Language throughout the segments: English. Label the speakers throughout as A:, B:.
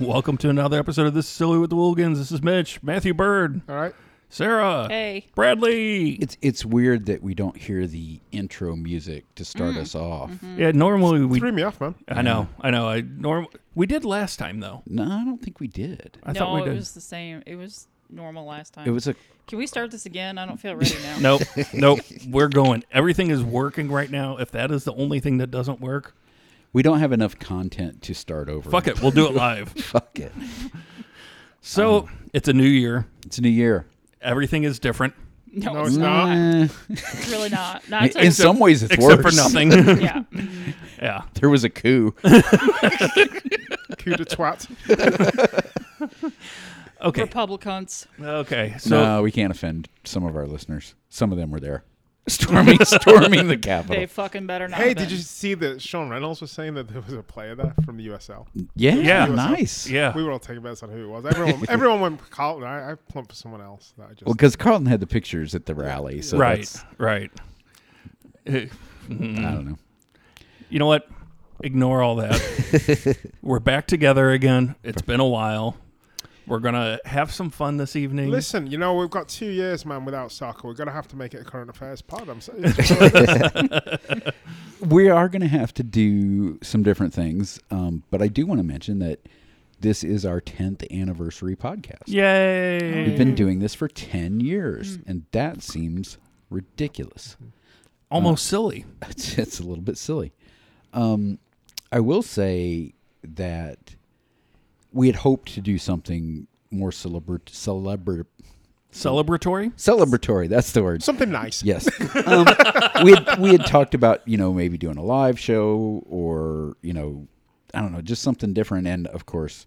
A: Welcome to another episode of This is Silly with the Woolgans. This is Mitch, Matthew Bird,
B: All right.
A: Sarah,
C: Hey.
A: Bradley.
D: It's it's weird that we don't hear the intro music to start us off.
A: Yeah, normally we.
B: Threw me off, man.
A: I know, I know. I norm. We did last time though.
D: No, I don't think we did.
A: I
C: no,
A: thought we
C: it
A: did.
C: was the same. It was normal last time.
D: It was a
C: Can we start this again? I don't feel ready now.
A: Nope, nope. We're going. Everything is working right now. If that is the only thing that doesn't work,
D: we don't have enough content to start over.
A: fuck it. We'll do it live.
D: Fuck it.
A: So it's a new year.
D: It's a new year.
A: Everything is different,
C: No,
B: No,
C: it's
B: it's not.
C: not.
D: Eh,
C: It's really not. Not
D: in
C: until,
D: some ways it's
A: except
D: worse.
A: for nothing.
C: yeah.
A: yeah.
D: There was a coup.
B: Cue the twat.
A: Okay.
C: Republicans.
A: Okay. So
D: no, we can't offend some of our listeners. Some of them were there. Storming storming the Capitol.
C: They fucking better not.
B: Hey,
C: have
B: did
C: been.
B: you see that Sean Reynolds was saying that there was a player there from the USL?
D: yeah,
A: Yeah.
D: nice.
A: yeah.
B: We were all taking bets on who it was. Everyone, everyone went Carlton. I, I plumped for someone else. That I just
D: Well, because Carlton had the pictures at the rally, so
A: right.
D: that's-
A: Right. Eh,
D: I don't know.
A: You know what? Ignore all that. We're back together again. It's been a while. We're gonna have some fun this evening.
B: Listen, you know we've got two years, man, without soccer. We're gonna have to make it a current affairs pod. I'm sorry.
D: we are going to have to do some different things, um, but I do want to mention that this is our 10th anniversary podcast.
A: Yay!
D: We've been doing this for 10 years, and that seems ridiculous.
A: Almost silly.
D: It's, it's a little bit silly. Um, I will say that we had hoped to do something more celebra- celebra-
A: Celebratory.
D: celebratory. That's the word.
B: Something nice.
D: Yes. Um, we, had, we had talked about, you know, maybe doing a live show or, you know, I don't know, just something different. And of course,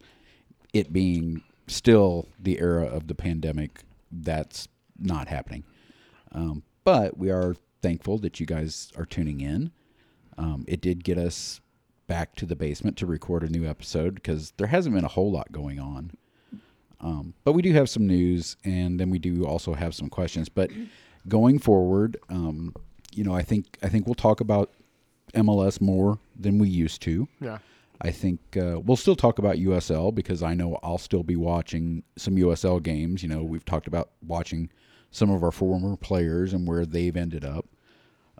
D: it being still the era of the pandemic, that's not happening. Um, but we are thankful that you guys are tuning in. Um, it did get us back to the basement to record a new episode because there hasn't been a whole lot going on. Um, but we do have some news, and then we do also have some questions. But going forward, um, you know, I think I think we'll talk about MLS more than we used to.
B: Yeah.
D: I think uh, we'll still talk about USL because I know I'll still be watching some USL games. You know, we've talked about watching some of our former players and where they've ended up.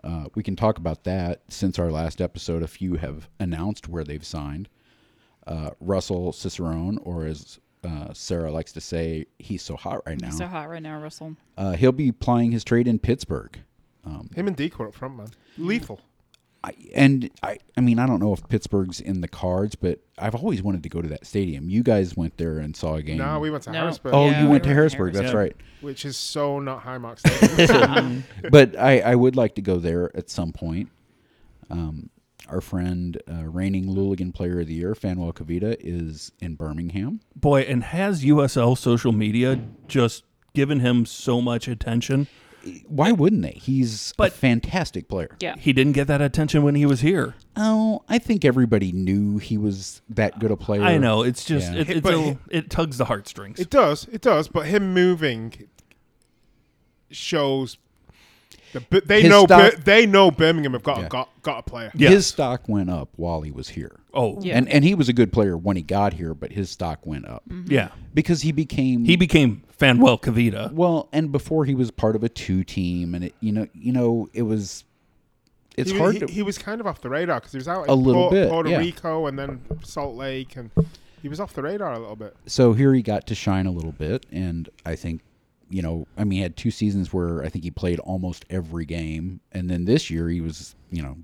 D: Uh, we can talk about that since our last episode. A few have announced where they've signed. Uh, Russell Cicerone, or as uh, Sarah likes to say, he's so hot right now.
C: It's so hot right now, Russell.
D: uh, he'll be plying his trade in Pittsburgh.
B: Him and Deke were up front, man. Lethal.
D: I, and I, I mean, I don't know if Pittsburgh's in the cards, but I've always wanted to go to that stadium. You guys went there and saw a game.
B: No, we went to
C: No.
B: Harrisburg,
D: Mm. Oh,
C: Yeah,
D: you
C: we
D: went to
C: were in
A: Harrisburg.
D: Harrisburg. That's
A: Yeah.
D: right.
B: which is so not high marks. Stadium.
D: But I, I would like to go there at some point. Um, our friend, uh, reigning Luligan Player of the Year, Fanwell Cavita, is in Birmingham.
A: Boy, and has USL social media just given him so much attention?
D: Why wouldn't they? He's
A: But-
D: a fantastic player.
C: Yeah.
A: He didn't get that attention when he was here.
D: Oh, I think everybody knew he was that good a player.
A: I know. It's just
D: Yeah.
A: it, it's
B: But
A: a-
B: he-
A: it tugs the heartstrings.
B: It does, it does, but him moving shows. The, Bir- they
D: His
B: know,
D: stock-
B: Bir- they know Birmingham have got
D: Yeah.
B: a, got, got a player.
A: Yeah.
D: His stock went up while he was here.
A: oh, yeah.
C: Yeah.
D: And, and he was a good player when he got here, but his stock went up because he became
A: He became Fanwell Cavita.
D: well, and before he was part of a two team, and it, you know, you know, it was it's
B: he,
D: hard
B: he,
D: to
B: he was kind of off the radar because he was out in
D: A little
B: Port-
D: bit,
B: Puerto
D: yeah.
B: Rico and then Salt Lake, and he was off the radar a little bit.
D: so here he got to shine a little bit and i think you know i mean he had two seasons where i think he played almost every game and then this year he was you know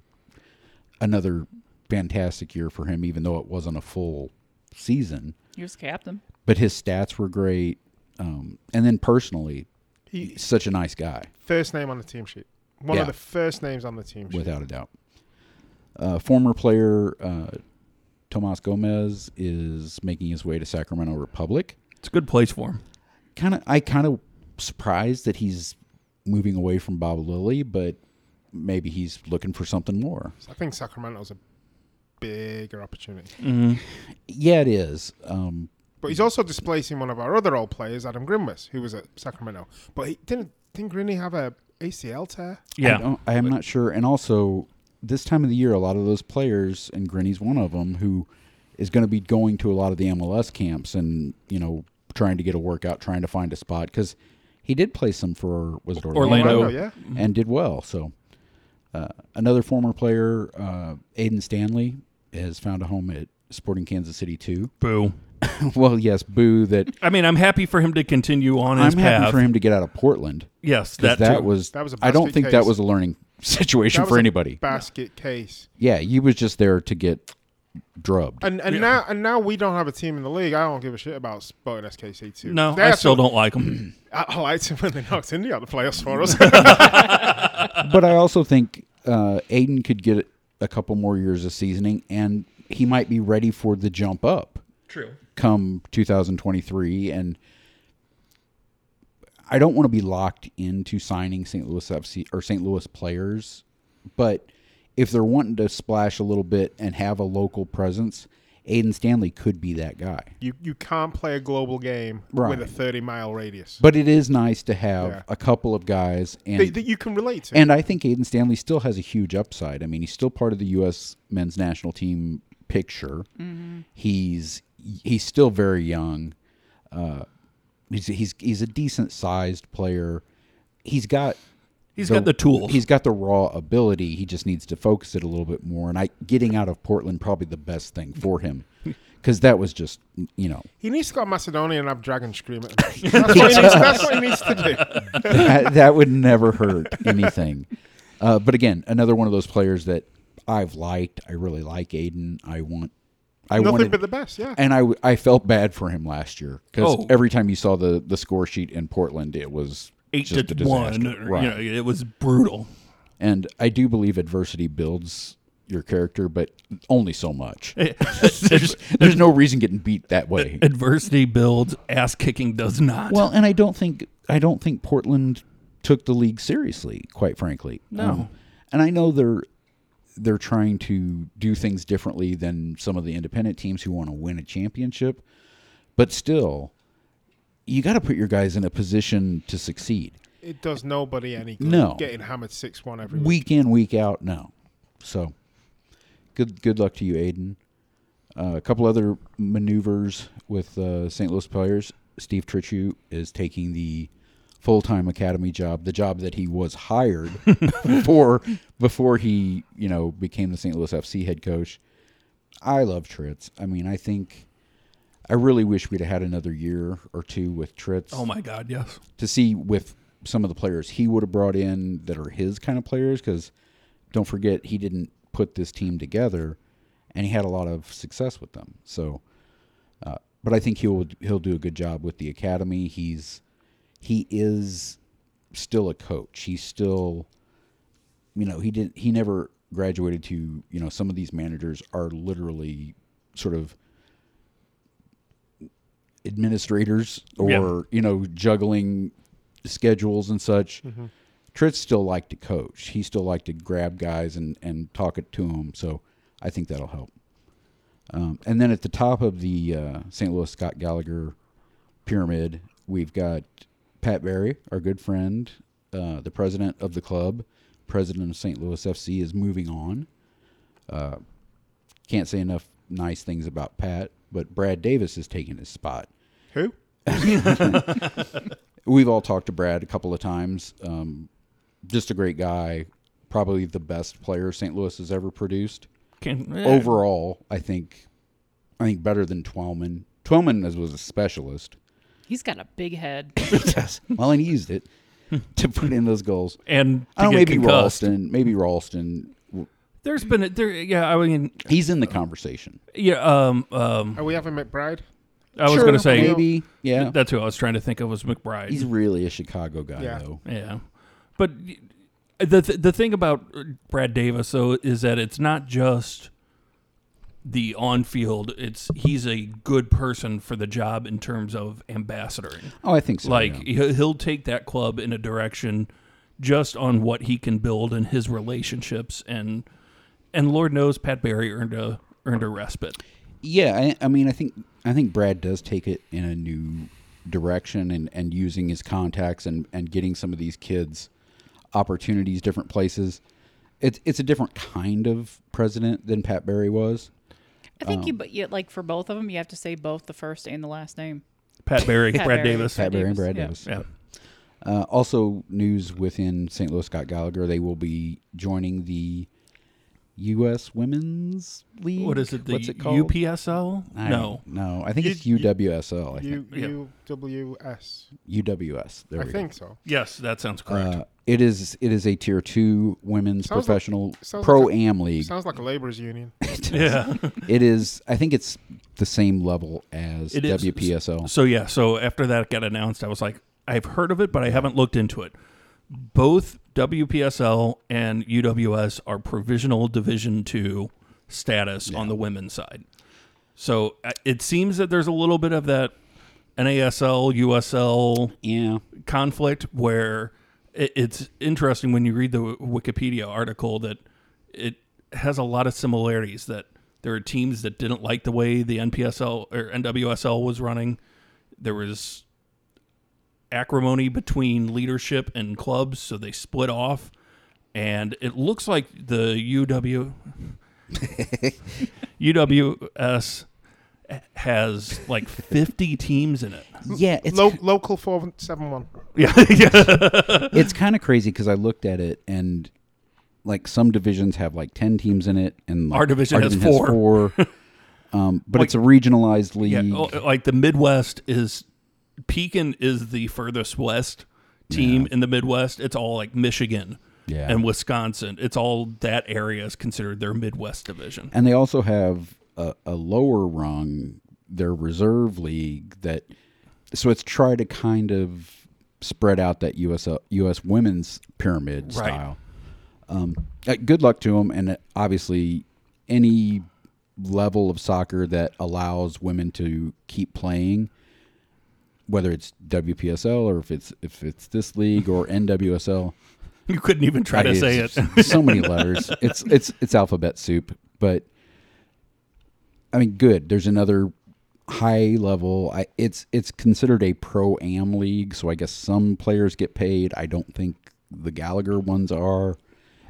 D: another fantastic year for him even though it wasn't a full season
C: He was captain.
D: but his stats were great um, and then personally
B: He,
D: such a nice guy
B: first name on the team sheet, one
D: Yeah.
B: of the first names on the team sheet.
D: without a doubt uh, former player uh, tomas gomez is making his way to sacramento republic
A: It's a good place for him.
D: kind of I kind of surprised that he's moving away from Bob Lilly, but maybe he's looking for something more.
B: I think Sacramento's a bigger opportunity,
D: Yeah, it is. Um,
B: but he's also displacing one of our other old players, Adam Grimwis, who was at Sacramento. But he didn't didn't Grinny have a ACL tear?
D: I,
A: Yeah.
D: don't, I am not sure. And also, this time of the year, a lot of those players, and Grinny's one of them, who is going to be going to a lot of the MLS camps and you know trying to get a workout, trying to find a spot because he did play some for was it
A: Orlando. Mm-hmm.
D: Orlando,
B: Orlando, Oh, yeah.
D: and did well. So uh, another former player, uh, Aiden Stanley, has found a home at Sporting Kansas City too.
A: Boo.
D: well, yes, boo that.
A: I mean, I'm happy for him to continue on his
D: I'm happy
A: path.
D: for him to get out of Portland.
A: Yes,
D: 'Cause
A: that,
D: that
A: too.
D: was,
B: That was a
D: I don't
B: basket
D: think that
B: case.
D: was a learning situation
B: That
D: for
B: was a
D: anybody.
B: basket case.
D: yeah, he was just there to get drubbed.
B: And and now and now we don't have a team in the league. I don't give a shit about Spartan SKC two.
A: no,
B: They
A: I
B: have
A: still
B: to-
A: don't like him.
B: I, I liked him when they knocked India out of the playoffs for us.
D: but I also think uh, Aiden could get a couple more years of seasoning, and he might be ready for the jump up
A: True.
D: come 2023. And I don't want to be locked into signing St. Louis FC or St. Louis players, but if they're wanting to splash a little bit and have a local presence, Aiden Stanley could be that guy.
B: you you can't play a global game
D: Right.
B: with a thirty mile radius
D: But it is nice to have
B: Yeah.
D: a couple of guys and
B: that, that you can relate to.
D: And I think Aiden Stanley still has a huge upside. I mean, he's still part of the U.S. men's national team picture. He's he's still very young. Uh, he's he's he's a decent sized player. He's got
A: He's got the tools.
D: He's got the raw ability. He just needs to focus it a little bit more. And I getting out of Portland probably the best thing for him because that was just you know
B: he needs to go to Macedonia and have Dragon Scream at him. That's what, he needs, that's what he needs to do.
D: that, that would never hurt anything. Uh, but again, another one of those players that I've liked. I really like Aiden. I want. I
B: Nothing
D: wanted,
B: but the best, yeah.
D: and I, w- I felt bad for him last year because
A: Oh.
D: every time you saw the the score sheet in Portland, it was
A: Eight
D: just a
A: to
D: disaster.
A: one. or,
D: right?
A: You know, it was brutal.
D: And I do believe adversity builds your character, but only so much. there's, there's no reason getting beat that way.
A: Adversity builds, ass kicking does not.
D: Well, and I don't think I don't think Portland took the league seriously, quite frankly. Um,
A: No.
D: and I know they're they're trying to do things differently than some of the independent teams who want to win a championship, but still, you got to put your guys in a position to succeed
B: It does nobody any good.
D: No.
B: Getting hammered 6 1 every week.
D: week in week out. No, so good good luck to you, Aiden. Uh, a couple other maneuvers with uh, St. Louis players. Steve Trichu is taking the full time academy job, the job that he was hired for before he, you know, became the St. Louis FC head coach. I love Tritz. I mean, I think I really wish we'd have had another year or two with Tritz
A: oh my God, yes.
D: to see with some of the players he would have brought in that are his kind of players because don't forget he didn't put this team together and he had a lot of success with them so uh, but i think he'll he'll do a good job with the academy he's he is still a coach he's still you know he didn't he never graduated to you know some of these managers are literally sort of administrators or
A: Yeah.
D: you know juggling schedules and such Tritz still liked to coach. He still liked to grab guys and, and talk it to them. So I think that'll help. Um, and then at the top of the uh, St. Louis Scott Gallagher pyramid, we've got Pat Barry, our good friend, uh, the president of the club, president of St. Louis FC, is moving on. Uh, can't say enough nice things about Pat, but Brad Davis is taking his spot
B: Who?
D: we've all talked to Brad a couple of times. Um, just a great guy, probably the best player St. Louis has ever produced.
A: Can, eh,
D: Overall, I think, I think better than Twelman. Twelman is- was a specialist.
C: He's got a big head.
D: well, and he used it to put in those goals.
A: And to
D: I don't know,
A: get
D: Oh, maybe
A: concussed.
D: Ralston. Maybe Ralston.
A: There's been a, there. Yeah, I mean,
D: He's
A: Uh,
D: in the conversation.
A: yeah. Um, um.
B: Are we having McBride?
A: I was
D: Sure,
A: gonna say
D: maybe. Yeah,
A: that's who I was trying to think of was McBride.
D: he's really a Chicago guy
B: Yeah.
D: though.
A: Yeah, but y- the th- the thing about Brad Davis though is that it's not just the on field. It's he's a good person for the job in terms of ambassadoring.
D: Oh, I think so.
A: like
D: yeah.
A: he'll, he'll take that club in a direction just on what he can build and his relationships and and Lord knows Pat Barry earned a earned a respite.
D: Yeah, I, I mean, I think I think Brad does take it in a new direction and, and using his contacts and, and getting some of these kids opportunities, different places. It's it's a different kind of president than Pat Barry was.
C: I think you, but you, like for both of them, you have to say both the first and the last name.
A: Pat Barry,
C: Pat
A: Brad
C: Barry.
A: Davis.
D: Pat Barry and Brad
C: Davis, yeah.
D: Davis.
A: Yeah.
D: Uh, also, news within St. Louis Scott Gallagher, they will be joining the U.S. Women's League.
A: What is it? The
D: What's it called?
A: UPSL?
D: I
A: no.
D: don't know. I think
B: You-
D: it's UWSL. I think
B: U
A: Yeah.
B: U W S.
D: UWS. There
B: I
D: we
B: think so.
A: Yes, that sounds
D: go.
A: correct.
D: Uh, it is it is a tier two women's
B: Sounds like-
D: professional
B: sounds like
D: pro am league.
B: Sounds like a laborers union.
D: Uh,
A: yeah.
D: it is. I think it's the same level as
A: It is.
D: WPSL.
A: So yeah, so after that got announced, I was like, I've heard of it, but I haven't looked into it. Both WPSL and UWS are provisional Division Two status on the women's side. So uh, it seems that there's a little bit of that NASL USL
D: Yeah.
A: conflict where it, it's interesting when you read the w- Wikipedia article that it has a lot of similarities that there are teams that didn't like the way the NPSL or NWSL was running. There was acrimony between leadership and clubs, so they split off. And it looks like the UW UWS has like 50 teams in it.
D: Yeah. It's
B: Lo- local four seven one.
A: Yeah, yeah.
D: it's kind of crazy because I looked at it and like some divisions have like ten teams in it, and like,
A: Our division has
D: four. um, but it's a regionalized league.
A: Yeah, oh, like the Midwest is Pekin is the furthest west team in the Midwest. It's all like Michigan
D: Yeah.
A: and Wisconsin. It's all that area is considered their Midwest division.
D: And they also have a, a lower rung, their reserve league that. So it's try to kind of spread out that U.S. U.S. women's pyramid
A: Right.
D: style. Um, uh, good luck to them, and obviously any level of soccer that allows women to keep playing, whether it's WPSL or if it's if it's this league or NWSL.
A: You couldn't even try to
D: It's
A: say it.
D: so many letters. It's it's it's alphabet soup, but I mean, good. There's another high level. I, it's it's considered a pro am league, so I guess some players get paid. I don't think the Gallagher ones are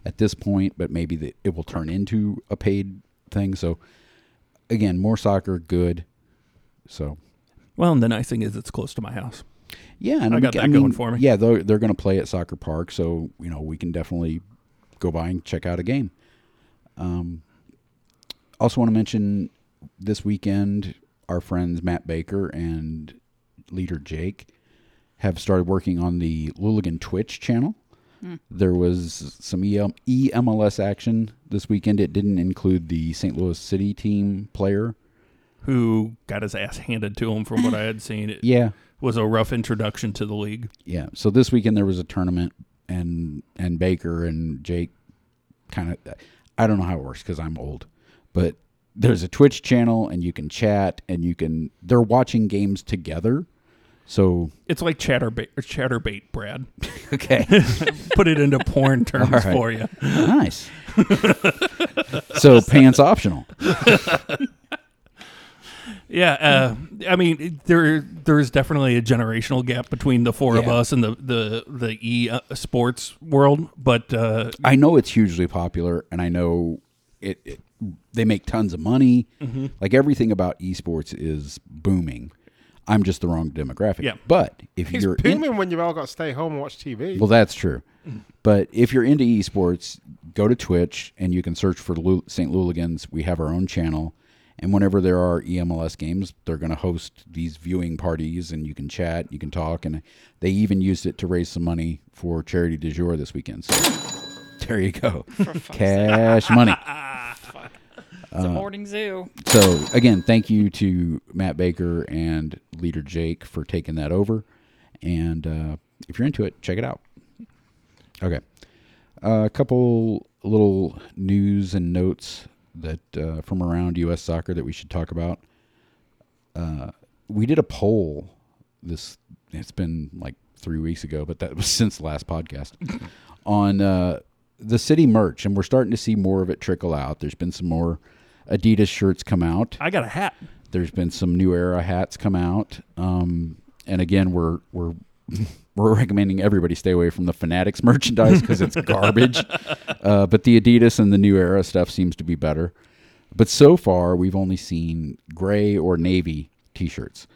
D: at this point, but maybe the, it will turn into a paid thing. So again, more soccer, good. So
A: Well, and the nice thing is it's close to my house.
D: yeah, and
A: I
D: we
A: got
D: ca-
A: that going for me.
D: Yeah, they're, they're going to play at Soccer Park, so you know we can definitely go by and check out a game. Um, also want to mention this weekend, our friends Matt Baker and leader Jake have started working on the Luligan Twitch channel. There was some E EM- EMLS action this weekend. It didn't include the St. Louis City team player.
A: Who got his ass handed to him from what I had seen. It
D: Yeah,
A: was a rough introduction to the league.
D: Yeah. So this weekend there was a tournament, and and Baker and Jake kind of, I don't know how it works because I'm old, but there's a Twitch channel and you can chat and you can they're watching games together. So
A: It's like chatterbait, or chatterbait Brad.
D: okay,
A: Put it into porn terms
D: All right.
A: for you.
D: nice. so pants optional.
A: Yeah,
D: Hmm.
A: uh, I mean it- there there is definitely a generational gap between the four of
D: Yeah.
A: us and the the the e uh, sports world, but uh,
D: I know it's hugely popular, and I know it. it they make tons of money. Like everything about esports is booming. I'm just the wrong demographic.
A: Yeah.
D: But if
B: He's
D: you're in-
B: booming when you've all got to stay home and watch TV.
D: Well, that's true. But if you're into esports, go to Twitch and you can search for Lu- St. Luligans. We have our own channel. And whenever there are E EMLS games, they're going to host these viewing parties and you can chat, you can talk. And they even used it to raise some money for Charity du Jour this weekend. So there you go. Cash money.
C: It's a morning zoo.
D: So again, thank you to Matt Baker and leader Jake for taking that over. And uh, if you're into it, check it out. Okay, uh, a couple little news and notes that uh, from around U.S. soccer that we should talk about. Uh, we did a poll. This it's been like three weeks ago, but that was since the last podcast on uh, the city merch, and we're starting to see more of it trickle out. There's been some more Adidas shirts come out.
A: I got a hat.
D: There's been some new era hats come out. Um, and again, we're we're we're recommending everybody stay away from the Fanatics merchandise because it's garbage. Uh, but the Adidas and the new era stuff seems to be better. But so far, we've only seen gray or navy t shirts.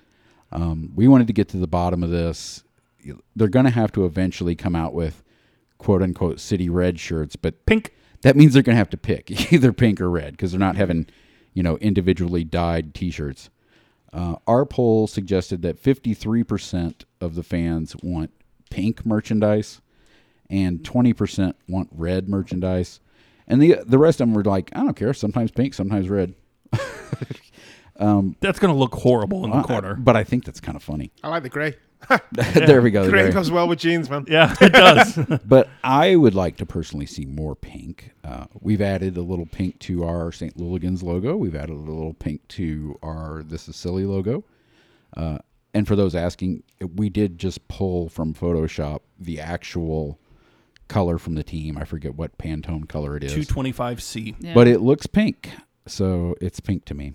D: Um, we wanted to get to the bottom of this. They're going to have to eventually come out with quote unquote city red shirts, but
A: Pink.
D: that means they're going to have to pick either pink or red because they're not having, you know, individually dyed T-shirts. Uh, our poll suggested that 53% of the fans want pink merchandise, and 20% want red merchandise, and the the rest of them were like, I don't care, sometimes pink, sometimes red.
A: That's gonna look horrible in the
D: Uh,
A: corner.
D: but I think that's kind of funny.
B: I like the gray.
D: there we go.
B: Gray
D: Oh, there.
B: goes well with jeans, man.
A: Yeah, it does.
D: But I would like to personally see more pink. Uh, we've added a little pink to our St. Lilligans logo. We've added a little pink to our This Is Silly logo. Uh, and for those asking, we did just pull from Photoshop the actual color from the team. I forget what Pantone color it is
A: Two twenty five C.
C: Yeah.
D: but it looks pink, so it's pink to me.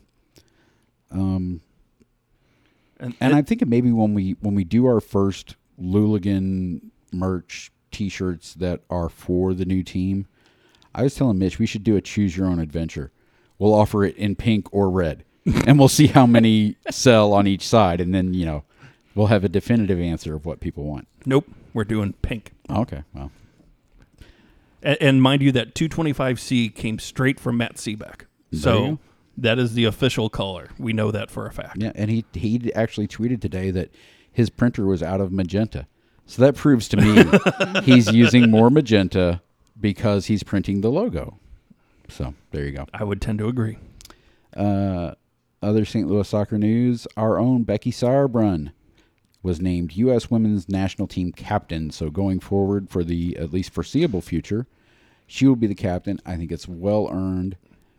D: Um,
A: And-
D: and, I think it maybe when we when we do our first Luligan merch T-shirts that are for the new team, I was telling Mitch we should do a choose your own adventure. We'll offer it in pink or red, and we'll see how many sell on each side, and then you know we'll have a definitive answer of what people want.
A: Nope, we're doing pink.
D: Okay, well,
A: And, and mind you, that 225C came straight from Matt Seebeck.
D: There you
A: So
D: go.
A: that is the official color. We know that for a fact.
D: Yeah, and he he actually tweeted today that his printer was out of magenta. So that proves to me he's using more magenta because he's printing the logo. So there you go.
A: I would tend to agree.
D: Uh, other St. Louis soccer news: our own Becky Sauerbrunn was named U.S. Women's National Team captain. So going forward for the at least foreseeable future, she will be the captain. I think it's well earned.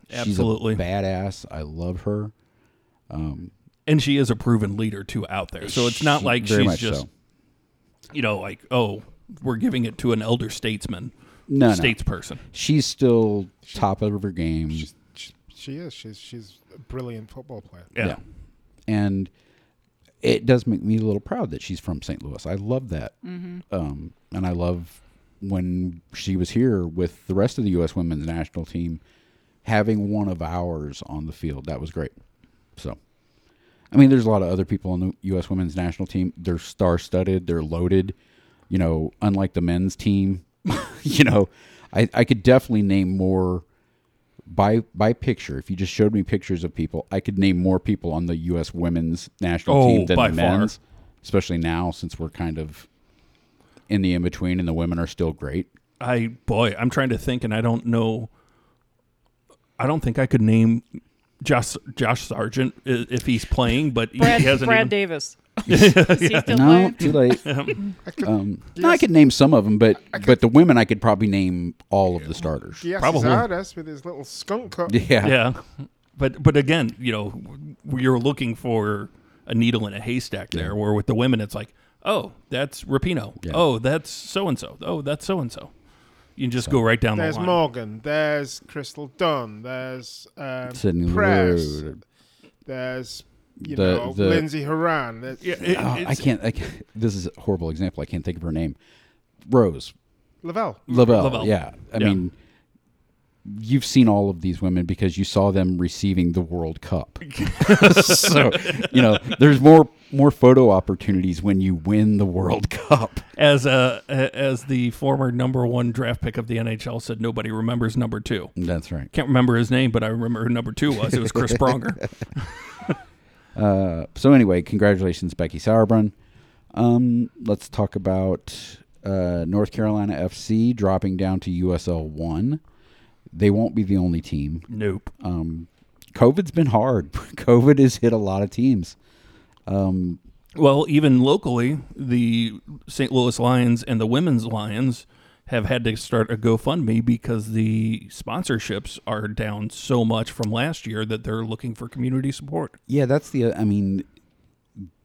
A: Absolutely.
D: She's a badass. I love her.
A: And she is a proven leader too out there. So it's not
D: She-
A: like
D: very
A: she's
D: much
A: just
D: so.
A: you know like oh we're giving it to an elder statesman,
D: No, no.
A: statesperson.
D: She's still top of her game.
B: She, she is. She's she's a brilliant football player.
A: Yeah.
D: And it does make me a little proud that she's from St. Louis. I love that. Um, and I love when she was here with the rest of the U.S. women's national team having one of ours on the field. That was great. So, I mean, there's a lot of other people on the U.S. women's national team. They're star studded, they're loaded, you know, unlike the men's team. you know, I, I could definitely name more by by picture, if you just showed me pictures of people, I could name more people on the U.S. women's national
A: Oh,
D: team than
A: by
D: the
A: far.
D: men's, especially now since we're kind of in the in between and the women are still great.
A: I boy, I'm trying to think and I don't know I don't think I could name Josh Josh Sargent i- if he's playing, but he
C: Brad,
A: hasn't
C: Brad
A: even-
C: Davis. Is he still
D: No,
C: playing?
D: too late. um, no, I could name some of them, but but the women I could probably name all of the starters.
B: Yes,
A: Probably.
B: Zardes with his little skunk cut.
D: Yeah,
A: yeah but but again you know you're looking for a needle in a haystack there where with the women it's like oh that's rapino
D: Yeah.
A: oh that's so and so oh that's so and so you can just go right down
B: There's
A: the line
B: Morgan. There's Crystal Dunn. There's um,
D: Sydney
B: Press.
D: Leroux.
B: There's you
D: The-
B: know
D: the-
B: Lindsay Horan. There's
A: yeah, it-
D: Oh, I
A: it's-
D: can't. I can't. This is a horrible example. I can't think of her name. Rose
B: Lavelle.
D: Lavelle.
A: Lavelle.
D: Yeah. I
A: Yeah.
D: mean, you've seen all of these women because you saw them receiving the World Cup. so, you know, there's more more photo opportunities when you win the World Cup.
A: as uh, a as the former number one draft pick of the nhl said nobody remembers number two
D: That's right.
A: can't remember his name but i remember who number two was it was chris pronger
D: Uh, so anyway, congratulations, Becky Sauerbrunn. Um, let's talk about uh, North Carolina FC dropping down to USL one. They won't be the only team.
A: nope
D: Um, COVID's been hard. COVID has hit a lot of teams. Um,
A: Well, even locally, the St. Louis Lions and the Women's Lions have had to start a GoFundMe because the sponsorships are down so much from last year that they're looking for community support.
D: Yeah, that's the. I mean,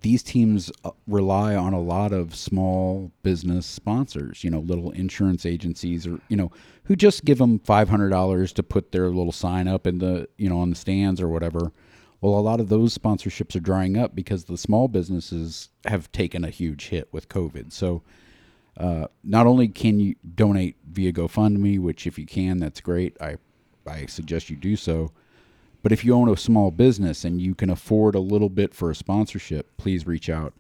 D: these teams uh, rely on a lot of small business sponsors. You know, little insurance agencies, or you know, who just give them five hundred dollars to put their little sign up in the you know on the stands or whatever. Well, a lot of those sponsorships are drying up because the small businesses have taken a huge hit with COVID. So, uh, not only can you donate via GoFundMe, which if you can, that's great. I I suggest you do so But if you own a small business and you can afford a little bit for a sponsorship, please reach out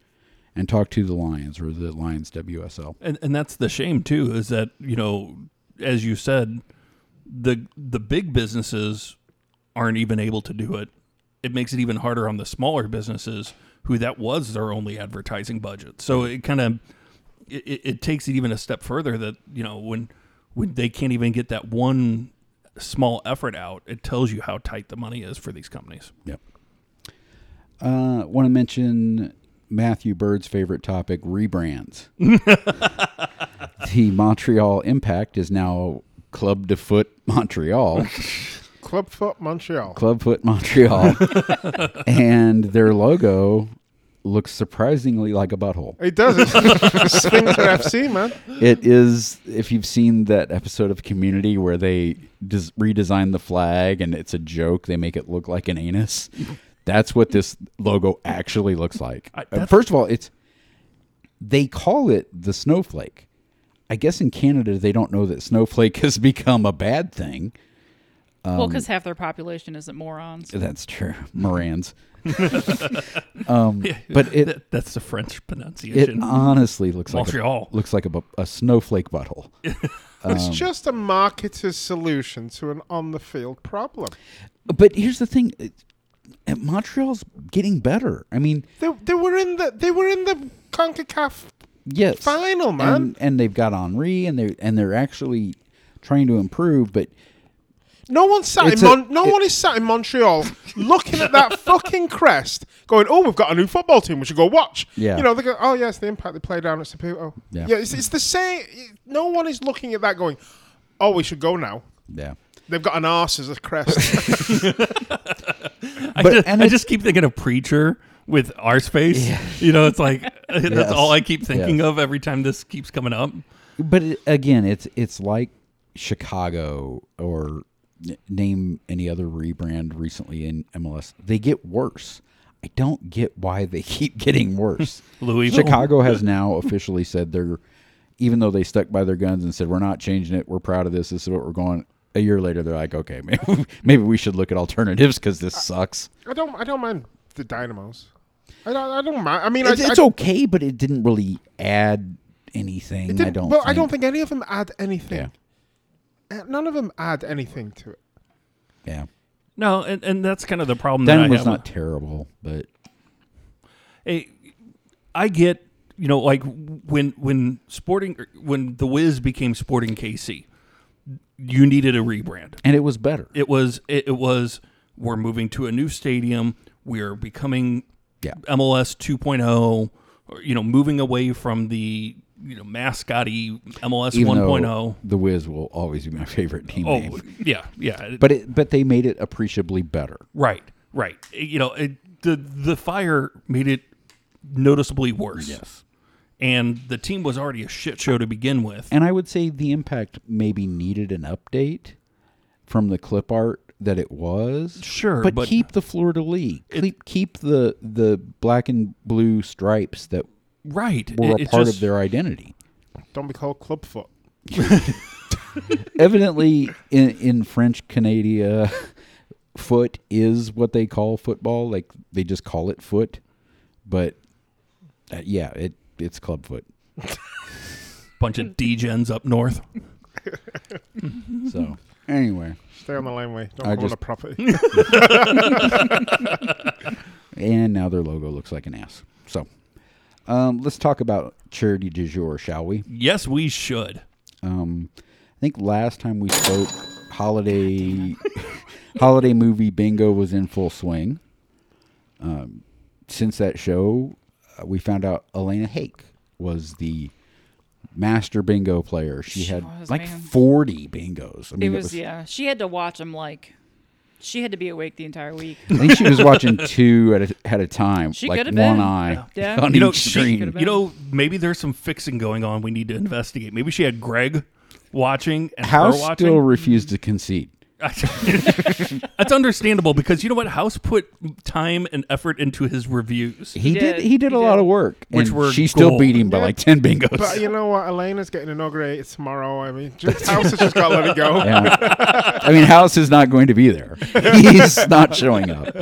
D: and talk to the Lions or the Lions WSL.
A: And and that's the shame too is that you know, as you said, the the big businesses aren't even able to do it. It makes it even harder on the smaller businesses who that was their only advertising budget. So it kind of it, it- it takes it even a step further that you know when when they can't even get that one small effort out, it tells you how tight the money is for these companies.
D: Yep. Uh, want to mention Matthew Bird's favorite topic: rebrands. the Montreal Impact is now Club de Foot Montreal,
B: Clubfoot Montreal.
D: Club Foot Montreal, and their logo looks surprisingly like a butthole.
B: it does. It's Sphincter FC, man.
D: It is if you've seen that episode of Community where they des- redesign the flag and it's a joke, they make it look like an anus. That's what this logo actually looks like.
A: I-
D: Uh,
A: that's-
D: First of all, it's they call it the snowflake. I guess in Canada they don't know that snowflake has become a bad thing.
C: well, because half their population isn't morons.
D: That's true, Morans. um, but it
A: That- that's the French
D: it
A: pronunciation.
D: honestly looks like a,
A: Montreal.
D: looks like a, bu- a snowflake butthole.
B: It's
D: Um,
B: just a marketer's solution to an on the field problem.
D: But here's the thing: it- uh, Montreal's getting better. I mean,
B: They, they were in the they were in the Concacaf.
D: yes,
B: Final,
D: and,
B: man.
D: and they've got Henri, and they and they're actually trying to improve. But
B: No one sat
D: It's
B: in
D: a-
B: Mon- no
D: it-
B: one is sat in Montreal looking at that fucking crest, going, "Oh, we've got a new football team. We should go watch."
D: Yeah.
B: you know, they go, "Oh yes, the impact they play down at Saputo."
D: Yeah.
B: yeah it's, it's the same. No one is looking at that going, "Oh, we should go now."
D: yeah,
B: They've got an arse as a crest.
A: I,
D: But-
A: just,
D: and
A: I
D: it-
A: just keep thinking of Preacher with our space. You know, it's like that's
D: Yes.
A: all I keep thinking
D: Yes.
A: of every time this keeps coming up.
D: but it, again, it's it's like Chicago or n- name any other rebrand recently in MLS. They get worse. I don't get why they keep getting worse.
A: Louisville.
D: Chicago has now officially said they're, even though they stuck by their guns and said we're not changing it, we're proud of this. This is what we're going. A year later, they're like, okay, maybe, maybe we should look at alternatives because this sucks.
B: I don't. I don't mind the Dynamos. I don't. I don't mind. I mean,
D: It's,
B: I,
D: it's
B: I,
D: okay, but it didn't really add anything.
B: didn't-
D: I don't.
B: Well,
D: think.
B: I don't think any of them add
D: Yeah,
B: anything. Uh, None of them add anything to it.
D: yeah.
A: No, and, and that's kind of the problem that I
D: Denim was
A: have.
D: not terrible, but
A: Hey, I get you know like when when sporting when the Wiz became Sporting KC, you needed a rebrand.
D: and it was better.
A: It was it, it was we're moving to a new stadium. We're becoming
D: Yeah.
A: MLS 2.0. oh, or, You know, moving away from the you know mascotty MLS
D: Even though
A: 1.0.
D: the Wiz will always be my favorite team
A: Oh,
D: name,
A: yeah, yeah.
D: but it, but they made it appreciably better.
A: right, right. You know, it, the the fire made it noticeably worse. Yes. And the team was already a shit show to begin with.
D: And I would say the impact maybe needed an update from the clip art that it was.
A: Sure,
D: but,
A: but-
D: keep the Florida League. Keep, keep the the black and blue stripes that
A: right. It-
D: were a
A: it's
D: part
A: just-
D: of their identity.
B: Don't be called Clubfoot.
D: Evidently, in, in French Canada, foot is what they call football. Like they just call it foot, but uh, yeah, it it's club foot.
A: bunch of degens up north.
D: So anyway.
B: Stay on the laneway. Don't
D: I
B: go on
D: just-
B: a property.
D: and now their logo looks like an ass. So, um, let's talk about charity du jour, shall we?
A: Yes, we should.
D: Um, I think last time we spoke, holiday holiday movie bingo was in full swing. Um, since that show, uh, we found out Elena Hake was the master bingo player. She,
C: She
D: had
C: was,
D: like
C: man.
D: forty bingos. I mean,
C: it was, yeah. She had to watch them like she had to be awake the entire week.
D: I think she was watching two at a, at a time,
C: She
D: like one
C: could've been.
D: eye
C: Yeah.
D: on
A: You know,
D: each
A: she-
D: screen.
C: Could've been.
A: You know, maybe there's some fixing going on. We need to investigate. Maybe she had Greg watching and her
D: House
A: watching.
D: still refused to concede.
A: That's understandable because you know what? House put time and effort into his reviews.
D: He did.
C: did.
D: He did
C: He
D: a lot
C: did.
D: of work,
A: Which
D: and
A: were
D: she still
A: gold.
D: beat him by like ten bingos.
B: But you know what? Elena's getting inaugurated tomorrow. I mean, just, house has just got to let it go.
D: yeah. I mean, House is not going to be there. He's not showing up.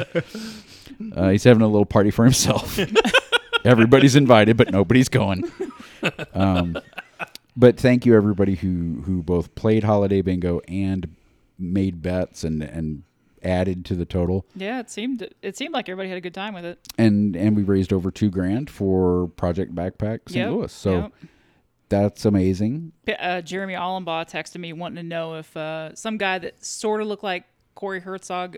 D: Uh, he's having a little party for himself. Everybody's invited, but nobody's going. Um, but thank you everybody who who both played Holiday Bingo and made bets and and added to the total.
C: Yeah, it seemed it seemed like everybody had a good time with it.
D: And and we raised over two grand for Project Backpack St.
C: Yep,
D: Louis. So
C: yep.
D: that's amazing.
C: P- uh, Jeremy Allenbaugh texted me wanting to know if uh, some guy that sort of looked like Corey Herzog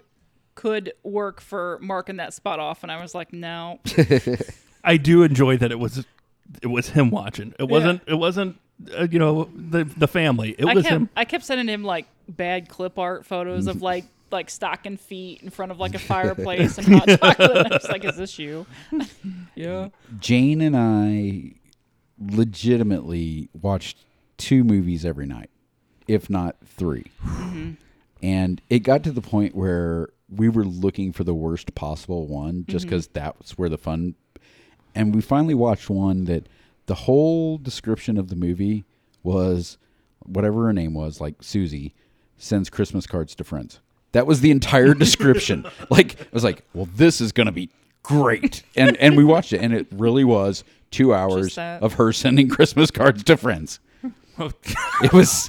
C: could work for marking that spot off, and I was like, no.
A: I do enjoy that it was it was him watching. It wasn't it wasn't uh, you know the the family. It
C: I
A: was
C: kept
A: him.
C: I kept sending him like bad clip art photos of like like stocking feet in front of like a fireplace and hot chocolate. I was like, is this you? yeah.
D: Jane and I legitimately watched two movies every night, if not 3 And it got to the point where we were looking for the worst possible one just because that was where the fun. And we finally watched one that the whole description of the movie was whatever her name was, like Susie, sends Christmas cards to friends. That was the entire description. like I was like, well, this is gonna be great, and and we watched it, and it really was two hours
C: that.
D: of her sending Christmas cards to friends. It was,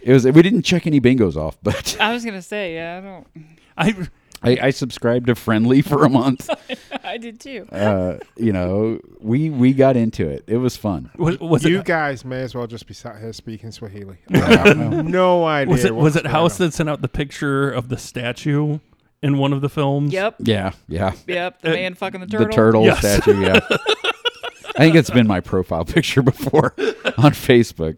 D: it was. We didn't check any bingos off, but
C: I was gonna say, yeah, I don't.
A: I
D: I, I subscribed to Friendly for a month.
C: I did too.
D: Uh, you know, we we got into it. It was fun.
A: was, was
B: You
A: it
B: guys may as well just be sat here speaking Swahili.
D: Uh,
B: No idea.
A: was it
B: what's
A: was it
B: going
A: House
B: on.
A: that sent out the picture of the statue in one of the films?
C: Yep.
D: yeah, yeah.
C: Yep. The man fucking the turtle.
D: Uh, The turtle
A: Yes.
D: statue. Yeah. I think it's been my profile picture before on Facebook.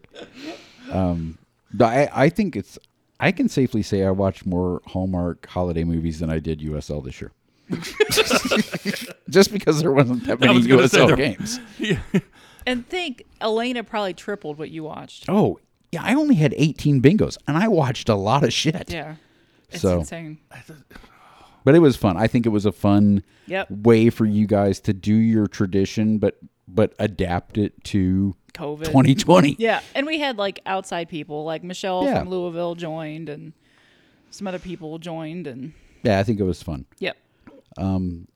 D: Um, but I, I think it's. I can safely say I watched more Hallmark holiday movies than I did USL this year. Just because there wasn't that many
A: was gonna say
D: USL
A: there-
D: games.
C: And think Elena probably tripled what you watched.
D: Oh, yeah. I only had 18 bingos, and I watched a lot of shit.
C: Yeah. It's
D: So-
C: insane.
D: But it was fun. I think it was a fun
C: Yep.
D: way for you guys to do your tradition, but but adapt it to
C: COVID.
D: 2020.
C: Yeah. And we had like outside people, like Michelle
D: Yeah.
C: from Louisville joined and some other people joined and
D: Yeah, I think it was fun.
C: yep.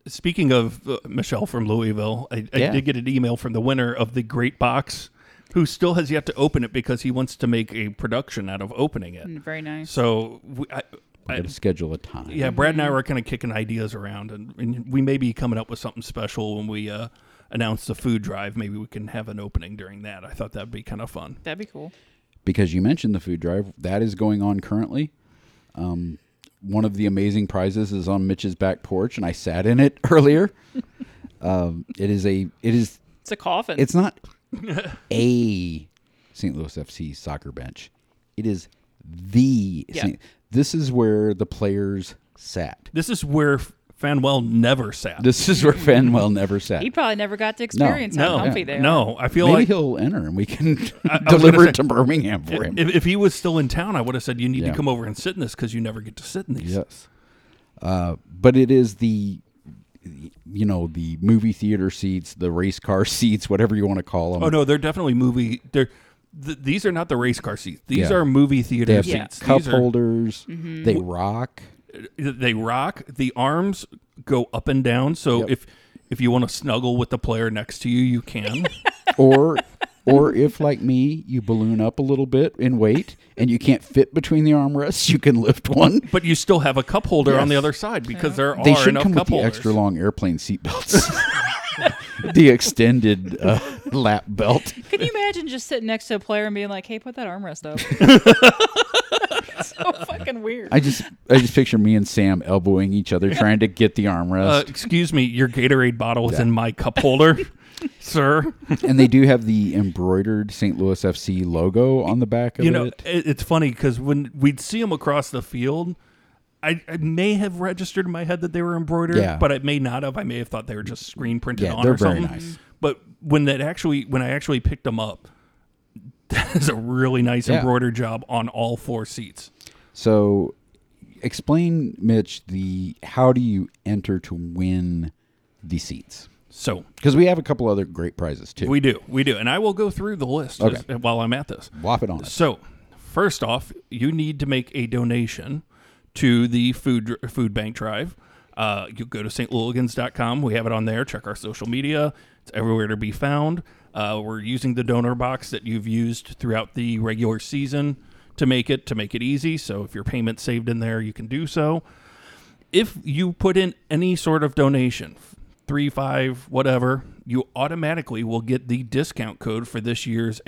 A: Speaking of uh, Michelle from Louisville, I, I
D: Yeah.
A: did get an email from the winner of the Great Box, who still has yet to open it because he wants to make a production out of opening it.
C: And very Mm, nice.
A: So we, I,
D: I
A: I,
D: had to schedule a time.
A: yeah, Brad and I were kind of kicking ideas around, and, and we may be coming up with something special when we uh, announce the food drive. Maybe we can have an opening during that. I thought that'd be kind of fun.
C: That'd be cool.
D: Because you mentioned the food drive, that is going on currently. Um, one of the amazing prizes is on Mitch's back porch, and I sat in it earlier. um, it is a it is
C: It's a coffin.
D: it's not a St. Louis FC soccer bench. It is the
C: Yeah.
D: St. This is where the players sat.
A: This is where Fanwell never sat.
D: This is where Fenwell never sat.
C: he probably never got to experience
A: no,
C: how comfy they are.
A: no. I feel
D: Maybe
A: like
D: he'll enter and we can
A: I was
D: deliver
A: gonna
D: it to Birmingham for him.
A: if, if he was still in town, I would have said you need
D: Yeah.
A: to come over and sit in this because you never get to sit in these.
D: Yes. Uh, but it is the, you know, the movie theater seats, the race car seats, whatever you want to call them.
A: Oh no, they're definitely movie. They're th- these are not the race car seats. These
D: Yeah.
A: are movie theater
D: They have
C: Yeah.
A: seats.
D: cup
A: These are, Mm-hmm. uh,
D: holders. They rock.
A: they rock. The arms go up and down. So
D: Yep.
A: if if you want to snuggle with the player next to you, you can.
D: Or, or if like me, you balloon up a little bit in weight and you can't fit between the armrests, you can lift one.
A: but you still have a cup holder on the
D: Yes.
A: other side because there
D: They
A: are
D: should
A: enough
D: come with
A: cup
D: the
A: holders.
D: extra long airplane seat belts. the extended uh, lap belt.
C: Can you imagine just sitting next to a player and being like, "Hey, put that armrest up"? It's so fucking weird.
D: I just, I just picture me and Sam elbowing each other, trying to get the armrest.
A: Uh, excuse me, your Gatorade bottle is in my cup holder, sir.
D: and they do have the embroidered St. Louis FC logo on the back of
A: you know,
D: it.
A: it, it's funny because when we'd see them across the field, I, I may have registered in my head that they were embroidered,
D: Yeah.
A: but I may not have. I may have thought they were just screen printed
D: Yeah,
A: on
D: they're
A: or
D: very
A: something.
D: nice.
A: But when that actually, when I actually picked them up, that is a really nice
D: Yeah.
A: embroidered job on all four seats.
D: So explain, Mitch, the how do you enter to win the seats?
A: So
D: Because we have a couple other great prizes too.
A: we do, we do, and I will go through the list
D: Okay.
A: as- while I'm at this.
D: Whop it on us.
A: So, first off, you need to make a donation to the food dr- food bank drive. Uh, you go to stlouligans.com. We have it on there. Check our social media. It's everywhere to be found. Uh, we're using the donor box that you've used throughout the regular season to make it to make it easy. So if your payment's saved in there, you can do so. If you put in any sort of donation, three, five, whatever, you automatically will get the discount code for this year's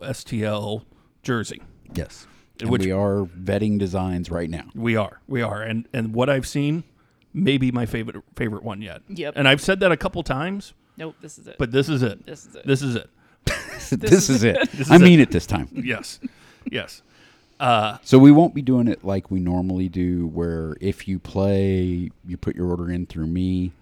A: AOSTL jersey.
D: Yes. And
A: Which-
D: we are vetting designs right now.
A: We are, we are, and and what I've seen, maybe my favorite favorite one yet.
C: Yep.
A: And I've said that a couple times,
C: Nope, this is it.
A: but this is it.
C: This is it.
A: This is it.
D: this, is it.
A: This
D: I
A: is
D: mean it this time.
A: Yes, yes.
D: So we won't be doing it like we normally do, where if you play, you put your order in through me,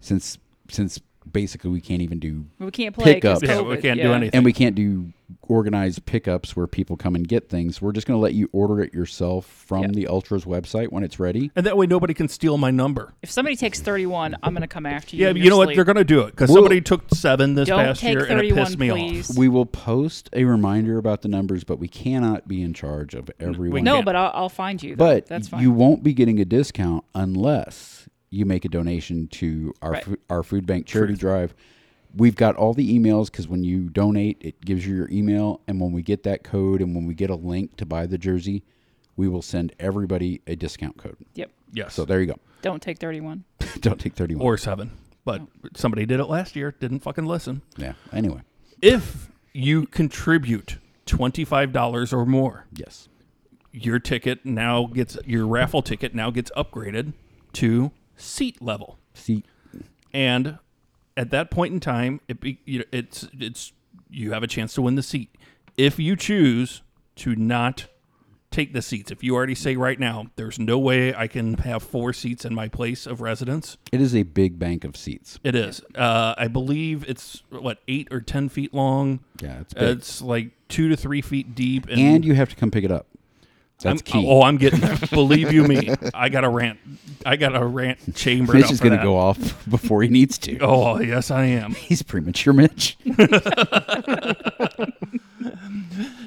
D: since since basically we can't even do
C: we can't play
D: Pick up.
C: because
A: Yeah, we can't do anything.
D: and we can't do organized pickups where people come and get things. We're just going to let you order it yourself from the Ultras website when it's ready.
A: And that way, nobody can steal my number.
C: If somebody takes 31, I'm going to come after you.
A: Yeah,
C: in
A: you
C: your
A: know what?
C: sleep.
A: They're gonna do it because
D: Well-
A: somebody took seven this
C: Don't
A: past
C: take
A: year, and it
C: 31,
A: pissed me
C: please.
A: off.
D: We will post a reminder about the numbers, but we cannot be in charge of everyone.
A: can't.
C: No,
A: Yeah.
C: but I'll, I'll find you. though.
D: but
C: that's fine.
D: you won't be getting a discount unless you make a donation to our
C: Right.
D: fo- our food bank charity drive. We've got all the emails because when you donate, it gives you your email, and when we get that code and when we get a link to buy the jersey, we will send everybody a discount code.
C: yep.
A: Yes,
D: So there you go.
C: Don't take 31.
D: Don't take thirty-one.
A: or seven, but somebody did it last year. Didn't fucking listen.
D: yeah. Anyway.
A: If you contribute twenty five dollars or more,
D: Yes.
A: your ticket now gets your raffle ticket now gets upgraded to seat level
D: See,
A: and at that point in time it be, you know, it's it's you have a chance to win the seat if you choose to not take the seats if you already say right now there's no way i can have four seats in my place of residence
D: it is a big bank of seats.
A: it is uh, i believe it's what eight or ten feet long
D: Yeah, it's
A: Uh,
D: big.
A: it's like two to three feet deep and,
D: and you have to come pick it up. That's
A: I'm,
D: key.
A: Oh, I'm getting. believe you me, I got a rant. I got a rant chamber.
D: Mitch is going to go off before he needs to.
A: Oh yes, I am.
D: He's premature, Mitch.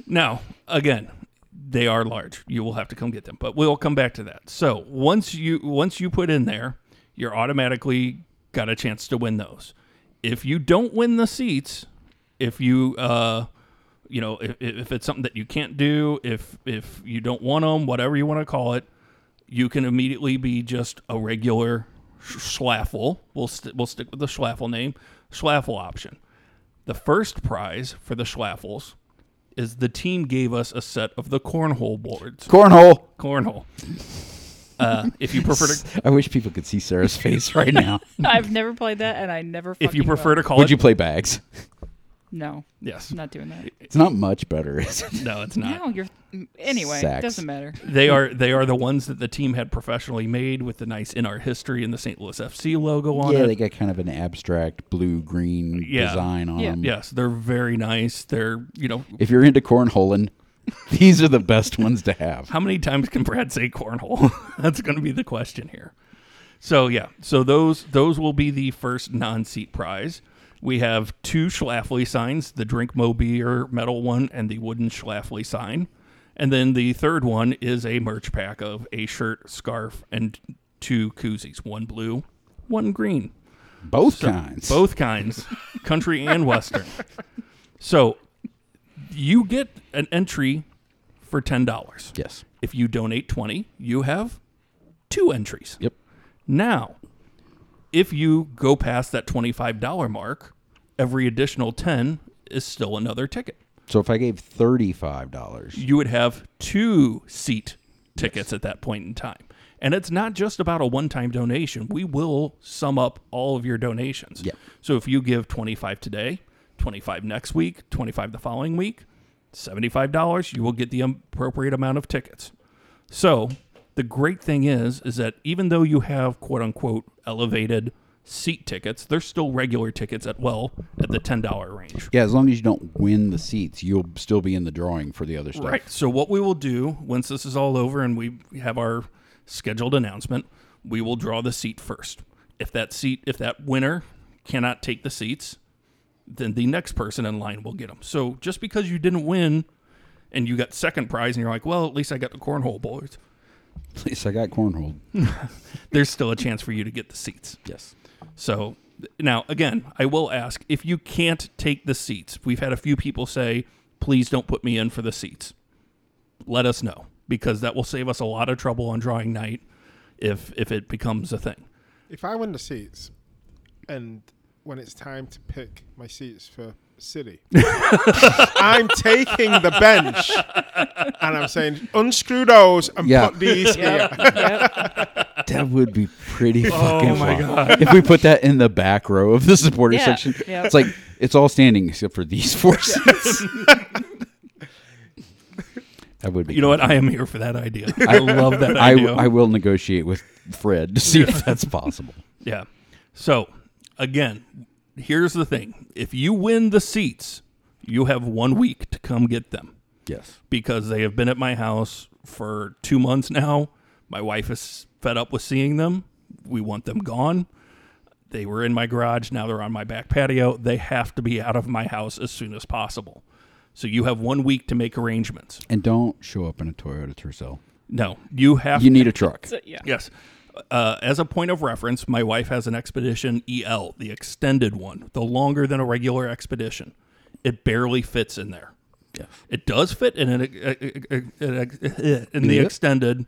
A: Now again, they are large. You will have to come get them, but we'll come back to that. So once you once you put in there, you're automatically got a chance to win those. If you don't win the seats, if you uh, you know, if, if it's something that you can't do, if if you don't want them, whatever you want to call it, you can immediately be just a regular sh- schlaffle. We'll st- we'll stick with the schlaffle name, schlaffle option. The first prize for the schlaffles is the team gave us a set of the cornhole boards.
D: Cornhole.
A: Cornhole. Uh, if you prefer to,
D: I wish people could see Sarah's face right now.
C: I've never played that, and I never.
A: if you
C: fucking will.
A: prefer to call
D: Would
A: it,
D: you play bags?
C: no,
A: yes,
C: I'm not doing that.
D: It's not much better, is it?
A: no, it's not.
C: No, you're. mm, Anyway,
D: Sacks.
C: it doesn't matter.
A: They are they are the ones that the team had professionally made with the nice in our history and the St. Louis FC logo on
D: Yeah,
A: it.
D: they got kind of an abstract blue green
A: Yeah.
D: design on
C: Yeah.
D: them.
A: yes, they're very nice. They're you know
D: If you're into cornholing, these are the best ones to have.
A: how many times can Brad say cornhole? That's going to be the question here. So yeah, so those those will be the first non-seat prize. We have two Schlafly signs, the Drink Mo Beer metal one and the wooden Schlafly sign. And then the third one is a merch pack of a shirt, scarf, and two koozies, one blue, one green.
D: Both
A: So,
D: kinds.
A: Both kinds, country and western. So you get an entry for ten dollars.
D: Yes.
A: If you donate 20, you have two entries.
D: Yep.
A: Now, if you go past that $25 mark, every additional 10 is still another ticket.
D: So if I gave thirty-five dollars,
A: You would have two seat tickets at that point in time. And it's not just about a one time donation. We will sum up all of your donations.
D: Yep.
A: So if you give 25 today, 25 next week, 25 the following week, $75, you will get the appropriate amount of tickets. So the great thing is, is that even though you have quote unquote elevated seat tickets, they're still regular tickets at well at the ten dollar range.
D: yeah, as long as you don't win the seats, you'll still be in the drawing for the other stuff.
A: Right. So what we will do once this is all over and we have our scheduled announcement. We will draw the seat first. If that seat, if that winner cannot take the seats, then the next person in line will get them. So just because you didn't win and you got second prize and you're like, well, at least I got the cornhole boards,
D: At least I got cornholed.
A: there's still a chance for you to get the seats.
D: Yes.
A: So th- now, again, I will ask if you can't take the seats. We've had a few people say, please don't put me in for the seats. Let us know because that will save us a lot of trouble on drawing night if if it becomes a thing.
B: If I win the seats, and when it's time to pick my seats for City, I'm taking the bench, and I'm saying unscrew those and
D: Yeah.
B: put these here.
D: That would be pretty fucking
A: Oh my
D: wild. If we put that in the back row of the supporter
C: Yeah,
D: section,
C: yeah.
D: it's like it's all standing except for these four seats. that would be.
A: You know what? I am here for that idea. I love that
D: I,
A: idea.
D: I will negotiate with Fred to see if that's possible.
A: Yeah. So, again, here's the thing. If you win the seats, you have one week to come get them
D: Yes.
A: because they have been at my house for two months now. My wife is fed up with seeing them. We want them gone. They were in my garage. Now they're on my back patio. They have to be out of my house as soon as possible. So, you have one week to make arrangements.
D: And don't show up in a Toyota Tercel.
A: No, you have
D: You need a truck.
C: So, yeah.
A: Yes. Uh, as a point of reference, my wife has an Expedition EL, the extended one, the longer than a regular Expedition. It barely fits in there.
D: Yes.
A: It does fit in an, uh, in the
D: Yeah.
A: extended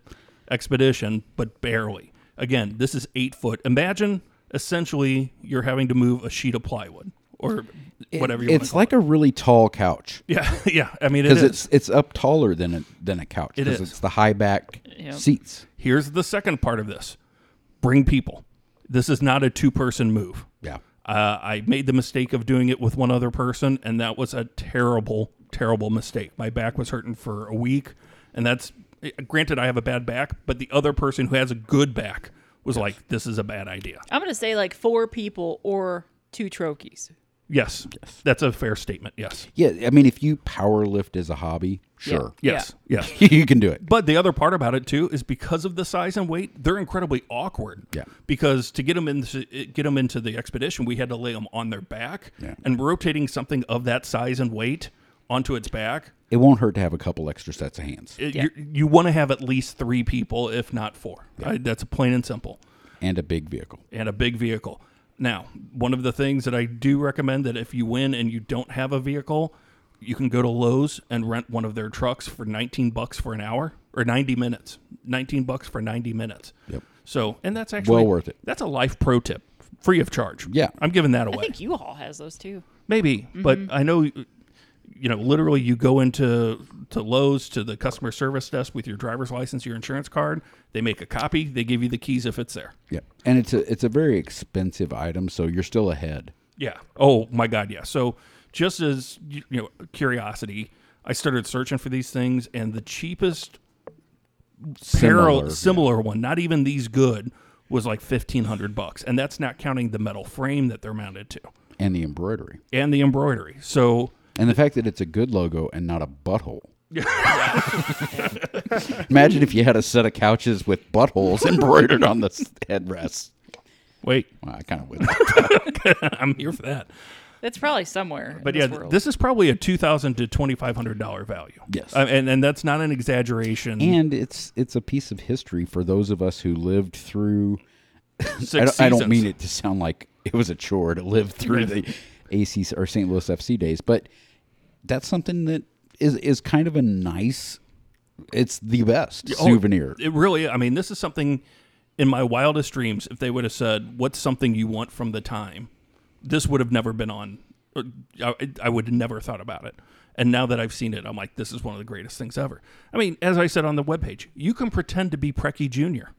A: Expedition, but barely. Again, this is eight foot. Imagine essentially you're having to move a sheet of plywood or whatever you want
D: It's
A: to call
D: like a really tall couch
A: it. Yeah, yeah. I mean, it
D: because
A: is.
D: it's it's up taller than a than a couch.
A: It
D: 'cause
A: is.
D: It's the high back
C: Yep.
D: seats.
A: Here's the second part of this bring people. This is not a two person move.
D: Yeah.
A: Uh, I made the mistake of doing it with one other person, and that was a terrible, terrible mistake. My back was hurting for a week, and that's eh, granted I have a bad back, but the other person who has a good back was like, "This is a bad idea."
C: I'm gonna say like four people or two trochees.
A: Yes, yes, that's a fair statement. Yes,
D: Yeah. I mean, if you power lift as a hobby,
C: Yeah.
D: sure,
A: yes, yes.
D: you can do it.
A: But the other part about it too is because of the size and weight, they're incredibly awkward.
D: Yeah.
A: Because to get them into get them into the expedition, we had to lay them on their back,
D: Yeah.
A: and rotating something of that size and weight onto its back
D: It won't hurt to have a couple extra sets of hands
A: It-
C: Yeah.
A: you you want to have at least three people, if not four. I- that's plain and simple,
D: and a big vehicle.
A: and a big vehicle. Now, one of the things that I do recommend that if you win and you don't have a vehicle, you can go to Lowe's and rent one of their trucks for 19 bucks for an hour or 90 minutes. 19 bucks for 90 minutes.
D: Yep.
A: So, and that's actually
D: Well worth it.
A: That's a life pro tip, free of charge.
D: Yeah.
A: I'm giving that
C: I
A: away.
C: think Mm-hmm. U-Haul has those too.
A: Maybe, but I know, you know, literally, you go into to Lowe's to the customer service desk with your driver's license, your insurance card. They make a copy. They give you the keys if it's there.
D: Yeah, and it's a it's a very expensive item, so you're still ahead.
A: Yeah. Oh my God. Yeah. So just as you you know, curiosity, I started searching for these things, and the cheapest
D: Similar,
A: similar
D: yeah.
A: similar one, not even these good, was like fifteen hundred bucks, and that's not counting the metal frame that they're mounted to
D: And the embroidery,
A: and the embroidery. So
D: and the fact that it's a good logo and not a butthole. Imagine if you had a set of couches with buttholes embroidered on the s- headrests.
A: wait,
D: Well, I kind of would.
A: I'm here for that.
C: That's probably somewhere.
A: But
C: in
A: yeah,
C: this, world.
A: th- this is probably a two thousand to twenty five hundred dollar value.
D: Yes.
A: Uh, and and that's not an exaggeration.
D: and it's it's a piece of history for those of us who lived through.
A: Six
D: I don't, I don't
A: seasons.
D: mean it to sound like it was a chore to live through the AC s- or St. Louis FC days, but that's something that is is kind of a nice. It's the best
A: Oh,
D: souvenir.
A: It really. I mean, this is something in my wildest dreams. If they would have said, "What's something you want from the time?" This would have never been on. or I, I would have never thought about it. And now that I've seen it, I'm like, this is one of the greatest things ever. I mean, as I said on the webpage, you can pretend to be Preki Jr.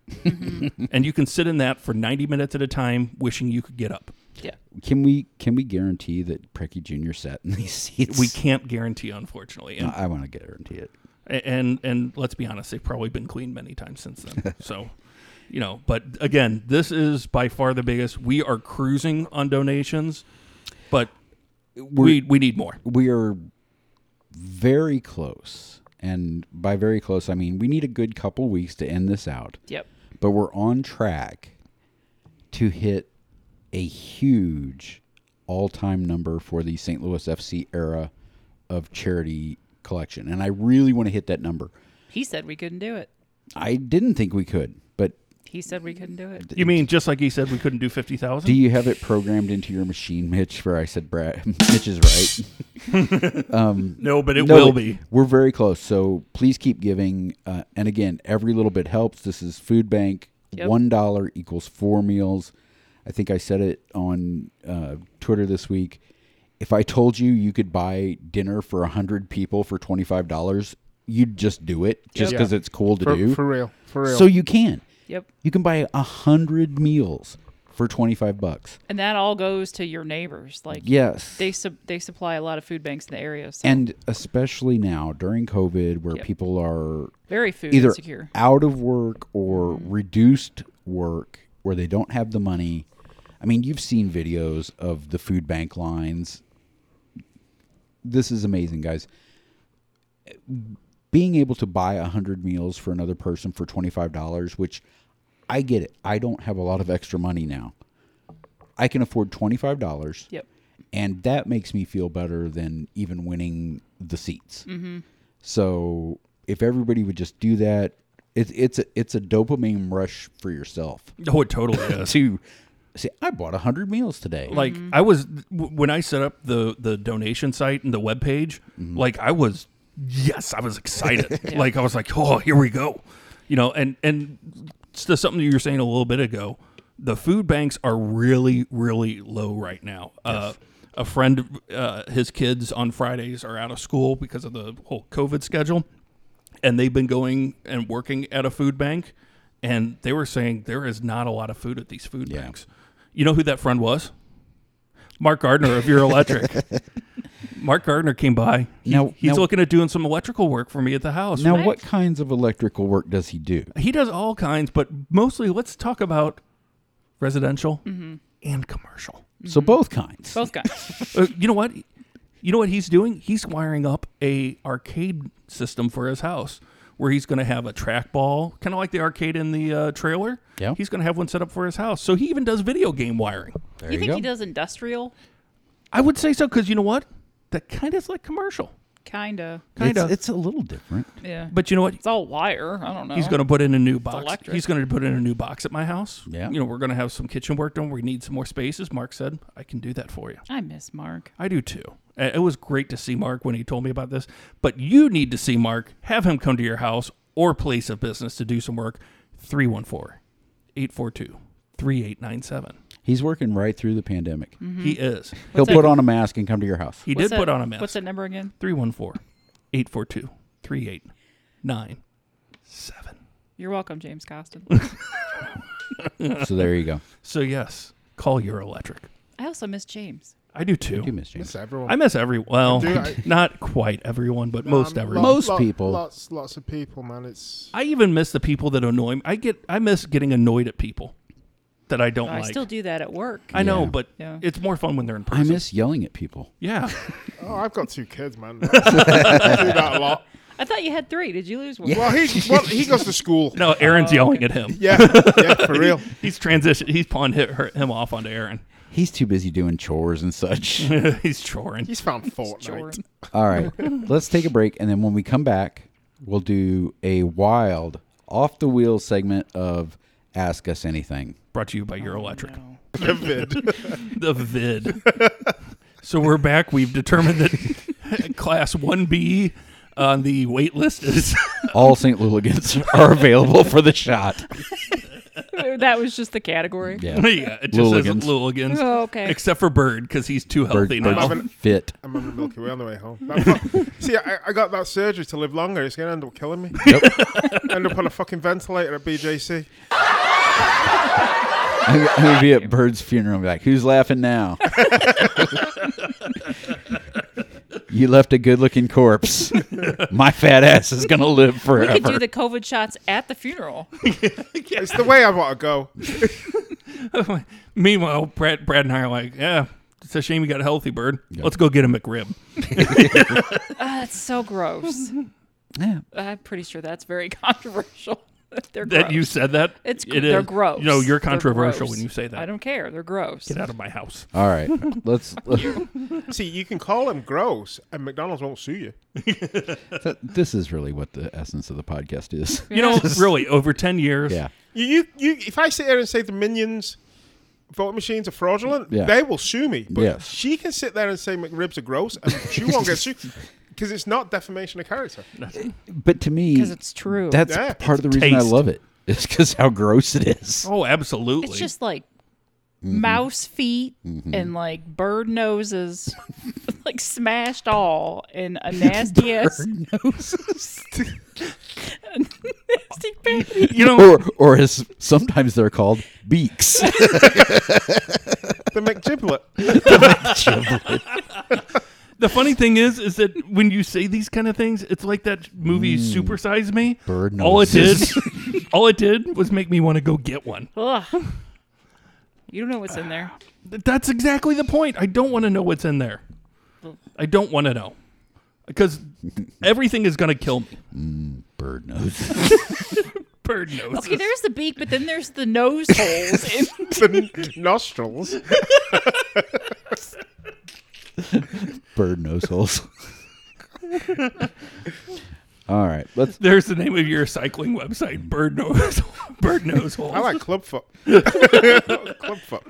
A: and you can sit in that for 90 minutes at a time, wishing you could get up.
C: yeah.
D: Can we can we guarantee that Preki Jr. sat in these seats?
A: We can't guarantee, unfortunately. And
D: I want to guarantee it.
A: A- and and let's be honest, they've probably been cleaned many times since then. so, you know, but again, this is by far the biggest. We are cruising on donations, but we we need more.
D: We are very close And by very close, I mean we need a good couple weeks to end this out,
C: Yep.
D: but we're on track to hit a huge all time number for the St. Louis FC era of charity collection. And I really want to hit that number.
C: He said we couldn't do it.
D: I didn't think we could, but
C: He said we couldn't do it.
A: You mean just like he said we couldn't do fifty
D: Do
A: thousand?
D: you have it programmed into your machine, Mitch? Where I said, Brad, Mitch is right.
A: No, but it
D: No,
A: will be.
D: We're very close. So please keep giving. Uh, and again, every little bit helps. This is food bank.
C: Yep.
D: One dollar equals four meals. I think I said it on uh, Twitter this week. If I told you you could buy dinner for hundred people for twenty five dollars, you'd just do it just
B: Yep.
D: because it's cool to do.
B: For, for real. For real.
D: so you can.
C: Yep.
D: You can buy a hundred meals for twenty five bucks.
C: And that all goes to your neighbors. Like
D: Yes.
C: they sub they supply a lot of food banks in the area. So
D: and especially now during COVID, where
C: Yep.
D: people are
C: very food
D: either
C: insecure.
D: out of work or reduced work, where they don't have the money. I mean, you've seen videos of the food bank lines. This is amazing, guys. Being able to buy a hundred meals for another person for twenty five dollars, which I get it. I don't have a lot of extra money now. I can afford twenty five dollars
C: Yep.
D: and that makes me feel better than even winning the seats. Mm-hmm. So if everybody would just do that, it's it's a, it's a dopamine rush for yourself
A: Oh, it totally is.
D: to say I bought hundred meals today.
A: like I was w- when I set up the the donation site and the webpage, like I was yes, I was excited. Like I was like, "Oh, here we go." You know, and and it's just something you were saying a little bit ago, the food banks are really really low right now. Uh a friend uh, his kids on Fridays are out of school because of the whole COVID schedule and they've been going and working at a food bank and they were saying there is not a lot of food at these food
D: Yeah.
A: banks. You know who that friend was? Mark Gardner of Your Electric. Mark Gardner came by. He-
D: Now-
A: he's
D: now-
A: looking at doing some electrical work for me at the house.
D: now, what kinds of electrical work does he do?
A: he does all kinds, but mostly let's talk about residential and commercial.
D: So both kinds.
C: Mm-hmm. Both kinds.
A: Uh, you know what? You know what he's doing? He's wiring up a arcade system for his house where he's going to have a trackball, kind of like the arcade in the uh, trailer.
D: Yeah.
A: He's going to have one set up for his house. So he even does video game wiring.
D: There
C: you
D: you,
C: think he
D: go.
C: does industrial?
A: I would say so because you know what? That kind of is like commercial.
C: Kinda.
A: Kind
D: It's,
A: of.
D: it's a little different.
C: Yeah.
A: But you know what?
C: it's all wire. I don't know.
A: He's going to put in a new box.
C: Uh-huh. electric.
A: He's going to put in a new box at my house.
D: Yeah.
A: You know, we're going to have some kitchen work done. We need some more spaces. Mark said, I can do that for you.
C: I miss Mark.
A: I do too. Uh, It was great to see Mark when he told me about this, but you need to see Mark. Have him come to your house or place of business to do some work. 314 842 3897.
D: He's working right through the pandemic.
A: He is.
D: He'll
C: Mm-hmm. What's
D: put
C: that-
D: on a mask and come to your house.
A: He
C: What's
A: did
C: that-
A: put on a
C: What's
A: mask.
C: that number again?
A: 314 842 3897.
C: You're welcome, James Costin.
D: so there you go.
A: So, yes, call your electric.
C: I also miss James.
A: I do too.
D: You miss James.
B: It's everyone.
A: I miss every well,
B: Do I-
A: not quite everyone, but most
B: Um,
A: everyone.
B: lot-
D: Most
B: lot-
D: people.
B: Lots, lots of people, man. It's
A: I even miss the people that annoy me. I get I miss getting annoyed at people that I don't
C: I
A: like.
C: still do that at work.
A: I know,
D: Yeah.
A: but
C: Yeah.
A: it's more fun when they're in
D: I
A: person.
D: miss yelling at people.
A: yeah.
B: oh, I've got two kids, man. I do that a lot.
C: I thought you had three. Did you lose one?
B: Well, he well, he goes to school.
A: No, Aaron's yelling at him.
B: Yeah, yeah, for real.
A: He's transitioned. He's pawned hit, her, him off onto Aaron.
D: He's too busy doing chores and such.
A: he's choring.
B: He's found
C: Jordan.
B: Fortnite.
D: All right. Let's take a break. And then when we come back, we'll do a wild off the wheel segment of Ask Us Anything.
A: Brought to you by Your Electric.
C: Oh, No.
B: Vivid.
A: The vid. so we're back. We've determined that class 1B on the wait list is.
D: All St. Luligans are available for the shot.
C: that was just the category.
D: Yeah.
A: yeah, it just
D: Looligans.
A: says Luligans.
C: Oh, okay.
A: Except for Bird because he's too
D: Bird,
A: healthy
D: bird
A: now.
B: having-
D: fit.
B: I'm on the Milky Way on the way home. That- See, I, I got that surgery to live longer. It's going to end up killing me. end up on a fucking ventilator at BJC.
D: I'm going to be at Bird's funeral and be like, who's laughing now? you left a good looking corpse. My fat ass is going to live
C: We could
D: forever.
C: do the COVID shots at the funeral.
B: It's the way I want to go.
A: Meanwhile, Brad, Brad and I are like, yeah, it's a shame you got a healthy bird. Let's go get a McRib.
C: Ah, that's so gross.
D: Yeah.
C: I'm pretty sure that's very controversial. they're
A: That you
C: gross.
A: said that
C: It's
A: It
C: they're
A: is.
C: gross.
A: No, you're
C: They're
A: controversial
C: gross.
A: when you say that.
C: I don't care. They're gross.
A: Get out of my house.
D: All right. Let's.
B: See, you can call them gross, and McDonald's won't sue you.
D: th- this is really what the essence of the podcast is.
A: You know, really, over ten years.
D: Yeah.
B: You, you, you. If I sit there and say the minions voting machines are fraudulent,
D: Yeah.
B: they will sue me. But
D: Yes.
B: she can sit there and say McRibs are gross, and she won't get sued because it's not defamation of character.
D: But to me,
C: Because it's true.
D: that's
B: Yeah,
D: part of the reason I
A: taste.
D: love it. It's because how gross it is.
A: Oh, absolutely.
C: it's just like mouse feet and like bird noses, like smashed all in a nasty ass, nasty patty.
A: you know,
D: Or, or as sometimes they're called, beaks.
B: The McGiblet.
A: the funny thing is, is that when you say these kind of things, it's like that movie Supersize Me.
D: Bird
A: all it did,
D: noses.
A: all it did was make me want to go get one.
C: Ugh. You don't know what's in there.
A: Th- That's exactly the point. I don't want to know what's in there. I don't want to know because everything is going to kill me.
D: Bird nose.
A: Bird noses.
C: Okay, there's the beak, but then there's the nose holes. in-
B: the nostrils.
D: Bird nose holes. All right. Let's.
A: There's the name of your cycling website. Bird nose. Bird nose holes.
B: I like clubfoot. clubfoot.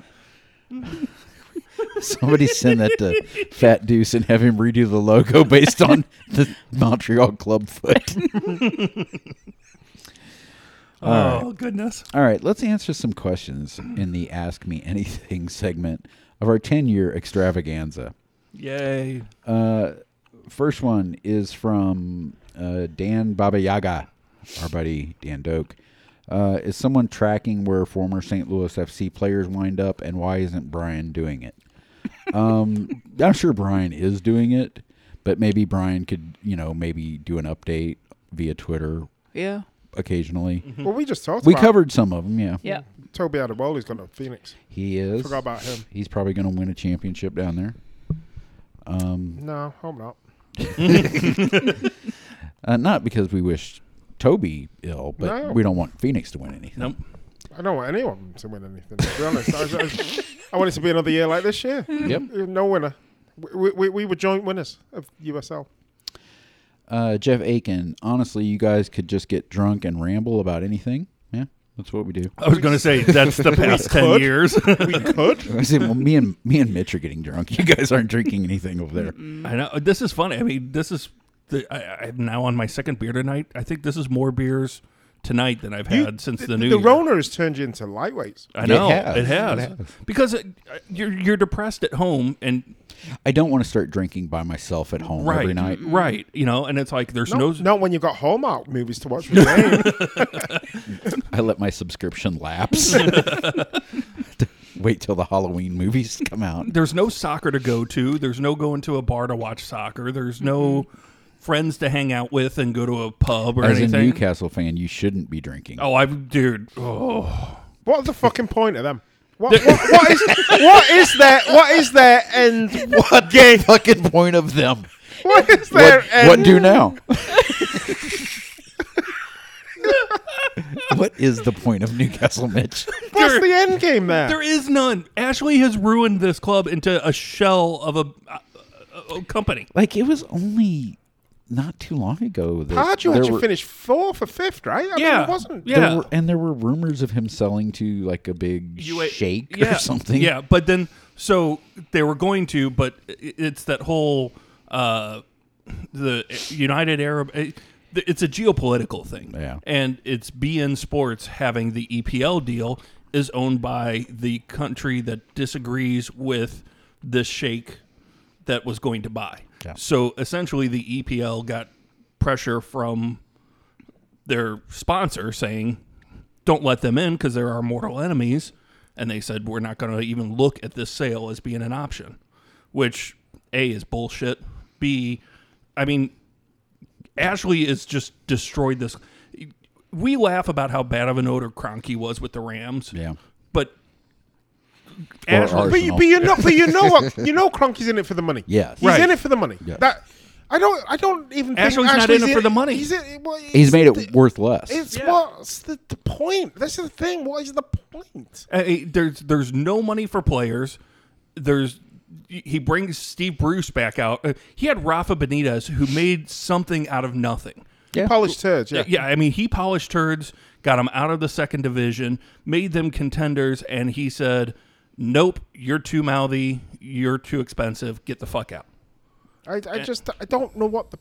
D: Somebody send that to Fat Deuce and have him redo the logo based on the Montreal club foot.
A: oh goodness.
D: All right, let's answer some questions in the Ask Me Anything segment of our 10 year extravaganza.
A: Yay.
D: Uh, first one is from uh, Dan Baba Yaga, our buddy Dan Doak. Uh, is someone tracking where former St. Louis FC players wind up, and why isn't Brian doing it? Um, I'm sure Brian is doing it, but maybe Brian could, you know, maybe do an update via Twitter
C: yeah.
D: occasionally.
B: Well, we just talked
D: We
B: about
D: covered some of them, yeah.
C: Yeah.
B: Toby Adewale's gone to Phoenix.
D: He is.
B: Forgot about him.
D: He's probably going to win a championship down there. Um,
B: No, hope not.
D: uh, not because we wish Toby ill, but
B: No.
D: we don't want Phoenix to win anything.
A: Nope.
B: I don't want anyone to win anything. To be honest, I, I, I want it to be another year like this year.
D: Yep.
B: No winner. We, we, we were joint winners of USL.
D: Uh, Jeff Aiken, honestly, you guys could just get drunk and ramble about anything. Yeah, that's what we do.
A: I was going to say that's the past ten
B: could.
A: years.
B: We could.
D: I said, well, me and me and Mitch are getting drunk. You guys aren't drinking anything over there.
A: I know Uh, this is funny. I mean, this is the, I, I'm now on my second beer tonight. I think this is more beers tonight than I've
B: You-
A: had since the,
B: the,
A: new
B: the
A: year. Uh,
B: Rona has turned you into lightweights.
A: I know
D: has.
A: it has,
D: It has.
A: because it, you're you're depressed at home and
D: I don't want to start drinking by myself at home
A: right mm-hmm.
D: every night.
A: right you know and it's like there's
B: Not,
A: no
B: not when you've got Hallmark movies to watch with Jane.
D: I let my subscription lapse. Wait till the Halloween movies come out.
A: there's no soccer to go to. There's no going to a bar to watch soccer. There's no friends to hang out with and go to a pub or
D: As
A: anything.
D: a Newcastle fan, you shouldn't be drinking.
A: Oh, I'm dude. Oh,
B: What the fucking point of them? What, what, what is what is their what is their end?
D: What the fucking point of them?
B: What is their
D: What,
B: end?
D: what do now? what is the point of Newcastle, Mitch?
B: What's
A: there-
B: the end game there?
A: there is none. Ashley has ruined this club into a shell of a, a, a company.
D: Like it was only not too long ago that
B: Hard you had
D: there
B: to
D: were-
B: finish fourth or fifth, right? I mean,
A: Yeah.
B: it wasn't.
A: Yeah.
D: there were- and there were rumors of him selling to like a big
A: You-
D: shake
A: yeah,
D: or something.
A: Yeah, but then so they were going to, but i- it's that whole uh, the United Arab. it- It's a geopolitical thing,
D: Yeah.
A: and it's BN Sports having the EPL deal is owned by the country that disagrees with the sheikh that was going to buy.
D: Yeah.
A: So essentially, the EPL got pressure from their sponsor saying, don't let them in because they're our mortal enemies. And they said, we're not going to even look at this sale as being an option, which A is bullshit. B, I mean, Ashley has just destroyed this. We laugh about how bad of an odor Cronky was with the Rams.
D: Yeah.
A: But
D: ours.
A: Ashley,
B: But you, but you know, but you know what? You know, Cronky's in it for the money.
D: Yes.
B: he's
A: Right.
B: in it for the money.
D: Yes.
B: That I don't. I don't even.
A: Ashley's
B: think
A: not in it for the money.
B: He's, in- well,
D: He's made
B: the-
D: it worth less.
B: It's
A: Yeah.
B: what's the, the point? This is the thing. What is the point?
A: Uh, he- there's there's no money for players. There's he brings Steve Bruce back out. Uh, He had Rafa Benitez who made something out of nothing.
D: Yeah.
B: Polished turds. Yeah.
A: Yeah, I mean he polished turds, got them out of the second division, made them contenders, and he said, "Nope, you're too mouthy. You're too expensive. Get the fuck out."
B: I, I just I don't know what the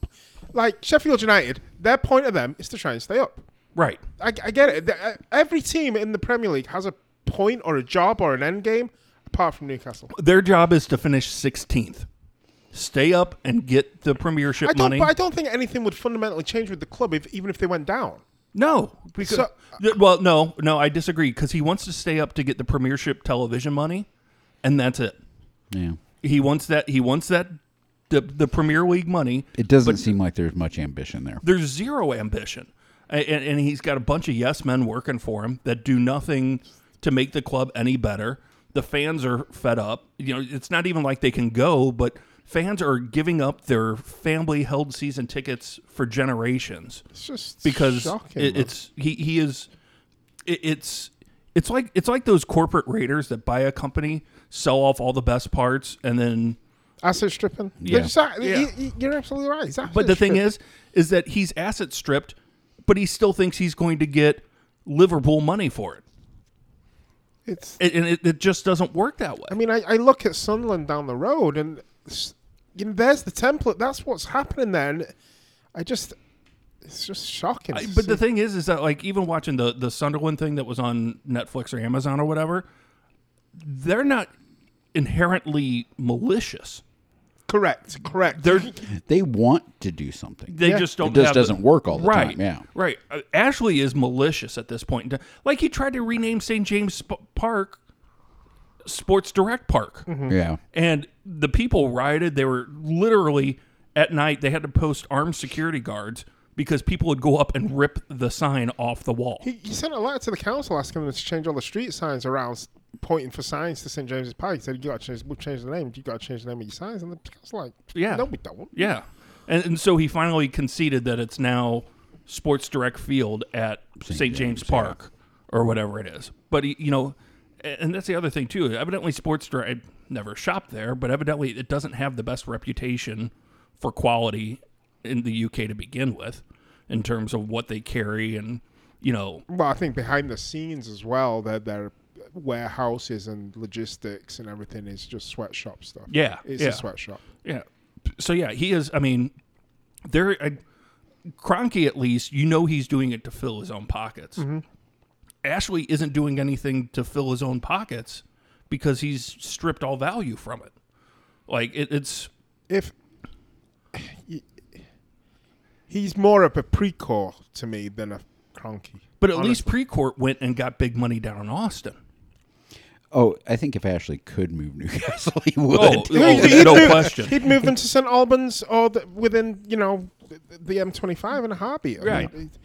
B: like Sheffield United. Their point of them is to try and stay up.
A: Right.
B: I, I get it. The- uh, Every team in the Premier League has a point or a job or an end game, apart from Newcastle.
A: Their job is to finish 16th. Stay up and get the premiership
B: I don't.
A: money.
B: But I don't think anything would fundamentally change with the club, if, even if they went down.
A: No, because
B: So-
A: th- well, no, no, I disagree because he wants to stay up to get the premiership television money, and that's it.
D: yeah.
A: He wants that. He wants that the the Premier League money.
D: It doesn't seem like there's much ambition there.
A: There's zero ambition, A- and, and he's got a bunch of yes men working for him that do nothing to make the club any better. The fans are fed up. You know, it's not even like they can go, but fans are giving up their family held season tickets for generations
B: It's just
A: because
B: shocking,
A: it,
B: man.
A: it's he he is it, it's it's like it's like those corporate raiders that buy a company, sell off all the best parts, and then.
B: asset stripping.
D: Yeah.
B: Yeah. Just, uh,
A: Yeah.
B: you- you- you're absolutely right. It's
A: But
B: asset
A: the thing
B: stripping.
A: is, is that he's asset stripped, but he still thinks he's going to get Liverpool money for it,
B: it's
A: and, and it, it just doesn't work that way.
B: I mean, I, I look at Sunderland down the road, and s- you know, there's the template. That's what's happening there. And I just, it's just shocking.
A: I-
B: to
A: but the
B: see.
A: thing is, is that like even watching the the Sunderland thing that was on Netflix or Amazon or whatever, they're not inherently malicious.
B: correct, correct.
A: They're
D: They want to do something.
A: they
B: Yeah.
A: just don't.
D: it just
A: have the-
D: doesn't work all the
A: right,
D: time. Yeah.
A: right. Uh, Ashley is malicious at this point. in time. Like he tried to rename St. James Sp- Park Sports Direct Park,
D: Yeah.
A: and the people rioted. They were literally at night. They had to post armed security guards because people would go up and rip the sign off the wall.
B: he, he sent a letter to the council asking them to change all the street signs around, s- pointing for signs to St James's Park. He said, "You got to change. We'll change the name. You got to change the name of your signs." And the council like,
A: Yeah.
B: no, we don't."
A: Yeah, and, and so he finally conceded that it's now Sports Direct Field at St. James, Park or whatever it is. But he, you know, a- and that's the other thing too. Evidently, Sports Direct I never shopped there, but evidently it doesn't have the best reputation for quality in the UK to begin with, in terms of what they carry and you know
B: Well, I think behind the scenes as well, their their warehouses and logistics and everything is just sweatshop stuff.
A: Yeah,
B: it's
A: yeah.
B: a sweatshop.
A: Yeah. So yeah, he is. I mean, there. I, Kroenke, at least, you know he's doing it to fill his own pockets. Ashley isn't doing anything to fill his own pockets because he's stripped all value from it. Like it, it's
B: if he- he's more of a precor to me than a cronky.
A: but at least Precourt went and got big money down in Austin.
D: Oh, I think if Ashley could move Newcastle, he would.
A: Oh,
B: He'd
A: no
B: move-
A: question.
B: He'd move them to St Albans or the, within you know the- the M25 and a heartbeat. I mean,
A: Right.
B: it-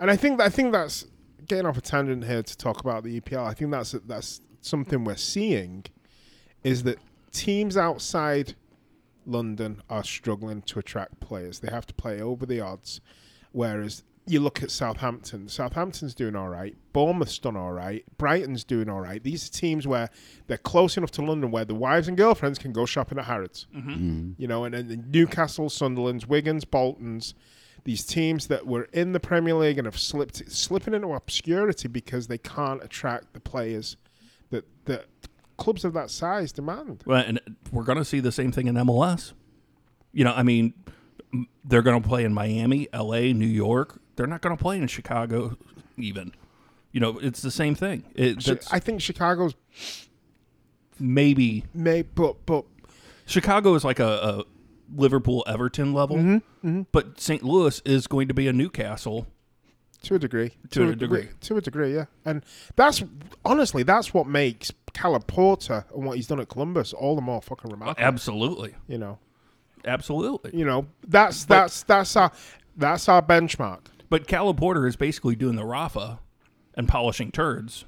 B: and I think I think that's getting off a tangent here to talk about the EPL. I think that's that's something we're seeing is that teams outside London are struggling to attract players. They have to play over the odds. Whereas you look at Southampton, Southampton's doing all right. Bournemouth's done all right. Brighton's doing all right. These are teams where they're close enough to London where the wives and girlfriends can go shopping at Harrods. You know, and then Newcastle, Sunderland's, Wigan's, Bolton's, these teams that were in the Premier League and have slipped slipping into obscurity because they can't attract the players that that clubs of that size demand.
A: Well, and we're gonna see the same thing in MLS. You know, I mean, m- they're gonna play in Miami, L.A., New York. They're not gonna play in Chicago, even. You know, it's the same thing. It,
B: Chi-
A: that's
B: I think Chicago's
A: maybe
B: may, but but
A: Chicago is like a, a Liverpool Everton level, but St. Louis is going to be a Newcastle.
B: to a degree,
A: To a degree.
B: to a degree, yeah. And that's honestly that's what makes Callum Porter and what he's done at Columbus all the more fucking remarkable.
A: Absolutely,
B: you know,
A: absolutely.
B: you know that's that's that's our that's our benchmark.
A: But Callum Porter is basically doing the Rafa and polishing turds,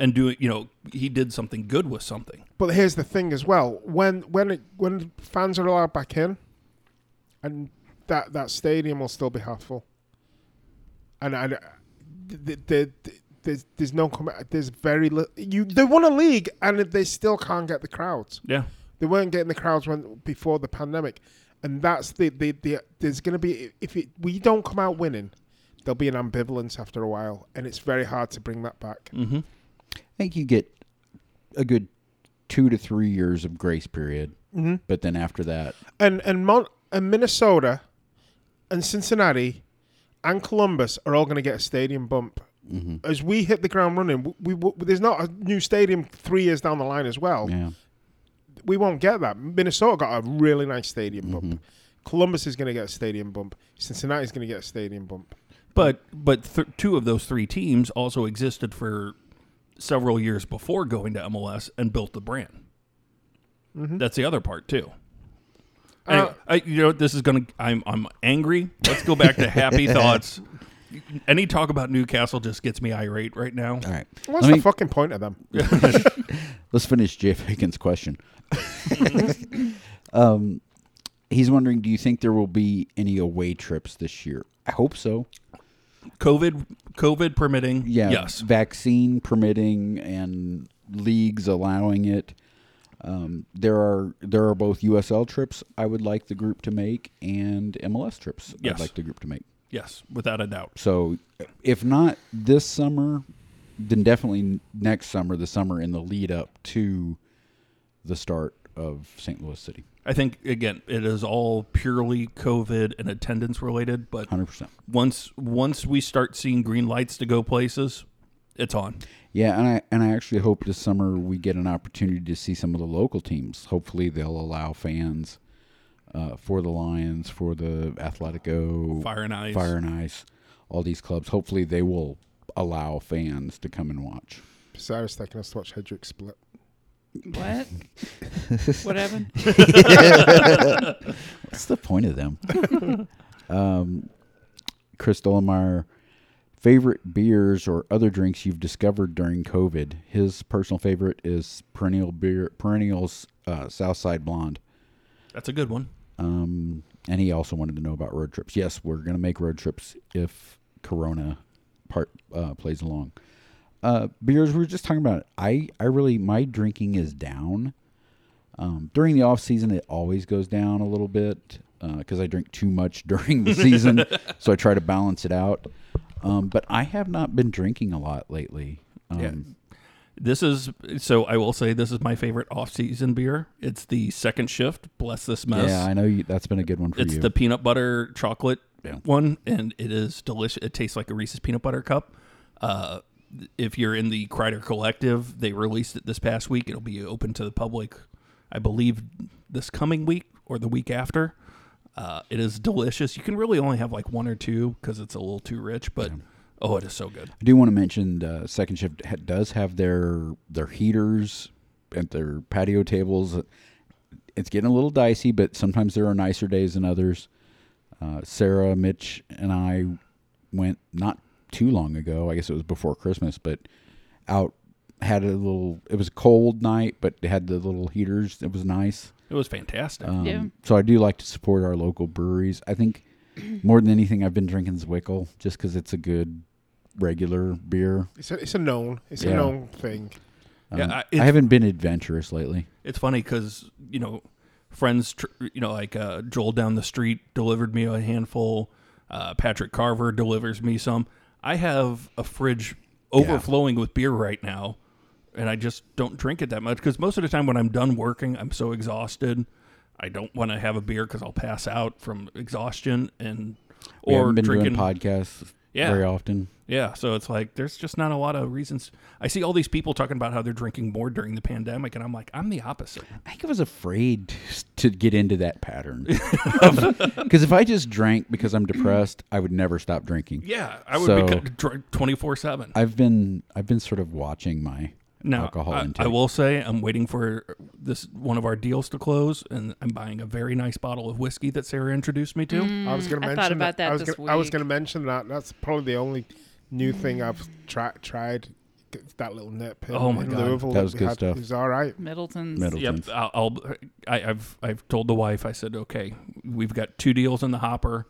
A: and doing you know he did something good with something.
B: But here's the thing as well: when when it, when fans are allowed back in, and that that stadium will still be half full. And uh, I, the, the, the- there's there's no com- there's very little. You they won a league and they still can't get the crowds.
A: Yeah.
B: They weren't getting the crowds when before the pandemic, and that's the the, the there's going to be if it, we don't come out winning, there'll be an ambivalence after a while, and it's very hard to bring that back.
A: Mm-hmm.
D: I think you get a good two to three years of grace period,
B: Mm-hmm.
D: but then after that,
B: And and Mon- and Minnesota, and Cincinnati, and Columbus are all going to get a stadium bump
D: mhm.
B: as we hit the ground running. We, we there's not a new stadium three years down the line as well.
D: yeah,
B: we won't get that. Minnesota got a really nice stadium bump.
D: Mhm.
B: Columbus is going to get a stadium bump. Cincinnati's going to get a stadium bump.
A: But but th- two of those three teams also existed for several years before going to MLS and built the brand. That's the other part too. Anyway, I, you know, this is gonna. I'm I'm angry. Let's go back to happy thoughts. Any talk about Newcastle just gets me irate right now.
D: all right.
B: What's
D: Let
B: the
D: me-
B: fucking point of them?
D: Let's finish Jeff Higgins' question.
B: Mm-hmm.
D: um, he's wondering, do you think there will be any away trips this year? I hope so.
A: COVID COVID permitting.
D: Yeah.
A: Yes.
D: Vaccine permitting and leagues allowing it. Um, there are there are both USL trips I would like the group to make and MLS trips
A: Yes.
D: I'd like the group to make.
A: Yes. Without a doubt.
D: So if not this summer, then definitely next summer, the summer in the lead up to the start of St. Louis City.
A: I think again, it is all purely COVID and attendance related. But
D: 100%.
A: once once we start seeing green lights to go places, it's on.
D: Yeah, and I and I actually hope this summer we get an opportunity to see some of the local teams. Hopefully they'll allow fans uh, for the Lions, for the Atletico,
A: Fire and ice.
D: Fire and Ice, all these clubs. Hopefully they will allow fans to come and watch.
B: Cyrus taking us to watch Hedrick split.
C: What? what happened?
D: What's the point of them? um, Chris Dolomar, favorite beers or other drinks you've discovered during COVID? His personal favorite is perennial beer, perennials uh, Southside Blonde.
A: That's a good one.
D: Um, and he also wanted to know about road trips. Yes, we're going to make road trips if Corona part uh, plays along. Uh, beers, we were just talking about. It. I I really my drinking is down. Um, during the off season, it always goes down a little bit because I drink too much during the season, so I try to balance it out. Um, but I have not been drinking a lot lately. Um,
A: Yeah. This is so. I will say this is my favorite off-season beer. It's the second shift. Bless this mess.
D: yeah, I know you, that's been a good one for
A: it's
D: you.
A: the peanut butter chocolate
D: Yeah.
A: one, and it is delicious. It tastes like a Reese's peanut butter cup. Uh, if you're in the Kreider Collective, they released it this past week. It'll be open to the public, I believe, this coming week or the week after. Uh, it is delicious. You can really only have like one or two because it's a little too rich, but oh, it is so good.
D: I do want to mention uh, Second Shift ha- does have their their heaters at their patio tables. It's getting a little dicey, but sometimes there are nicer days than others. Uh, Sarah, Mitch, and I went not too long ago. I guess it was before Christmas, but out had a little. It was a cold night, but they had the little heaters. It was nice.
A: It was fantastic.
D: Um,
C: Yeah.
D: So I do like to support our local breweries. I think more than anything, I've been drinking Zwickel just because it's a good regular beer.
B: It's a, it's a known. It's
D: Yeah.
B: a known thing.
A: Yeah,
D: Um,
A: I-
D: I,
A: it's-
D: haven't been adventurous lately.
A: it's funny because you know friends tr- you know like uh, joel down the street delivered me a handful uh, patrick carver delivers me some i have a fridge overflowing with beer right now and i just don't drink it that much because most of the time when i'm done working i'm so exhausted i don't want to have a beer because i'll pass out from exhaustion and
D: We
A: or
D: haven't been
A: drinking
D: doing podcasts
A: Yeah.
D: very often.
A: yeah, so it's like there's just not a lot of reasons. I see all these people talking about how they're drinking more during the pandemic, and I'm like, I'm the opposite.
D: I think I was afraid to get into that pattern because if I just drank because I'm depressed, I would never stop drinking.
A: Yeah, I would
D: So-
A: be drunk twenty four seven.
D: I've been I've been sort of watching my
A: Now,
D: alcohol
A: I,
D: intake.
A: I will say I'm waiting for this one of our deals to close, and I'm buying a very nice bottle of whiskey that Sarah introduced me to.
C: Mm.
B: I was going to
C: I thought
B: mention
C: about that
B: I was
C: this
B: gonna, I was
C: week.
B: going to mention that. That's probably the only new thing I've tri- tried. that little nip. in-
A: Oh my
B: in
A: God.
B: Louisville
D: That was
B: we
D: good
B: had.
D: stuff.
B: It was all right.
C: Middleton's.
D: Middle-
A: Yep,
D: Middleton's.
A: I'll, I'll I, I've I've told the wife. I said, okay, we've got two deals in the hopper,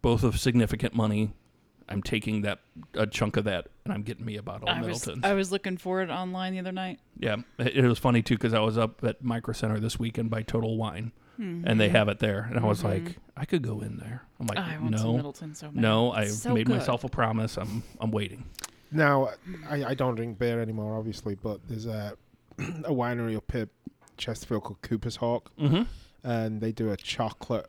A: both of significant money. I'm taking that a chunk of that, and I'm getting me a bottle of
C: I was,
A: Middleton's.
C: I was looking for it online the other night.
A: yeah, it, it was funny too because I was up at Micro Center this weekend by Total Wine, and they have it there, and I was like, I could go in there. I'm like,
C: Mm-hmm. I want some
A: no,
C: Middleton so bad.
A: no,
C: It's
A: I've
C: so
A: made
C: good.
A: myself a promise. I'm I'm waiting.
B: Now, I, I don't drink beer anymore, obviously, but there's a, a winery up here, Chesterfield, called Cooper's Hawk,
A: Mm-hmm.
B: and they do a chocolate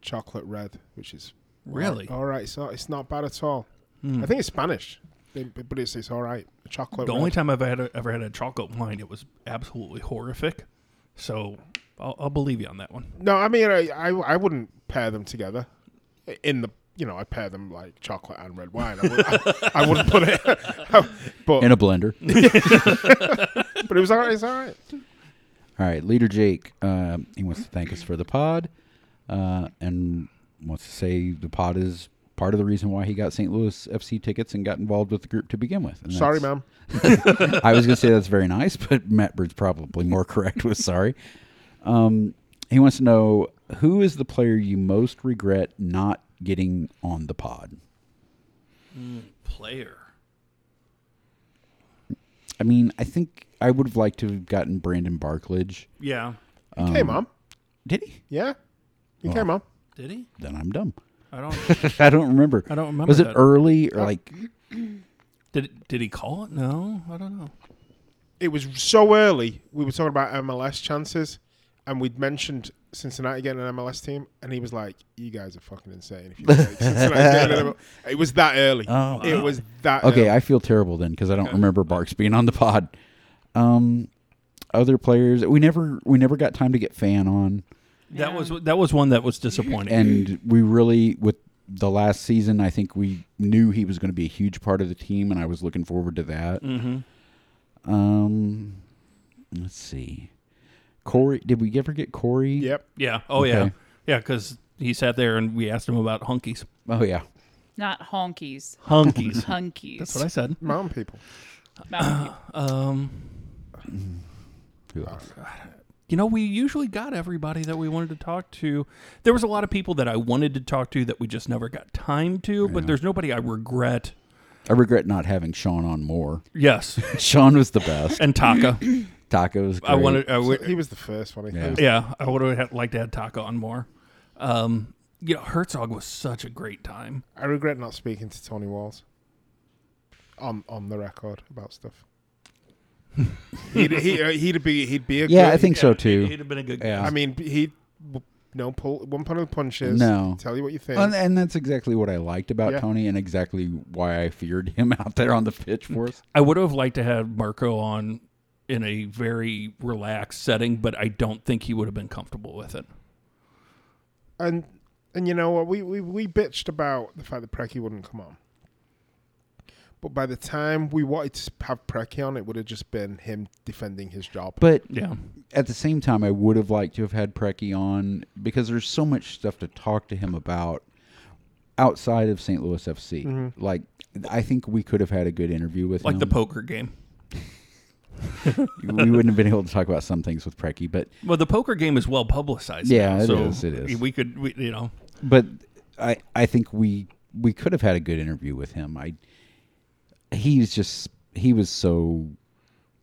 B: chocolate red, which is
A: Really?
B: all right. It's not, it's not bad at all.
A: Mm.
D: Hmm.
B: I think it's Spanish, they- but it's, it's all right. Chocolate
A: the
B: red.
A: only time I've had a, ever had a chocolate wine, it was absolutely horrific. So I'll, I'll believe you on that one.
B: No, I mean, I, I, I wouldn't pair them together. In the, you know, I pair them like chocolate and red wine. I, would, I, I wouldn't put it, but
D: in a blender.
B: but it was all right. It's all right.
D: All right, leader Jake, um, he wants to thank us for the pod, uh, and wants to say the pod is part of the reason why he got St. Louis FC tickets and got involved with the group to begin with. And
B: Sorry,
D: that's-
B: ma'am.
D: I was going to say that's very nice, but Matt Bird's probably more correct with sorry. Um, he wants to know who is the player you most regret not getting on the pod.
A: Player.
D: I mean, I think I would have liked to have gotten Brandon Barklage.
A: Yeah.
B: You came
D: Um,
B: on.
D: Did he?
B: Yeah.
D: oh.
B: You came on.
A: Did he?
D: Then I'm dumb.
A: I don't.
D: I don't remember.
A: I don't remember.
D: Was it
A: that.
D: early or like
A: did Did he call it? No, I don't know.
B: It was so early. We were talking about MLS chances, and we'd mentioned Cincinnati getting an MLS team, and he was like, "You guys are fucking insane." If you take Cincinnati getting an MLS. It was that early.
D: Oh,
B: it
A: wow.
B: was that.
D: Okay,
B: early.
D: I feel terrible then because I don't remember Barks being on the pod. Um, other players, we never we never got time to get Fan on,
A: That was that was one that was disappointing.
D: and we really with the last season, I think we knew he was going to be a huge part of the team, and I was looking forward to that.
A: mm-hmm.
D: Um, let's see, Corey, did we ever get Corey?
B: Yep.
A: Yeah. Oh yeah.
D: Okay.
A: Yeah, because he sat there and we asked him about hunkies.
D: Oh yeah,
C: Not honkies.
A: Hunkies.
C: Hunkies.
A: That's what I said.
B: Mountain people.
C: Mountain Dew.
A: Um,
D: Who
B: Uh,
D: else?
A: you know, we usually got everybody that we wanted to talk to. There was a lot of people that I wanted to talk to that we just never got time to. But there's nobody I regret.
D: I regret not having Sean on more.
A: Yes,
D: Sean was the best.
A: and Taka.
D: Tacos.
A: I wanted. I would,
B: He was the first one. I think.
D: Yeah.
A: Yeah, I would have liked to have Taka on more. Um, you know, Herzog was such a great time.
B: I regret not speaking to Tony Walls on on the record about stuff. he'd, he, uh, he'd be he'd be a
D: Yeah,
B: good-
D: I think so too.
A: He'd have been a good.
D: Yeah.
B: I mean he would no pull one point of the punches.
D: No.
B: tell you what you think.
D: And, and that's exactly what I liked about
B: Yeah.
D: Tony, and exactly why I feared him out there on the pitch for us.
A: I would have liked to have Marco on in a very relaxed setting, but I don't think he would have been comfortable with it.
B: and and you know what we, we we bitched about the fact that Preki wouldn't come on. But by the time we wanted to have Preki on, it would have just been him defending his job.
D: But
A: Yeah,
D: at the same time, I would have liked to have had Preki on because there's so much stuff to talk to him about outside of St. Louis FC. Like, I think we could have had a good interview with
A: like
D: him.
A: the poker game.
D: we wouldn't have been able to talk about some things with Preki, but
A: Well, the poker game is well publicized.
D: Yeah,
A: now,
D: it
A: so
D: is, it is.
A: We could, we, you know,
D: but I I think we we could have had a good interview with him. I he's just he was so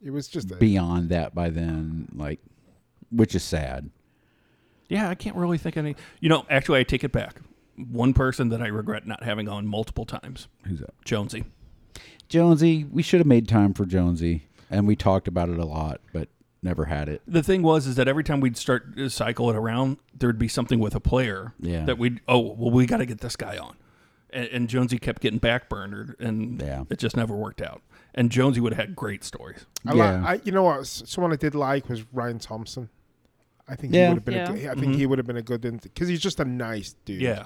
B: it was just a,
D: beyond that by then, like, which is sad.
A: yeah, I can't really think of any. You know, actually, I take it back. One person that I regret not having on multiple times,
D: Who's up?
A: Jonesy.
D: Jonesy. We should have made time for Jonesy, and we talked about it a lot, but never had it.
A: the thing was is that every time we'd start to cycle it around, there'd be something with a player
D: Yeah.
A: that we'd oh well we got to get this guy on, and, and Jonesy kept getting backburnered and
D: Yeah.
A: it just never worked out. And Jonesy would have had great stories.
B: I
D: Yeah.
B: like, I, you know what? s- Someone I did like was Ryan Thompson. I think
D: Yeah.
B: he would have been.
C: Yeah.
B: A good, I
D: Mm-hmm.
B: think he would have been a good because he's just a nice dude.
A: Yeah,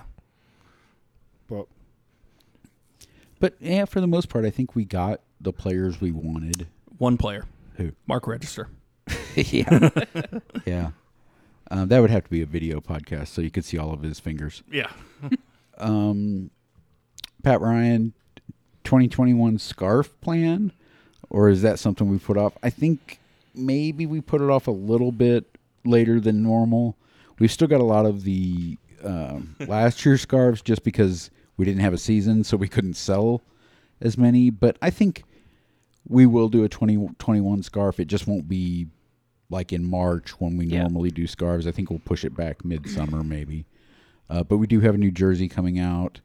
B: but
D: But yeah, for the most part, I think we got the players we wanted.
A: one player,
D: Who?
A: Mark Register.
D: yeah, yeah. Um, that would have to be a video podcast, so you could see all of his fingers.
A: Yeah,
D: Um, Pat Ryan, 2021 scarf plan or is that something we put off? I think maybe we put it off a little bit later than normal. We've still got a lot of the um, last year's scarves just because we didn't have a season, so we couldn't sell as many. But I think we will do a 2021 scarf. It just won't be like in March when we
C: Yeah.
D: normally do scarves. I think we'll push it back midsummer maybe. Uh, but we do have a new jersey coming out.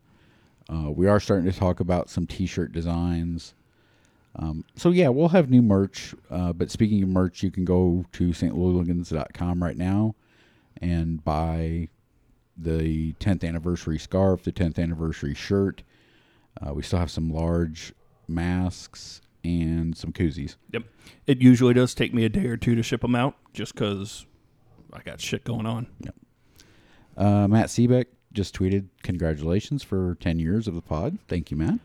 D: Uh, we are starting to talk about some T-shirt designs. Um, so yeah, we'll have new merch. Uh, but speaking of merch, you can go to stlouisligans.com right now and buy the 10th anniversary scarf, the 10th anniversary shirt. Uh, we still have some large masks and some koozies.
A: Yep. It usually does take me a day or two to ship them out just because I got shit going on.
D: Uh, Matt Seebeck just tweeted, "Congratulations for 10 years of the pod." Thank you, Matt.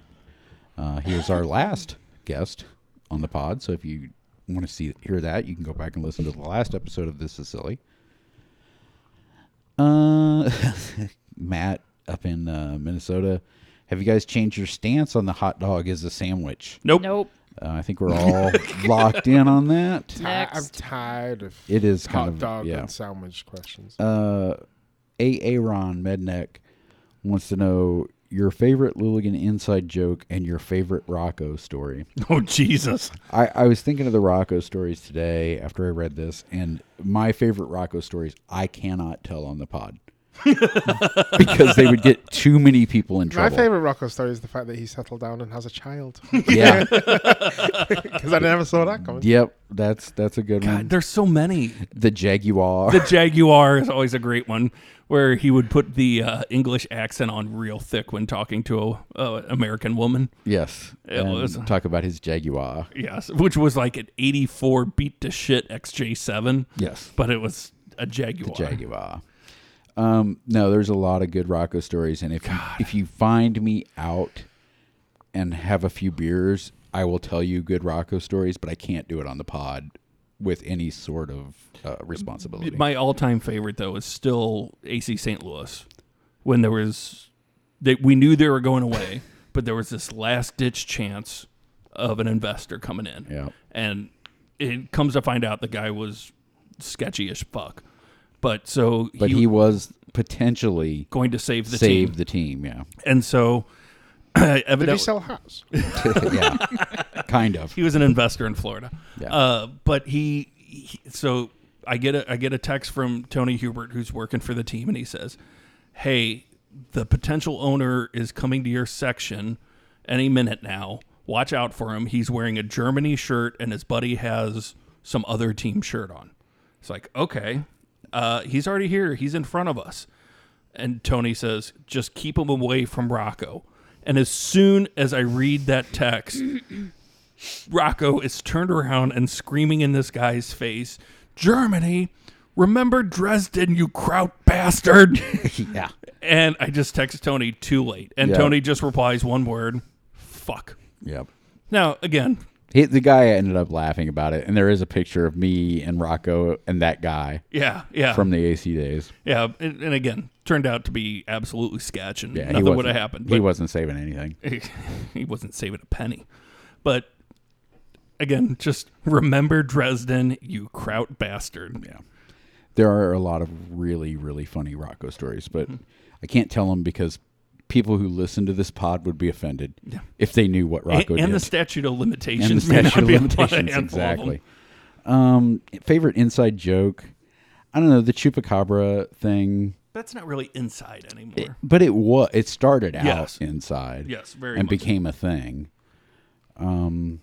D: Uh, he was our last guest on the pod, so if you want to see hear that, you can go back and listen to the last episode of This Is Silly. Uh, Matt up in uh, Minnesota, have you guys changed your stance on the hot dog as a sandwich?
A: Nope.
C: Nope.
D: Uh, I think we're all locked in on that.
B: Ti- I'm
C: Next.
B: tired of
D: It is kind
B: hot
D: of
B: dog
D: yeah.
B: and sandwich questions.
D: uh, Aaron Medneck wants to know your favorite Lilligan inside joke and your favorite Rocco story.
A: Oh Jesus.
D: I, I was thinking of the Rocco stories today after I read this, and my favorite Rocco stories I cannot tell on the pod because they would get too many people in
B: My
D: trouble.
B: favorite Rocco story is the fact that he settled down and has a child.
D: Yeah.
B: Because I never saw that coming.
D: yep. That's that's a good
A: God,
D: one.
A: there's so many.
D: The Jaguar.
A: Mm. The Jaguar is always a great one where he would put the uh, English accent on real thick when talking to a uh, American woman.
D: yes.
A: It
D: And
A: was-
D: Talk about his Jaguar.
A: Yes, which was like an 84 beat to shit XJ7,
D: Yes.
A: but it was a Jaguar.
D: the Jaguar. Um, no, there's a lot of good Rocco stories, and if you, if you find me out and have a few beers, I will tell you good Rocco stories, but I can't do it on the pod with any sort of uh, responsibility.
A: My all-time favorite though is still AC St. Louis when there was that we knew they were going away, but there was this last ditch chance of an investor coming in.
D: yeah,
A: and it comes to find out the guy was sketchy as fuck. But so
D: but he,
A: he, was
D: was potentially
A: going to save the
D: save
A: team,
D: the team. Yeah,
A: and so
B: Did he
A: evidently
B: sell hats?
D: yeah, kind of.
A: he was an investor in Florida.
D: Yeah.
A: Uh, but he, he so I get a I get a text from Tony Hubert who's working for the team and he says, "Hey, the potential owner is coming to your section any minute now. Watch out for him. He's wearing a Germany shirt and his buddy has some other team shirt on." It's like, "Okay. Uh, he's already here. He's in front of us." And Tony says, "Just keep him away from Rocco." And as soon as I read that text, Rocco is turned around and screaming in this guy's face, Germany, remember Dresden, you kraut bastard.
D: yeah,
A: and I just text Tony too late. And
D: Yeah.
A: Tony just replies one word, fuck.
D: yeah.
A: Now, again,
D: He, the guy ended up laughing about it, and there is a picture of me and Rocco and that guy
A: yeah, yeah,
D: from the AC days.
A: yeah. And, and again, turned out to be absolutely sketch and
D: Yeah, he
A: nothing would have
D: wasn't-
A: happened.
D: He
A: but-
D: wasn't saving anything.
A: he wasn't saving a penny. But again, just remember Dresden, you kraut bastard.
D: Yeah. There are a lot of really, really funny Rocco stories, but I can't tell them because people who listen to this pod would be offended if they knew what
A: And,
D: Rocco
A: and the
D: did.
A: statute of limitations.
D: and the
A: may not
D: statute of
A: be able to
D: limitations,
A: handle them.
D: exactly. Um, favorite inside joke? I don't know the chupacabra thing,
A: That's not really inside anymore.
D: but it was it started out
A: Yes.
D: inside,
A: yes, very
D: and
A: much.
D: became a thing. Um,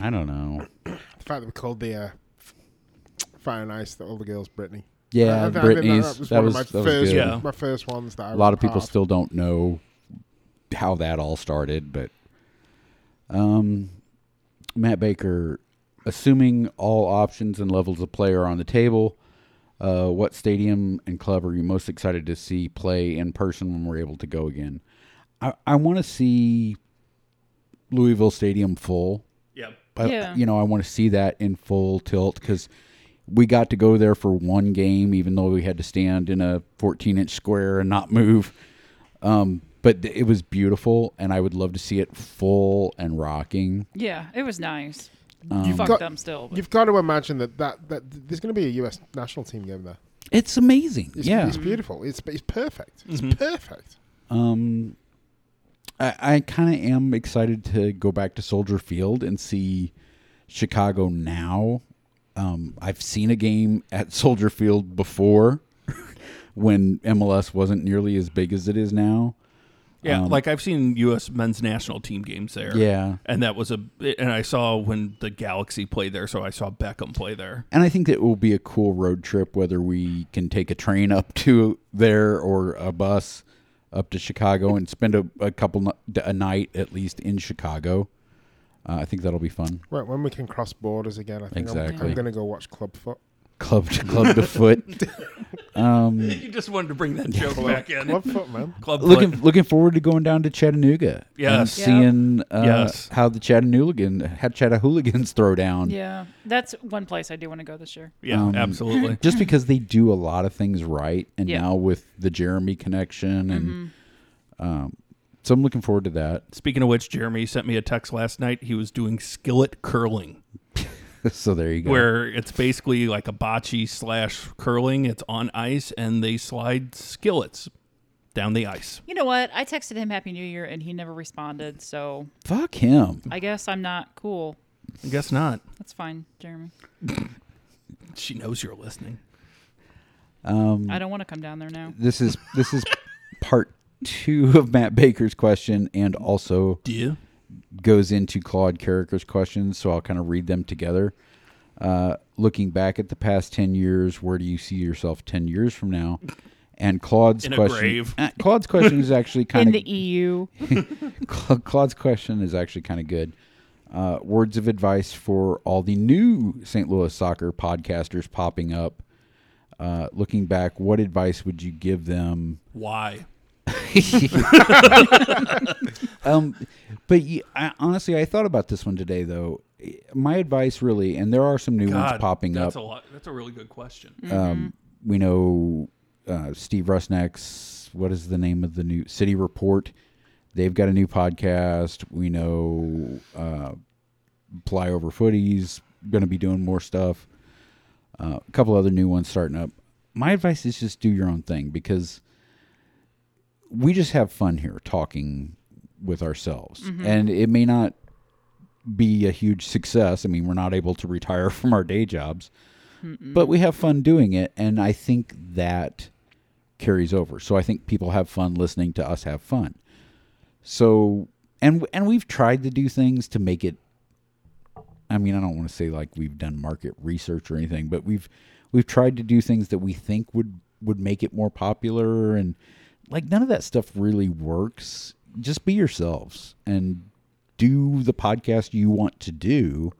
D: I don't know.
B: The fact that we called the uh, Fire and Ice, that all the girls, Brittany.
D: Yeah,
B: I- I think that-
D: Brittany's.
B: That, was one
D: that
B: of my
D: was
B: first,
D: good.
A: Yeah.
B: my first ones that I
D: a lot of people
B: still.
D: still don't know how that all started, but um, Matt Baker, assuming all options and levels of play are on the table, uh, what stadium and club are you most excited to see play in person when we're able to go again? I, I want to see Louisville Stadium full.
A: yeah.
D: I,
C: Yeah.
D: you know, I want to see that in full tilt because we got to go there for one game, even though we had to stand in a 14 inch square and not move. Um, but th- it was beautiful, and I would love to see it full and rocking.
C: Yeah, it was nice.
D: Um,
C: you fucked
B: got-
C: them still. but-
B: You've got to imagine that that, that th- there's going to be a U.S. national team game there.
D: It's amazing.
B: It's,
D: yeah, Mm-hmm.
B: it's beautiful. It's it's perfect. It's perfect.
D: Um, I, I kind of am excited to go back to Soldier Field and see Chicago now. Um, I've seen a game at Soldier Field before when MLS wasn't nearly as big as it is now.
A: Yeah, like I've seen U.S. men's national team games there.
D: Um, Yeah.
A: and that was a and I saw when the Galaxy played there, so I saw Beckham play there.
D: And I think that it will be a cool road trip, whether we can take a train up to there or a bus up to Chicago and spend a, a couple n- a night at least in Chicago. Uh, I think that'll be fun.
B: Right when we can cross borders again, I think I'm- I'm,
D: Exactly.
B: going to go watch Clubfoot.
D: club to club to foot.
A: You just wanted to bring that joke back in.
B: Clubfoot, man.
A: Club
D: looking
A: foot.
D: looking forward to going down to Chattanooga. and
A: Yes.
C: Yeah.
D: seeing uh,
A: Yes.
D: how the Chattanoogan how Chattahooligans throw down.
C: yeah, that's one place I do want to go this year.
A: yeah,
D: um,
A: absolutely.
D: Just because they do a lot of things right, and
C: Yeah.
D: now with the Jeremy connection, and um,
C: Mm-hmm.
D: so I'm looking forward to that.
A: Speaking of which, Jeremy sent me a text last night. He was doing skillet curling,
D: so there you go.
A: where it's basically like a bocce slash curling. It's on ice, and they slide skillets down the ice.
C: You know what? I texted him Happy New Year and he never responded, so
D: Fuck him.
C: I guess I'm not cool.
A: I guess not.
C: That's fine, Jeremy.
A: She knows you're listening.
D: Um,
C: I don't want to come down there now.
D: This is this is part two of Matt Baker's question, and also
A: Do you?
D: goes into Claude Carricker's questions, so I'll kind of read them together. Uh, looking back at the past 10 years, where do you see yourself 10 years from now? And Claude's
A: In a
D: question
A: grave.
D: Uh, Claude's question is actually kind
C: In
D: of
C: the E EU.
D: Cla- Claude's question is actually kind of good. Uh, words of advice for all the new St. Louis soccer podcasters popping up. Uh, looking back, what advice would you give them?
A: Why?
D: um, but you, I, honestly, I thought about this one today, though. My advice, really, and there are some new ones popping
A: that's
D: up.
A: a lot. That's a really good question.
D: Um, we know uh, Steve Rusnak's. What is the name of the new City Report? They've got a new podcast. We know uh, Flyover Footies going to be doing more stuff. Uh, a couple other new ones starting up. My advice is just do your own thing because we just have fun here talking with ourselves, and it may not be a huge success. I mean, we're not able to retire from our day jobs, but we have fun doing it and i think that carries over so i think people have fun listening to us have fun so and and we've tried to do things to make it i mean i don't want to say like we've done market research or anything but we've we've tried to do things that we think would would make it more popular and like none of that stuff really works just be yourselves and do the podcast you want to do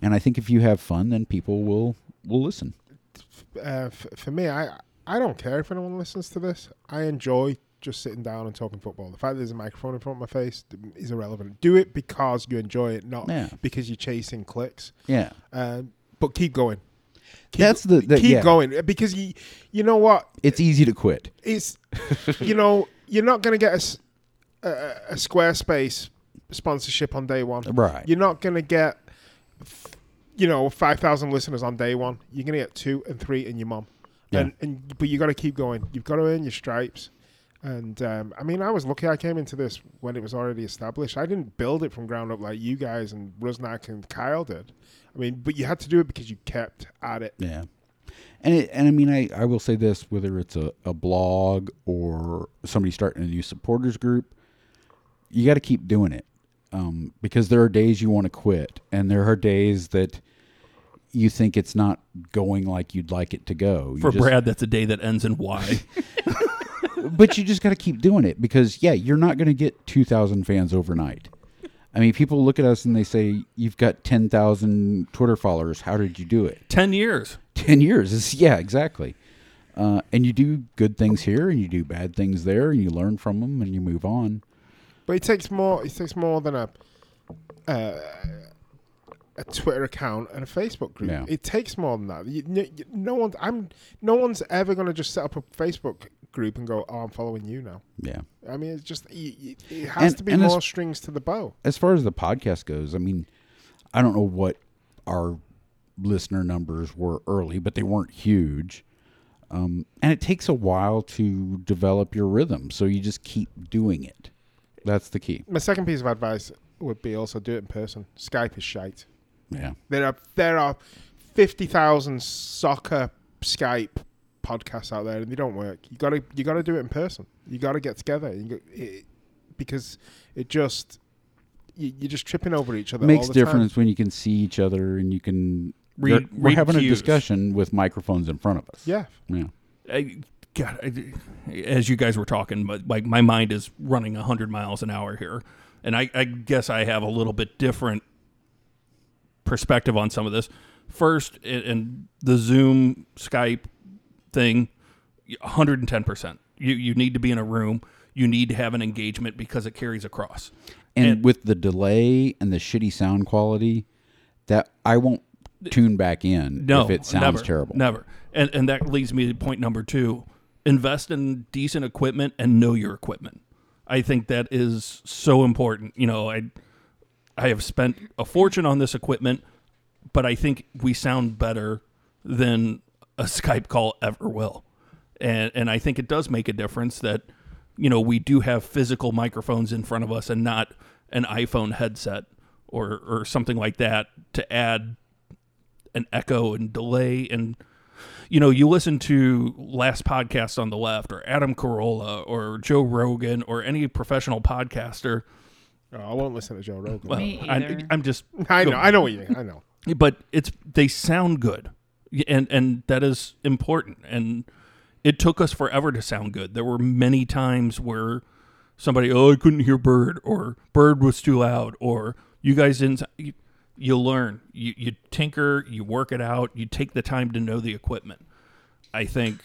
D: and i think if you have fun then people will will listen
B: Uh, f- for me, I I don't care if anyone listens to this. I enjoy just sitting down and talking football. The fact that there's a microphone in front of my face is irrelevant. Do it because you enjoy it, not
D: Yeah.
B: because you're chasing clicks.
D: yeah
B: Um, but keep going. Keep,
D: That's the- the-
B: keep
D: yeah.
B: going because you you know what
D: it's easy to quit.
B: it's you know you're not going to get a s- a, a Squarespace sponsorship on day one.
D: Right.
B: You're not going to get f- you know five thousand listeners on day one. You're going to get two and three and your mom.
D: Yeah.
B: And, and but you got to keep going. You've got to earn your stripes. And um, I mean, I was lucky. I came into this when it was already established. I didn't build it from ground up like you guys and Rusnak and Kyle did. I mean, but you had to do it because you kept at it.
D: Yeah. And it, and I mean I, I will say this whether it's a, a blog or somebody starting a new supporters group, you got to keep doing it. Um, because there are days you want to quit and there are days that you think it's not going like you'd like it to go. You
A: For
D: just-
A: Brad, that's a day that ends in Y.
D: but you just got to keep doing it because yeah, you're not going to get 2000 fans overnight. I mean, people look at us and they say, "You've got 10,000 Twitter followers. How did you do it?"
A: Ten years.
D: 10 years is yeah exactly uh, and you do good things here and you do bad things there and you learn from them and you move on
B: But it takes more. It takes more than a uh, a Twitter account and a Facebook group.
D: Yeah.
B: It takes more than that. You- you- you- no one's. I'm. No one's ever going to just set up a Facebook group and go, "Oh, I'm following you now."
D: Yeah.
B: I mean, it's just it, it- it has
D: And-
B: to be
D: and it's-
B: more strings to the bow.
D: as far as the podcast goes, I mean, I don't know what our listener numbers were early, but they weren't huge. Um, and it takes a while to develop your rhythm, so you just keep doing it. That's the key.
B: My second piece of advice would be also do it in person. Skype is shite.
D: Yeah,
B: There are there are fifty thousand soccer Skype podcasts out there, and they don't work. You gotta you gotta do it in person. You gotta get together. You go, it, because it just you, you're just tripping over each other. all
D: makes
B: the time.
D: difference when you can see each other and you can.
A: Read-
D: Read, we're
A: read
D: having a
A: cues.
D: discussion with microphones in front of us.
B: Yeah,
D: yeah.
A: I, God, I, as you guys were talking, but like my mind is running hundred miles an hour here, and I, I guess I have a little bit different perspective on some of this. First, and- and the Zoom Skype thing, hundred and ten percent. You you need to be in a room. You need to have an engagement because it carries across.
D: And, with the delay and the shitty sound quality, that I won't tune back in
A: No,
D: if it sounds
A: never,
D: terrible.
A: Never. And and that leads me to point number two: invest in decent equipment and know your equipment. I think that is so important. You know, I I have spent a fortune on this equipment, but I think we sound better than a Skype call ever will. And and I think it does make a difference that you know we do have physical microphones in front of us and not an iPhone headset or or something like that to add and echo and delay and you know you listen to last podcast on the left or adam carolla or joe rogan or any professional podcaster
B: Oh, I won't listen to Joe Rogan.
A: well
C: Me
A: I,
C: either.
A: i'm just
B: I know, I know what you mean. I know.
A: but it's they sound good Y- and and that is important and it took us forever to sound good there were many times where somebody oh i couldn't hear bird or bird was too loud or you guys didn't s- you, you learn you, you tinker you work it out you take the time to know the equipment i think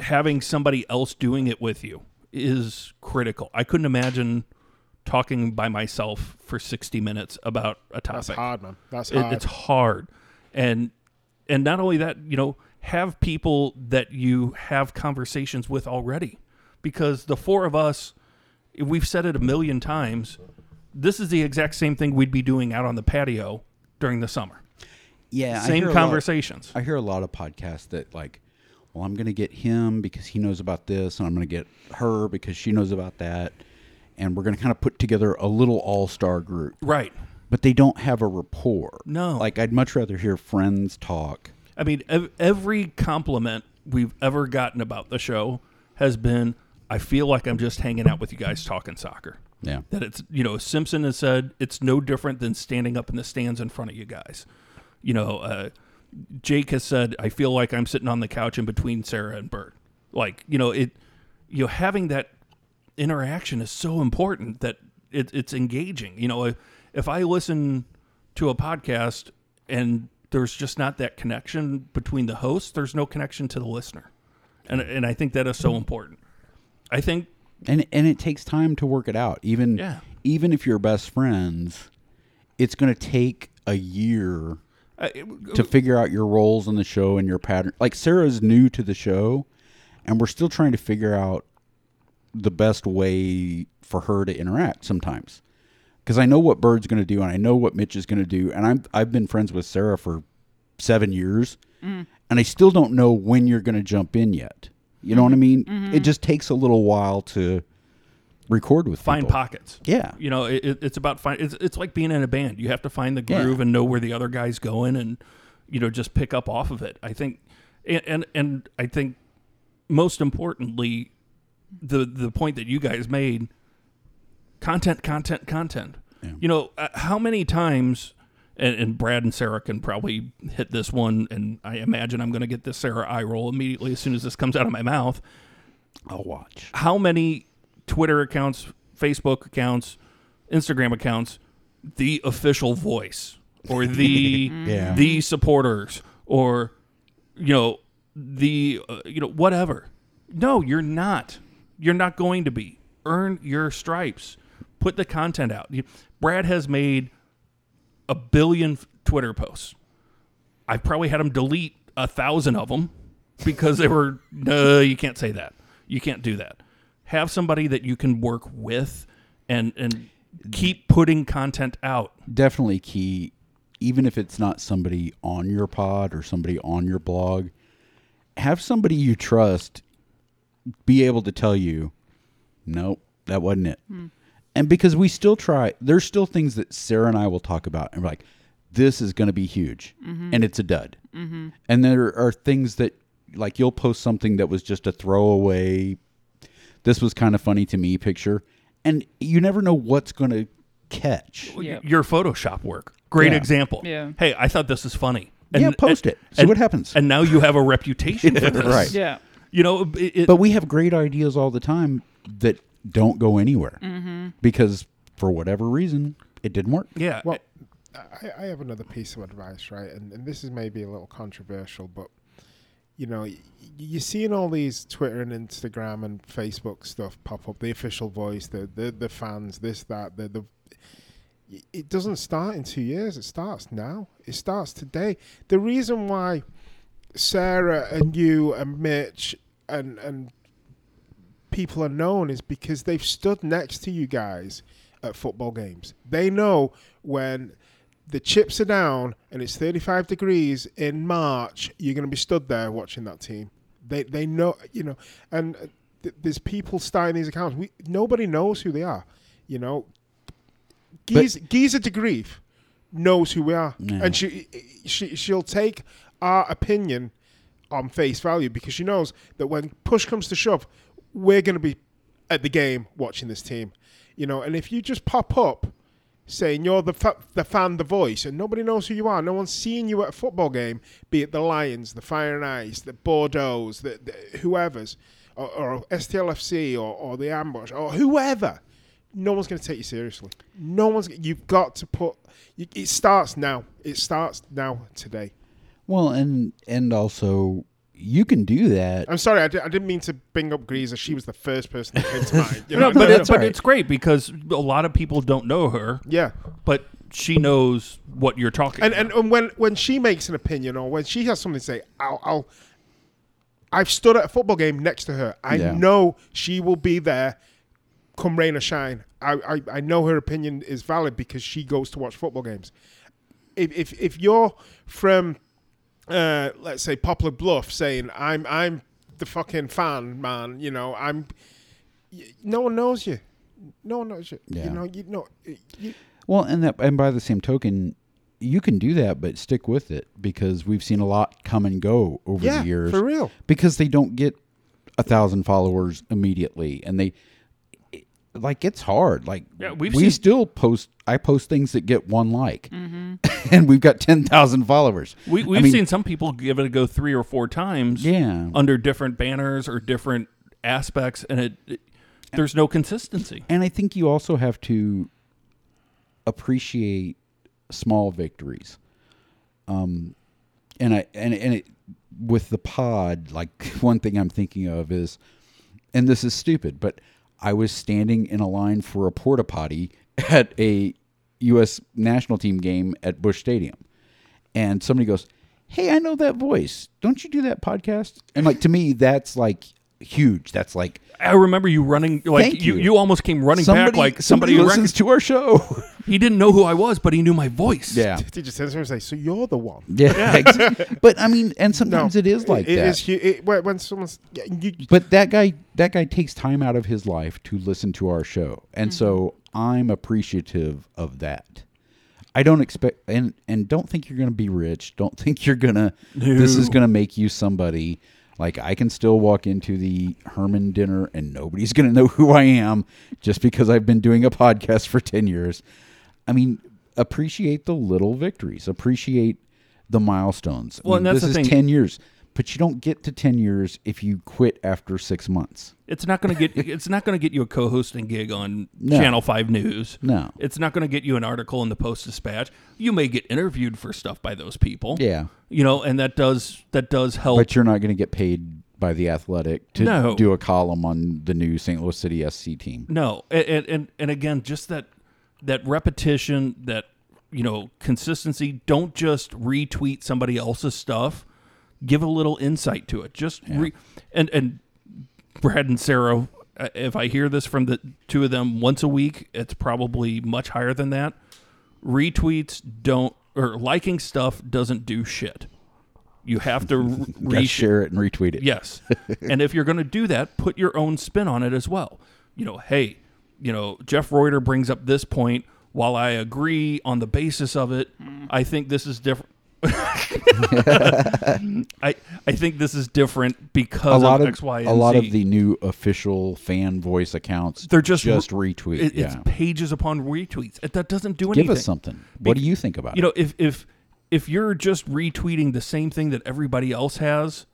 A: having somebody else doing it with you is critical i couldn't imagine talking by myself for 60 minutes about a topic
B: That's hard, man. That's
A: it-
B: hard.
A: it's hard and and not only that you know have people that you have conversations with already because the four of us we've said it a million times this is the exact same thing we'd be doing out on the patio during the summer
D: Yeah, I hear
A: same
D: a lot-
A: conversations
D: I hear a lot of podcasts that like, well, I'm going to get him because he knows about this, and I'm going to get her because she knows about that, and we're going to kind of put together a little all star group.
A: right
D: But they don't have a rapport.
A: No.
D: like I'd much rather hear friends talk.
A: i mean ev- every compliment we've ever gotten about the show has been i feel like i'm just hanging out with you guys talking soccer
D: Yeah,
A: that it's you know Simpson has said it's no different than standing up in the stands in front of you guys. You know, uh, Jake has said I feel like I'm sitting on the couch in between Sarah and Bert. Like you know it, you know having that interaction is so important that it, it's engaging. You know, if, if I listen to a podcast and there's just not that connection between the hosts, there's no connection to the listener, and and I think that is so important. I think
D: and and it takes time to work it out. Even
A: Yeah.
D: even if you're best friends, it's going to take a year
A: uh,
D: to figure out your roles on the show and your pattern. Like Sarah's new to the show, and we're still trying to figure out the best way for her to interact sometimes. Because I know what Bird's going to do, and I know what Mitch is going to do, and I'm I've been friends with Sarah for seven years, and I still don't know when you're going to jump in yet. You know what I mean? It just takes a little while to record with
A: find
D: people.
A: pockets.
D: Yeah,
A: you know it, it- it's about find it's, it's like being in a band you have to find the
D: Yeah.
A: groove and know where the other guy's going and you know just pick up off of it i think and and, and i think most importantly the the point that you guys made content content content you know uh, how many times and, and brad and sarah can probably hit this one and i imagine i'm going to get this sarah eye roll immediately as soon as this comes out of my mouth
D: I'll watch.
A: how many Twitter accounts, Facebook accounts, Instagram accounts, the official voice or the
D: Yeah.
A: the supporters or you know the uh, you know whatever. No, you're not. You're not going to be. Earn your stripes. Put the content out. You- Brad has made a billion f- Twitter posts. I've probably had him delete a thousand of them because they were no, you can't say that. You can't do that. Have somebody that you can work with and and keep putting content out.
D: definitely key even if it's not somebody on your pod or somebody on your blog have somebody you trust be able to tell you nope that wasn't it and because we still try there's still things that sarah and i will talk about and we're like this is going to be huge and it's a dud and there are things that like you'll post something that was just a throwaway this was kind of funny to me picture and you never know what's going to catch
C: Yeah.
A: Your Photoshop work. Great
D: Yeah.
A: example.
C: Yeah.
A: Hey, I thought this is funny.
D: Yeah, post it. See what happens.
A: And now you have a reputation for this.
D: Right.
C: Yeah.
A: You know, it, it-
D: But we have great ideas all the time that don't go anywhere because for whatever reason it didn't work.
A: yeah.
B: Well, I, I have another piece of advice, right? And, and this is maybe a little controversial, but you know, y- you're seeing all these Twitter and Instagram and Facebook stuff pop up. The official voice, the the, the fans, this that the the. It doesn't start in two years. It starts now. It starts today. The reason why Sarah and you and Mitch and and people are known is because they've stood next to you guys at football games. They know when the chips are down and it's 35 degrees in March, you're going to be stood there watching that team. They they know, you know, and uh, th- there's people starting these accounts. We nobody knows who they are, you know. Giza, Giza de Grief knows who we are, and she she she'll take our opinion on face value because she knows that when push comes to shove, we're going to be at the game watching this team, you know. And if you just pop up saying you're the fa- the fan, the voice, and nobody knows who you are, no one's seen you at a football game, be it the Lions, the Fire and Ice, the Bordeaux's, the, the whoever's, or, or STLFC, or, or the Ambush, or whoever. No one's going to take you seriously. No one's. You've got to put. You, it starts now. It starts now today.
D: Well, and and also you can do that.
B: I'm sorry, I, di- I didn't mean to bring up Greaser. She was the first person that came to mind. You
A: no,
B: know,
A: but,
D: no, it's
A: but
D: all right.
A: it's great because a lot of people don't know her,
B: yeah.
A: but she knows what you're talking
B: And,
A: about.
B: and and when when she makes an opinion or when she has something to say, I'll, I'll I've stood at a football game next to her. I
D: Yeah.
B: know she will be there, come rain or shine. I, I I know her opinion is valid because she goes to watch football games. If if if you're from uh, let's say Poplar Bluff saying I'm I'm the fucking fan man, you know I'm. y- No one knows you. No one knows you.
D: Yeah.
B: You know you know. You,
D: Well, and that and by the same token, you can do that, but stick with it because we've seen a lot come and go over
B: yeah,
D: the years.
B: for real.
D: because they don't get a thousand followers immediately and they it- like it's hard like
A: Yeah, we've
D: we
A: seen-
D: still post i post things that get one like and we've got 10,000 followers
A: Mm-hmm. we,
D: I
A: we've
D: mean,
A: seen some people give it a go three or four times
D: yeah
A: under different banners or different aspects, and it, it- there's no consistency.
D: and i think you also have to appreciate small victories um and i and and it with the pod like one thing i'm thinking of is and this is stupid, but I was standing in a line for a porta potty at a U.S. national team game at Bush Stadium, and somebody goes, "Hey, I know that voice. Don't you do that podcast?" And like to me, that's like huge. That's like
A: I remember you running like
D: Thank
A: you.
D: you.
A: you almost came running
D: somebody
A: back like
D: somebody,
A: somebody, rec-
D: listens to our show.
A: he didn't know who I was, but he knew my voice.
D: yeah.
B: Did you send someone and say, "So you're the one"?
D: Yeah, ex- but I mean, and sometimes it is like
B: it,
D: that.
B: It is. hu- It, when when someone's yeah, you,
D: but that guy that guy takes time out of his life to listen to our show and so i'm appreciative of that i don't expect and and don't think you're gonna be rich don't think you're gonna this is gonna make you somebody like i can still walk into the herman dinner and nobody's gonna know who i am just because i've been doing a podcast for 10 years i mean appreciate the little victories appreciate the milestones I
A: Well, and
D: mean,
A: that's
D: this
A: the
D: is
A: thing.
D: 10 years but you don't get to 10 years if you quit after six months
A: It's not going to get it's not going to get you a co-hosting gig on
D: No.
A: Channel 5 News.
D: No.
A: It's not going to get you an article in the Post Dispatch. You may get interviewed for stuff by those people.
D: yeah
A: You know, and that does that does help.
D: but you're not going to get paid by the athletic to
A: No.
D: do a column on the new st louis city sc team
A: no. And, and and and again, just that that repetition, that you know, consistency, don't just retweet somebody else's stuff. Give a little insight to it. Just re- and and Brad and Sarah, uh, if I hear this from the two of them once a week, it's probably much higher than that. Retweets don't or liking stuff doesn't do shit. You have to
D: Gotta
A: reshare.
D: share it and retweet it.
A: Yes. and if you're going to do that, put your own spin on it as well. You know, hey, you know, Jeff Reuter brings up this point. While I agree on the basis of it, I think this is different. I I think this is different because
D: a lot
A: of,
D: of
A: X, Y, and
D: a lot
A: Z.
D: of the new official fan voice accounts.
A: They're just-
D: just retweet.
A: It-
D: yeah,
A: it's pages upon retweets. It- That doesn't do anything.
D: give us something. What do you think about
A: You
D: it?
A: know, if if if you're just retweeting the same thing that everybody else has,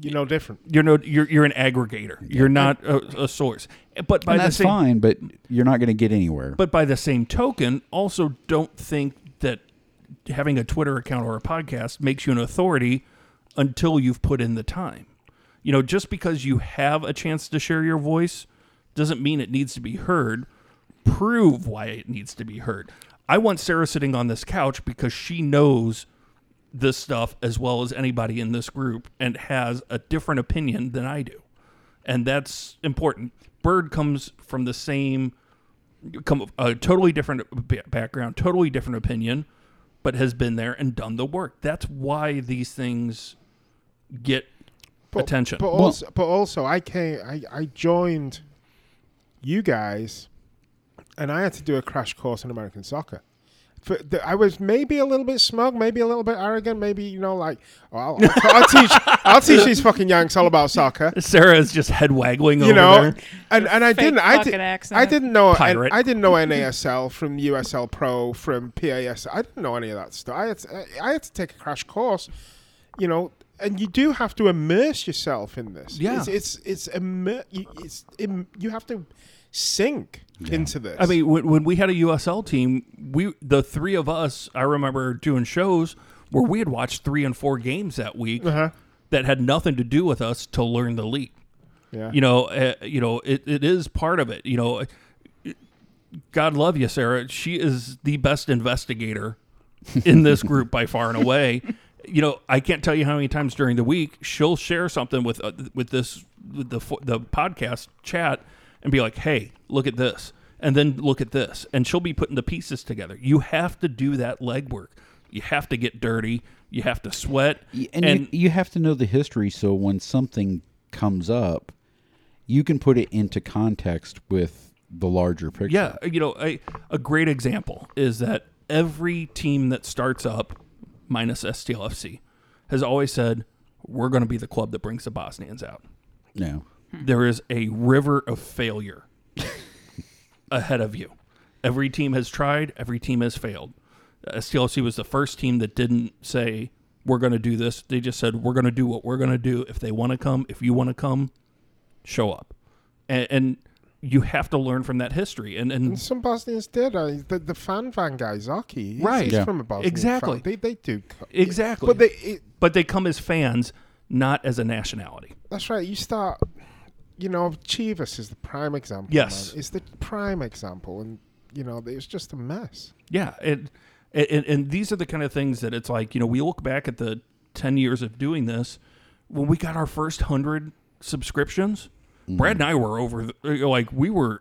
B: You know, different.
A: you're no you're you're an aggregator. You're not a, a source. But by
D: And
A: the
D: that's
A: same
D: fine, but you're not going to get anywhere.
A: But by the same token, also don't think that having a Twitter account or a podcast makes you an authority until you've put in the time. You know, just because you have a chance to share your voice doesn't mean it needs to be heard. Prove why it needs to be heard. I want Sarah sitting on this couch because she knows this stuff as well as anybody in this group and has a different opinion than I do. And that's important. Bird comes from the same come a totally different b- background, totally different opinion, but has been there and done the work. That's why these things get attention.
B: But also, but also, I came, I, I joined you guys, and I had to do a crash course in American soccer. For the, I was maybe a little bit smug, maybe a little bit arrogant, maybe you know, like, oh, I'll, I'll, I'll teach, I'll teach these fucking yanks all about soccer.
A: Sarah is just head waggling
B: You
A: over
B: know,
A: there.
B: and and I
C: Fake
B: didn't, I
C: fucking
B: didn't, I
C: accent.
B: didn't know, and
A: Pirate.
B: I didn't know NASL from USL Pro from PAS. I didn't know any of that stuff. I had to, I had to take a crash course, you know. And you do have to immerse yourself in this.
A: Yeah.
B: it's it's it's, immer- you- it's im- you have to sink into this.
A: I mean, when, when we had a USL team, we the three of us, I remember doing shows where we had watched three and four games that week
B: Uh-huh.
A: that had nothing to do with us to learn the league.
B: yeah,
A: you know, uh, you know, it, it is part of it. You know, God love you, Sarah. She is the best investigator in this group by far and away. You know, I can't tell you how many times during the week she'll share something with uh, with this with the fo- the podcast chat and be like, "Hey, look at this," and then look at this, and she'll be putting the pieces together. You have to do that legwork. You have to get dirty. You have to sweat.
D: Y- and, you, you have to know the history so when something comes up, you can put it into context with the larger picture.
A: Yeah, you know, a, a great example is that every team that starts up, minus STLFC, has always said, we're going to be the club that brings the Bosnians out.
D: No.
A: There is a river of failure ahead of you. Every team has tried, every team has failed. STLFC was the first team that didn't say, we're going to do this. They just said, we're going to do what we're going to do. If they want to come, if you want to come, show up. And, and you have to learn from that history. And, and
B: some Bosnians did. I, the the fan van guy Zaki, he's,
A: Right.
B: he's
A: Yeah.
B: from a Bosnian
A: Exactly.
B: fan. They they do, co-
A: Exactly.
B: but they it,
A: but they come as fans, not as a nationality.
B: That's right. You start, you know, Chivas is the prime example.
A: Yes.
B: man. it's the prime example, and you know, it was just a mess.
A: Yeah, it, and and these are the kind of things that it's like you know we look back at the ten years of doing this when we got our first hundred subscriptions. Brad and I were over the, like we were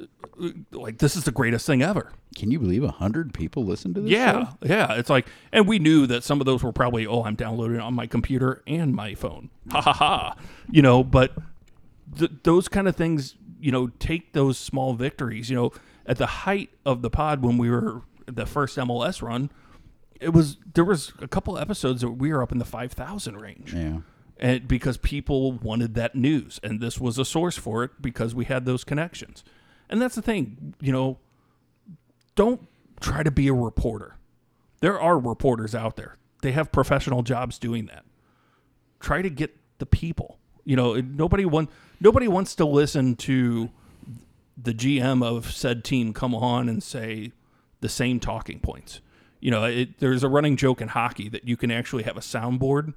A: uh, like this is the greatest thing ever.
D: Can you believe a hundred people listen to this?
A: Yeah,
D: show?
A: yeah. It's like, and we knew that some of those were probably, oh, I'm downloading it on my computer and my phone. Ha ha ha. You know, but th- those kind of things, you know, take those small victories. You know, at the height of the pod when we were the first MLS run, it was there was a couple episodes that we were up in the five thousand range
D: Yeah.
A: and because people wanted that news and this was a source for it because we had those connections and that's the thing you know don't try to be a reporter there are reporters out there they have professional jobs doing that try to get the people you know nobody want, nobody wants to listen to the GM of said team come on and say the same talking points. You know, it, there's a running joke in hockey that you can actually have a soundboard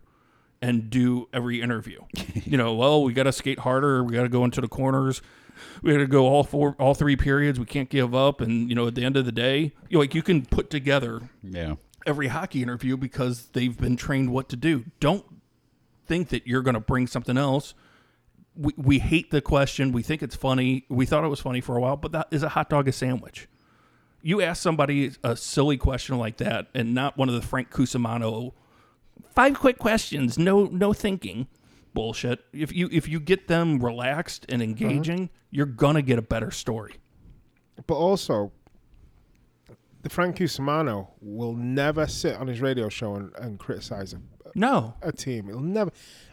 A: and do every interview. you know, well, we got to skate harder. We got to go into the corners. We got to go all four, all three periods. We can't give up. And you know, at the end of the day, you know, like you can put together
D: Yeah.
A: every hockey interview because they've been trained what to do. Don't think that you're going to bring something else we, we hate the question. We think it's funny. We thought it was funny for a while, but that is a hot dog a sandwich? You ask somebody a silly question like that, and not one of the Frank Cusimano five quick questions, no no thinking bullshit. If you if you get them relaxed and engaging, you're gonna get a better story.
B: But also, the Frank Cusimano will never sit on his radio show and, and criticize a,
A: No,
B: a team. It'll never.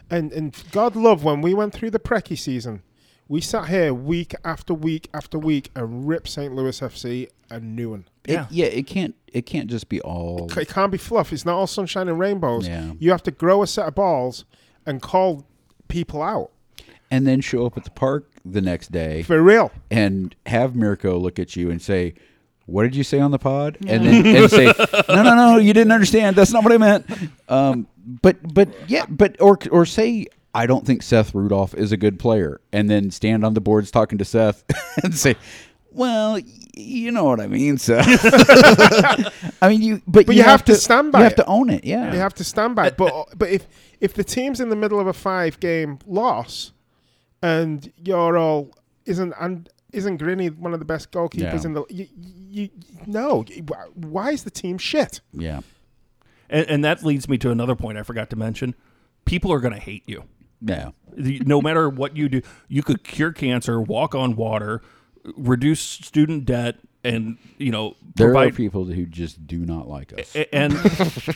B: And and God love when we went through the Preki season, we sat here week after week after week and ripped St. Louis FC a new one.
D: It-
A: Yeah.
D: yeah, it can't it can't just be all
B: It can't be fluff. It's not all sunshine and rainbows.
D: Yeah.
B: You have to grow a set of balls and call people out
D: and then show up at the park the next day
B: for real.
D: and have Mirko look at you and say, "What did you say on the pod?" And then and say, "No, no, no, you didn't understand. That's not what I meant." Um, but but yeah, but or or say. I don't think Seth Rudolph is a good player, and then stand on the boards talking to Seth and say, "Well, y- you know what I mean, Seth." I mean, you, but,
B: But you have to stand by
D: You have
B: it.
D: to own it, yeah.
B: You have to stand by. it. But uh, but if if the team's in the middle of a five game loss, and you're all isn't and isn't Grinny one of the best goalkeepers
D: Yeah.
B: in the you, you, you no why is the team shit?
D: yeah,
A: and, and that leads me to another point I forgot to mention. People are gonna hate you.
D: yeah.
A: The- no matter what you do, you could cure cancer, walk on water, reduce student debt, and you know
D: There are
A: provide.
D: people who just do not like us.
A: a- and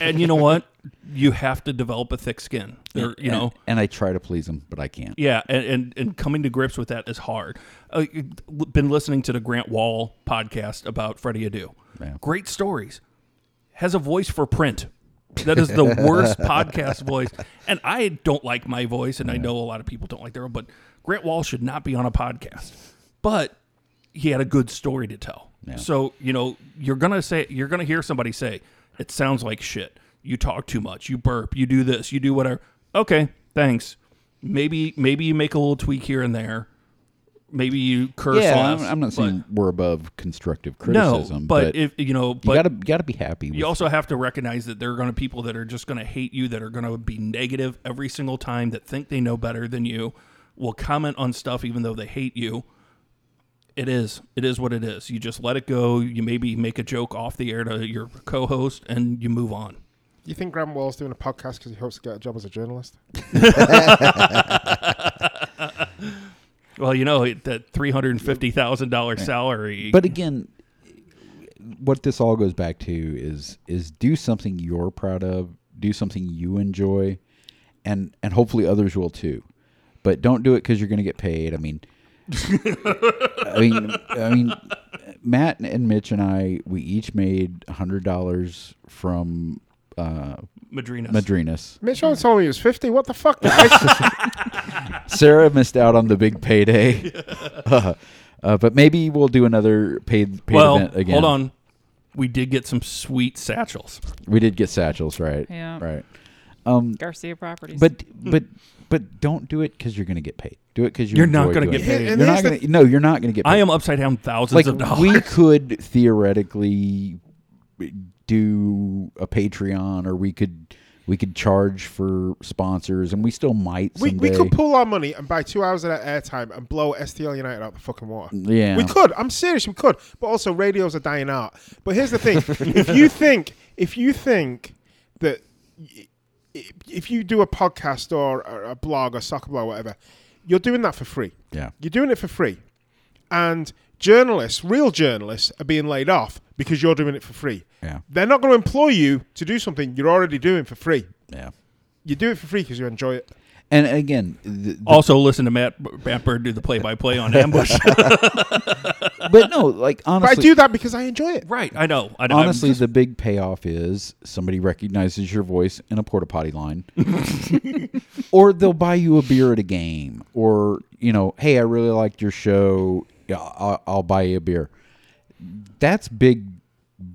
A: and you know what? You have to develop a thick skin. There, you know,
D: and, and I try to please them, but I can't.
A: Yeah, and, and, and coming to grips with that is hard. Uh, been listening to the Grant Wall podcast about Freddie Adu.
D: Yeah.
A: Great stories. Has a voice for print. That is the worst podcast voice. And I don't like my voice, and I know a lot of people don't like their own, but Grant Wall should not be on a podcast. But he had a good story to tell. So, you know, you're going to say, you're going to hear somebody say, it sounds like shit. You talk too much. You burp. You do this. You do whatever. Okay, thanks. Maybe, maybe you make a little tweak here and there. Maybe you curse
D: Yeah,
A: less.
D: I'm, I'm not
A: but-
D: saying we're above constructive
A: no,
D: criticism,
A: but, if you know,
D: you
A: but
D: gotta gotta be happy. With,
A: you also have to recognize that there are going to people that are just going to hate you, that are going to be negative every single time, that think they know better than you, will comment on stuff even though they hate you. It is. It is what it is. You just let it go. You maybe make a joke off the air to your co-host, and you move on.
B: You think Graham Wall's doing a podcast because he hopes to get a job as a journalist?
A: Well, you know it- that three hundred and fifty thousand dollar salary.
D: but again, what this all goes back to is is do something you're proud of, do something you enjoy, and and hopefully others will too. But don't do it because you're gonna get paid. I mean, I mean, I mean, Matt and Mitch and I, we each made hundred dollars from uh,
A: Madrinas.
D: Madrinas.
B: Mitch only told me he was fifty. What the fuck? guys?
D: Sarah missed out on the big payday. uh, but maybe we'll do another paid, paid
A: well,
D: event again.
A: hold on. We did get some sweet satchels.
D: We did get satchels, right?
C: Yeah.
D: Right. Um,
C: Garcia Properties.
D: but but but don't do it because you're going to get paid. Do it because you
A: You're not
D: going
A: gonna
D: to
A: get paid.
D: You're
B: And
D: not
B: here's the
D: going to. No, you're not going to get. paid.
A: I am upside down thousands
D: like
A: of dollars.
D: we could theoretically do a Patreon, or we could we could charge for sponsors, and we still might.
B: we, we
D: someday.
B: could pull our money and buy two hours of that airtime and blow STL United out the fucking water.
D: Yeah.
B: We could. I'm serious. We could. But also, radio's a dying art. But here's the thing: if you think, if you think that, y- i- if you do a podcast or a- a blog or soccer blog or whatever, you're doing that for free.
D: Yeah.
B: You're doing it for free, and journalists, real journalists, are being laid off because you're doing it for free.
D: Yeah.
B: They're not going to employ you to do something you're already doing for free.
D: Yeah.
B: You do it for free because you enjoy it.
D: And again, the, the
A: also listen to Matt Matt Bird do the play by play on ambush.
D: but no, like
B: But
D: honestly,
B: I do that because I enjoy it.
A: right, I know. I know. I'm
D: honestly,
A: just-
D: the big payoff is somebody recognizes your voice in a porta potty line, or they'll buy you a beer at a game, or you know, hey, I really liked your show, yeah, I'll, I'll buy you a beer. That's big,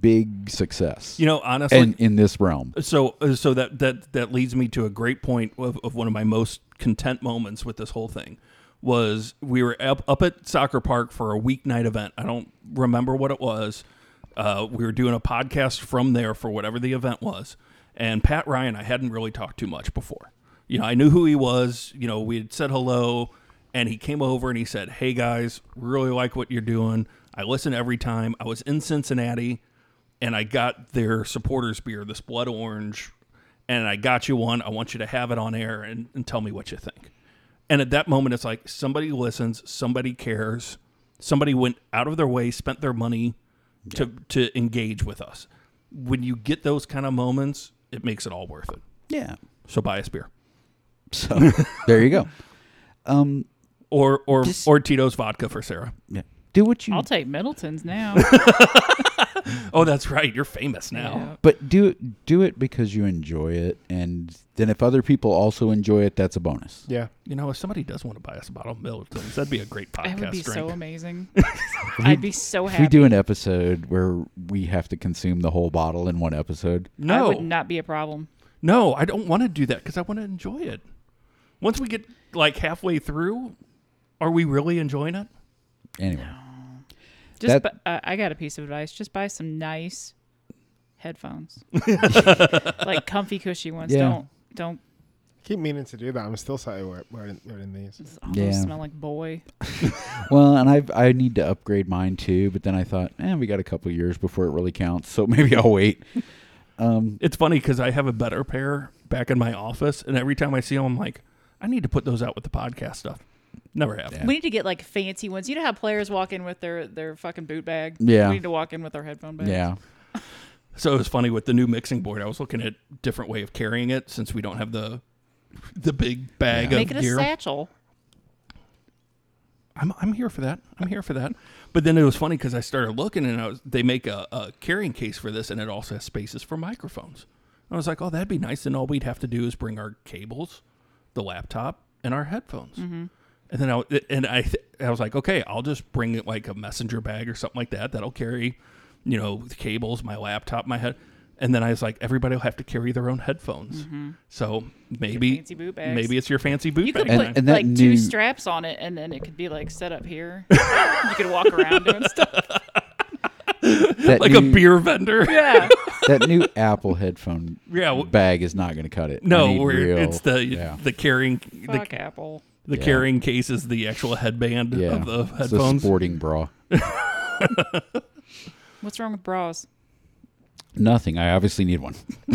D: big success.
A: you know, Uh, honestly,
D: and in this realm,
A: so so that that that leads me to a great point of, of one of my most content moments with this whole thing was we were up, up at soccer park for a weeknight event i don't remember what it was uh, we were doing a podcast from there for whatever the event was and pat ryan i hadn't really talked too much before you know i knew who he was you know we had said hello and he came over and he said, "Hey guys, really like what you're doing. I listen every time. I was in Cincinnati, and I got their supporters beer, this blood orange, and I got you one. I want you to have it on air and, and tell me what you think." And at that moment, it's like somebody listens, somebody cares, somebody went out of their way, spent their money to to engage with us. When you get those kind of moments, it makes it all worth it.
D: Yeah.
A: So buy us beer.
D: So there you go. Um,
A: Or or
D: Just-
A: or Tito's vodka for Sarah.
D: yeah. Do what you
C: I'll take Middleton's now.
A: Oh, that's right. You're famous now.
C: Yeah.
D: But do do it because you enjoy it, and then if other people also enjoy it, that's a bonus.
B: Yeah.
A: You know, if somebody does want to buy us a bottle of Middleton's, that'd be a great podcast
C: That would be
A: drink.
C: so amazing. I'd be so
D: If we
C: happy.
D: do an episode where we have to consume the whole bottle in one episode,
C: I
A: no,
C: would not be a problem.
A: no, I don't want to do that because I want to enjoy it. Once we get like halfway through, are we really enjoying it?
D: anyway,
C: Just,
D: That-
C: bu- uh, I got a piece of advice. Just buy some nice headphones, like comfy, cushy ones.
D: Yeah.
C: Don't, don't.
B: Keep meaning to do that. I'm still sat here wearing, wearing these.
C: Oh,
D: Yeah.
C: those smell like boy.
D: well, and I I need to upgrade mine too, but then I thought, eh, we got a couple years before it really counts, so maybe I'll wait. Um,
A: It's funny because I have a better pair back in my office, and every time I see them, I'm like, I need to put those out with the podcast stuff. Never have.
D: Yeah.
C: We need to get like fancy ones. You know how players walk in with their their fucking boot bag.
D: Yeah.
C: We need to walk in with our headphone bag.
D: yeah,
A: So it was funny with the new mixing board. I was looking at different way of carrying it since we don't have the the big bag
C: Make
A: of
C: it a
A: gear.
C: satchel.
A: I'm I'm here for that. I'm here for that. But then it was funny because I started looking and I was they make a, a carrying case for this and it also has spaces for microphones. I was like, oh, that'd be nice. And all we'd have to do is bring our cables, the laptop, and our headphones.
C: Mm-hmm.
A: And then I w- and I th- I was like, okay, I'll just bring it like a messenger bag or something like that. That'll carry, you know, the cables, my laptop, my head. And then I was like, everybody will have to carry their own headphones. So maybe
C: Mm-hmm. fancy boot bags.
A: maybe it's your fancy boot
C: You
A: bag.
C: could
D: And-
C: put
D: and that
C: like two
D: new-
C: straps on it, and then it could be like set up here. you could walk around doing stuff.
D: that
A: like
D: new-
A: a beer vendor.
C: Yeah.
D: that new Apple headphone
A: Yeah, w-
D: bag is not going to cut it. I
A: No,
D: need
A: we're,
D: real-
A: it's the
D: yeah.
A: the carrying the,
C: Fuck Apple.
A: the
D: Yeah.
A: carrying case is the actual headband
D: yeah.
A: of the
D: It's a
A: headphones.
D: sporting bra.
C: What's wrong with bras?
D: Nothing. I obviously need one.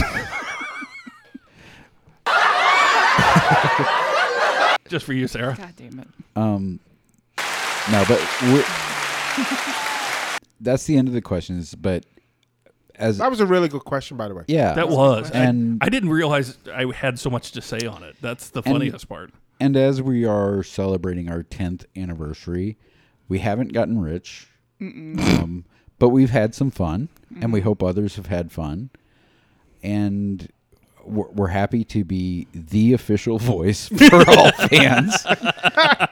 A: Just for you, Sarah.
C: God damn it.
D: Um, no, but we're, that's the end of the questions. But as
B: That was a really good question, by the way.
D: yeah,
A: That was
D: and
A: I didn't realize I had so much to say on it. That's the
D: And-
A: funniest part.
D: and as we are celebrating our tenth anniversary, we haven't gotten rich, um, but we've had some fun, and we hope others have had fun, and. We're we're happy to be the official voice for all fans,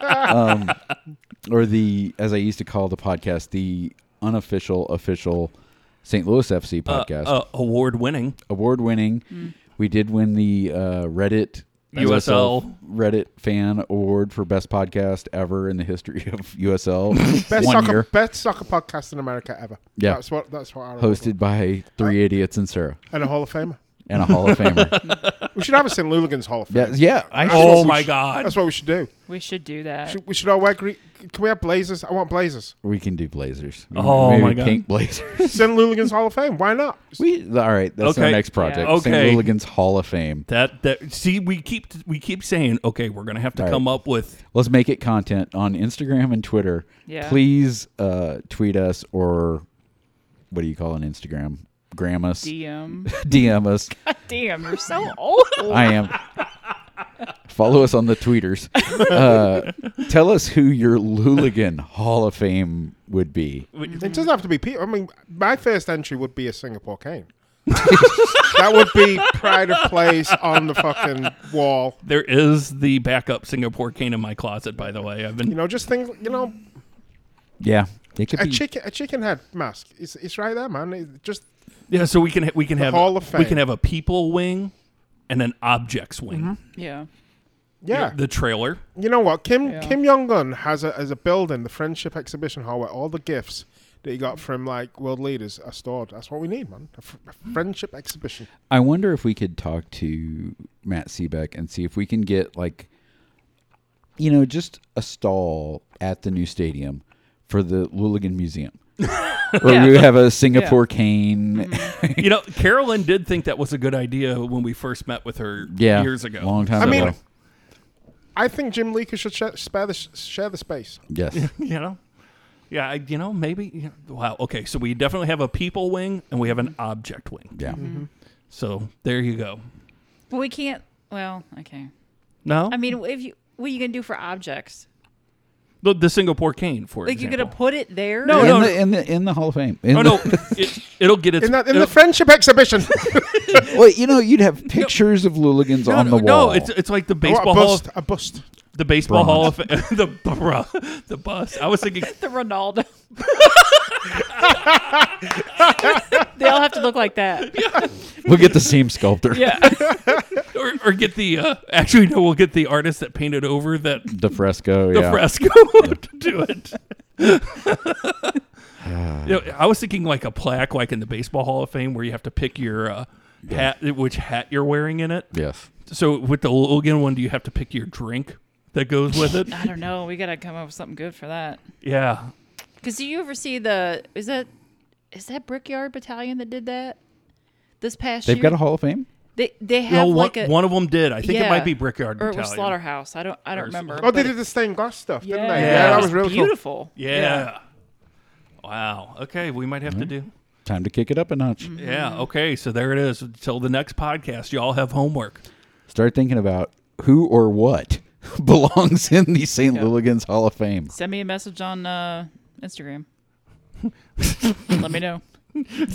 D: um, or the as I used to call the podcast, the unofficial official St. Louis FC
A: Uh,
D: podcast.
A: uh, award winning.
D: award winning.
B: Mm.
D: We did win the uh, Reddit
A: USL.
D: Reddit fan award for best podcast ever in the history of USL.
B: Best
D: one
B: soccer,
D: year,
B: best soccer podcast in America ever.
D: Yeah.
B: that's what that's what our award
D: hosted by three idiots and Sarah
B: was. and a Hall of Famer.
D: and a Hall of Famer.
B: We should have a St. Luligans Hall of Fame.
D: yeah, yeah, I
A: Oh my god!
B: That's what we should do.
C: We should do
B: We
C: that.
B: should, we should all wear green. Can we have blazers? I want blazers.
D: we can do blazers.
A: Oh
D: Maybe
A: my God.
D: pink blazers.
B: St. Luligans Hall of Fame. Why not?
D: We all right. That's our
A: Okay.
D: next project.
A: Yeah. Okay.
D: St. Lilligan's Hall of Fame.
A: That that see we keep we keep saying okay we're gonna have to
D: All
A: come up with
D: Let's make it content on Instagram and Twitter.
C: Yeah.
D: Please uh, tweet us or what do you call an Instagram? Gram us,
C: DM.
D: DM us.
C: Damn, you're so old.
D: I am. Follow us on the tweeters. Uh, tell us who your Luligan Hall of Fame would be.
B: It doesn't have to be Peter. I mean, my first entry would be a Singapore cane. that would be pride of place on the fucking wall.
A: there is the backup Singapore cane in my closet by the way I've been
B: You know, just things. You know,
D: Yeah, it could
B: a
D: be.
B: chicken, a chicken head mask. It's it's right there, man. It just
A: yeah so we can ha- we can have
B: Hall of
A: we
B: Fame.
A: can have a people wing and an objects wing
C: yeah.
B: yeah.
A: the trailer
B: You know what? Kim
C: Yeah.
B: Kim Jong Un has a as a building, the Friendship Exhibition Hall, where all the gifts that he got from like world leaders are stored. That's what we need, man. A, fr- a friendship exhibition.
D: I wonder if we could talk to Matt Seebeck and see if we can get like you know, just a stall at the new stadium for the Lulligan Museum. Where
C: Yeah.
D: you have a Singapore cane.
A: you know, Carolyn did think that was a good idea when we first met with her
D: yeah.
A: years ago.
D: Long time
B: I mean-
D: ago.
B: I think Jim Leaker should sh- spare the sh- share the space.
D: Yes.
A: you know yeah I- you know maybe you know, wow okay so we definitely have a people wing and we have an object wing
D: Yeah.
B: Mm-hmm.
A: so there you go
C: But we can't. Well, okay.
A: no
C: I mean, if you what are you gonna do for objects?
A: the, the singapore cane for
C: Like
A: example
C: you're gonna put it there?
A: No,
D: in,
A: Oh, no.
D: The, in the in the Hall of Fame. In
A: oh
D: the-
A: no it, it'll get its
B: In that in the
A: it'll-
B: friendship exhibition,
D: well, you know, you'd have pictures of Lulligans
A: no,
D: on
A: no,
D: the wall.
A: no, it's it's like the
B: I want
A: baseball
B: a
A: hall,
B: bust, a bust.
A: the baseball hall of the bruh, the bus. I was thinking,
C: the Ronaldo. they all have to look like that.
D: we'll get the same sculptor.
C: Yeah.
A: or, or get the uh, actually no, we'll get the artist that painted over that
D: The fresco.
A: the
D: yeah.
A: fresco to do it.
D: Ah,
A: You know, I was thinking like a plaque, like in the Baseball Hall of Fame, where you have to pick your uh, hat, which hat you're wearing in it.
D: Yes.
A: So with the Logan one, do you have to pick your drink that goes with it?
C: I don't know. We gotta come up with something good for that.
A: yeah.
C: Cause do you ever see the is that is that Brickyard Battalion that did that this past
D: They've
C: year?
D: got a Hall of Fame?
C: they they
A: No,
C: have
A: one,
C: like a
A: one of them did. I think
C: yeah.
A: it might be Brickyard
C: or it
A: Battalion.
C: was Slaughterhouse. I don't I don't
A: Or-
C: remember.
B: Oh, they
C: but
B: did the stained glass stuff,
C: yeah,
B: didn't they?
A: Yeah.
B: that
A: It
B: was really cool.
C: beautiful.
A: Yeah. Wow. Okay, we might have to do.
D: Time to kick it up a notch.
A: Yeah. Okay. So there it is. Until the next podcast, y'all have homework.
D: Start thinking about who or what belongs in the St. Lilligan's Hall of Fame.
C: Send me a message on uh, Instagram. Let me know.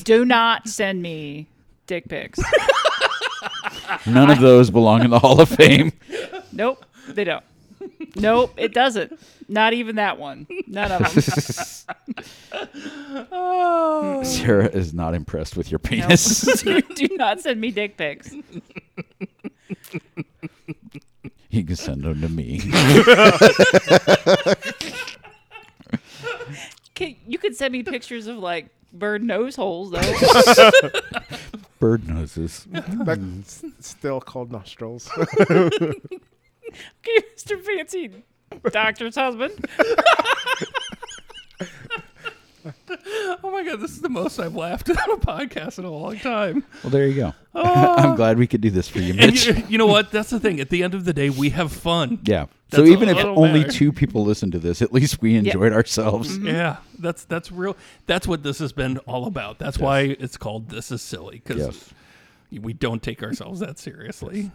C: Do not send me dick pics.
D: None of those belong in the Hall of Fame.
C: Nope, they don't. Nope, it doesn't. Not even that one. None of them.
A: Oh.
D: Sarah is not impressed with your penis.
C: do, do not send me dick pics.
D: you can send them to me.
C: Can, you could send me pictures of like bird nose holes though.
D: Bird noses.
B: That's still called nostrils.
C: okay, Mr. Fancy Doctor's husband.
A: Oh my god, this is the most I've laughed on a podcast in a long time.
D: Well, there you go. I'm glad we could do this for you,
A: Oh. And
D: Mitch.
A: you, you know what? That's the thing. At the end of the day, we have fun.
D: yeah. So
A: That's
D: even
A: all
D: if
A: that'll
D: only
A: matter. Mm-hmm.
D: two people listen to this, at least we enjoyed ourselves.
A: Yeah, that's that's real. That's what this has been all about. That's why it's called "This Is Silly" because
D: Yes.
A: we don't take ourselves that seriously.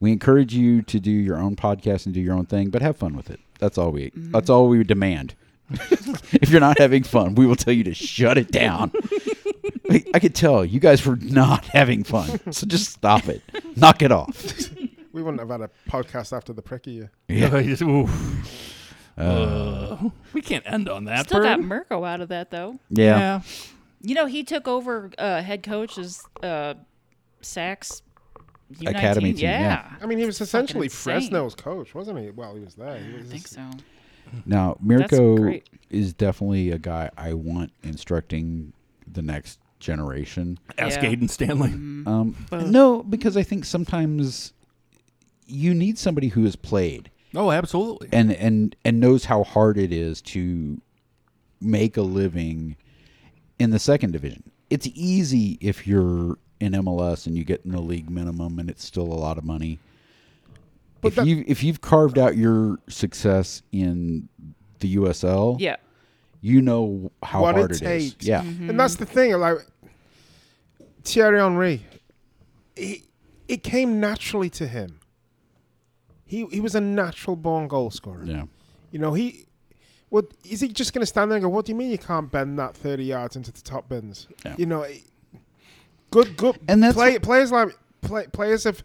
D: We encourage you to do your own podcast and do your own thing, but have fun with it. That's all we. That's all we demand. if you're not having fun, we will tell you to shut it down. I, I could tell you guys were not having fun, so just stop it. Knock it off.
B: we wouldn't have had a podcast after the pricky year.
D: Yeah.
A: Oof. Uh, we can't end on that.
C: Still got
A: Bert.
C: Mirko out of that though.
D: Yeah.
C: You know, he took over uh, head coach as uh, Sachs U19.
D: Academy team, yeah.
B: I mean, he was essentially
C: insane.
B: Fresno's coach, wasn't he? Well, he was there. He
C: I
B: was
C: think so.
D: Now Mirko
C: great.
D: is definitely a guy I want instructing the next generation.
A: Ask
C: Yeah. Mm-hmm.
A: Aiden Stanley.
D: Um, no, because I think sometimes you need somebody who has played.
A: Oh, absolutely.
D: and and and knows how hard it is to make a living in the second division. It's easy if you're in MLS and you get in the league minimum and it's still a lot of money. if
B: that-
D: you if you've carved out your success in the USL,
C: Yeah.
D: you know how
B: What it
D: hard it is.
B: takes. Mm-hmm.
D: Yeah.
C: Mm-hmm.
B: And that's the thing, like Thierry Henry, it, it came naturally to him. He he was a natural born goal scorer.
D: Yeah.
B: You know, he what is he just going to stand there and go, "What do you mean you can't bend that 30 yards into the top bins?"
D: Yeah.
B: You know, it- good good
D: And that's
B: play, players like play, players of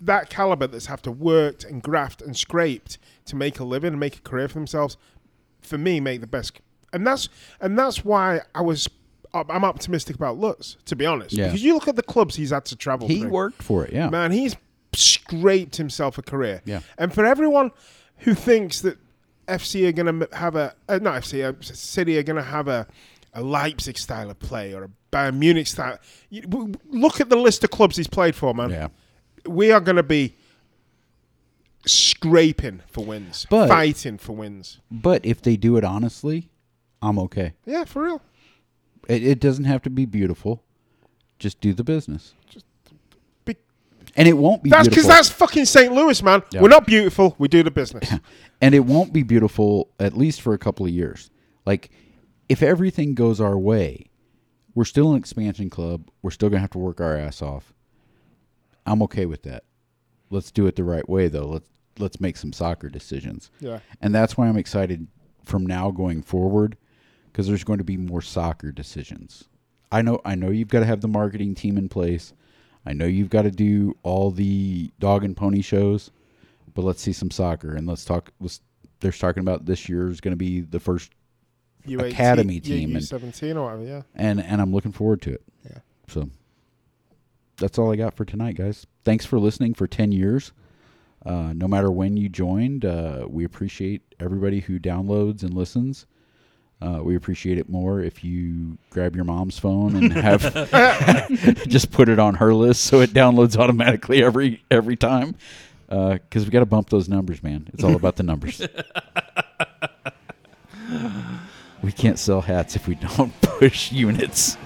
B: that caliber that's have to worked and graft and scraped to make a living and make a career for themselves for me make the best and that's and that's why I was I'm optimistic about Lutz to be honest
D: Yeah.
B: because you look at the clubs he's had to travel
D: He
B: through
D: worked for it. Yeah.
B: man, he's scraped himself a career.
D: Yeah.
B: And for everyone who thinks that FC are going to have a uh, not FC, uh, City are going to have a a Leipzig style of play or a Bayern Munich style, you, w- w- look at the list of clubs he's played for, man.
D: Yeah.
B: We are going to be scraping for wins,
D: But-
B: fighting for wins.
D: But if they do it honestly, I'm okay.
B: Yeah, for real.
D: It, it doesn't have to be beautiful. Just do the business.
B: Be-
D: And it won't be
B: That's because
D: beautiful.
B: that's fucking St. Louis, man.
D: Yeah.
B: We're not beautiful. We do the business.
D: and it won't be beautiful at least for a couple of years. Like if everything goes our way, we're still an expansion club. We're still going to have to work our ass off. I'm okay with that. Let's do it the right way though. Let's let's make some soccer decisions.
B: Yeah.
D: And that's why I'm excited from now going forward because there's going to be more soccer decisions. I know I know you've got to have the marketing team in place. I know you've got to do all the dog and pony shows, but let's see some soccer and let's talk let's they're talking about this year is going to be the first
B: U18,
D: Academy
B: U-
D: team and-
B: U17 or whatever, yeah.
D: and and I'm looking forward to it.
B: Yeah.
D: So that's all I got for tonight, guys. Thanks for listening for ten years. Uh, no matter when you joined, uh, we appreciate everybody who downloads and listens. Uh, we appreciate it more if you grab your mom's phone and have just put it on her list so it downloads automatically every every time. Because we got to bump those numbers, man. It's all about the numbers. we can't sell hats if we don't push units.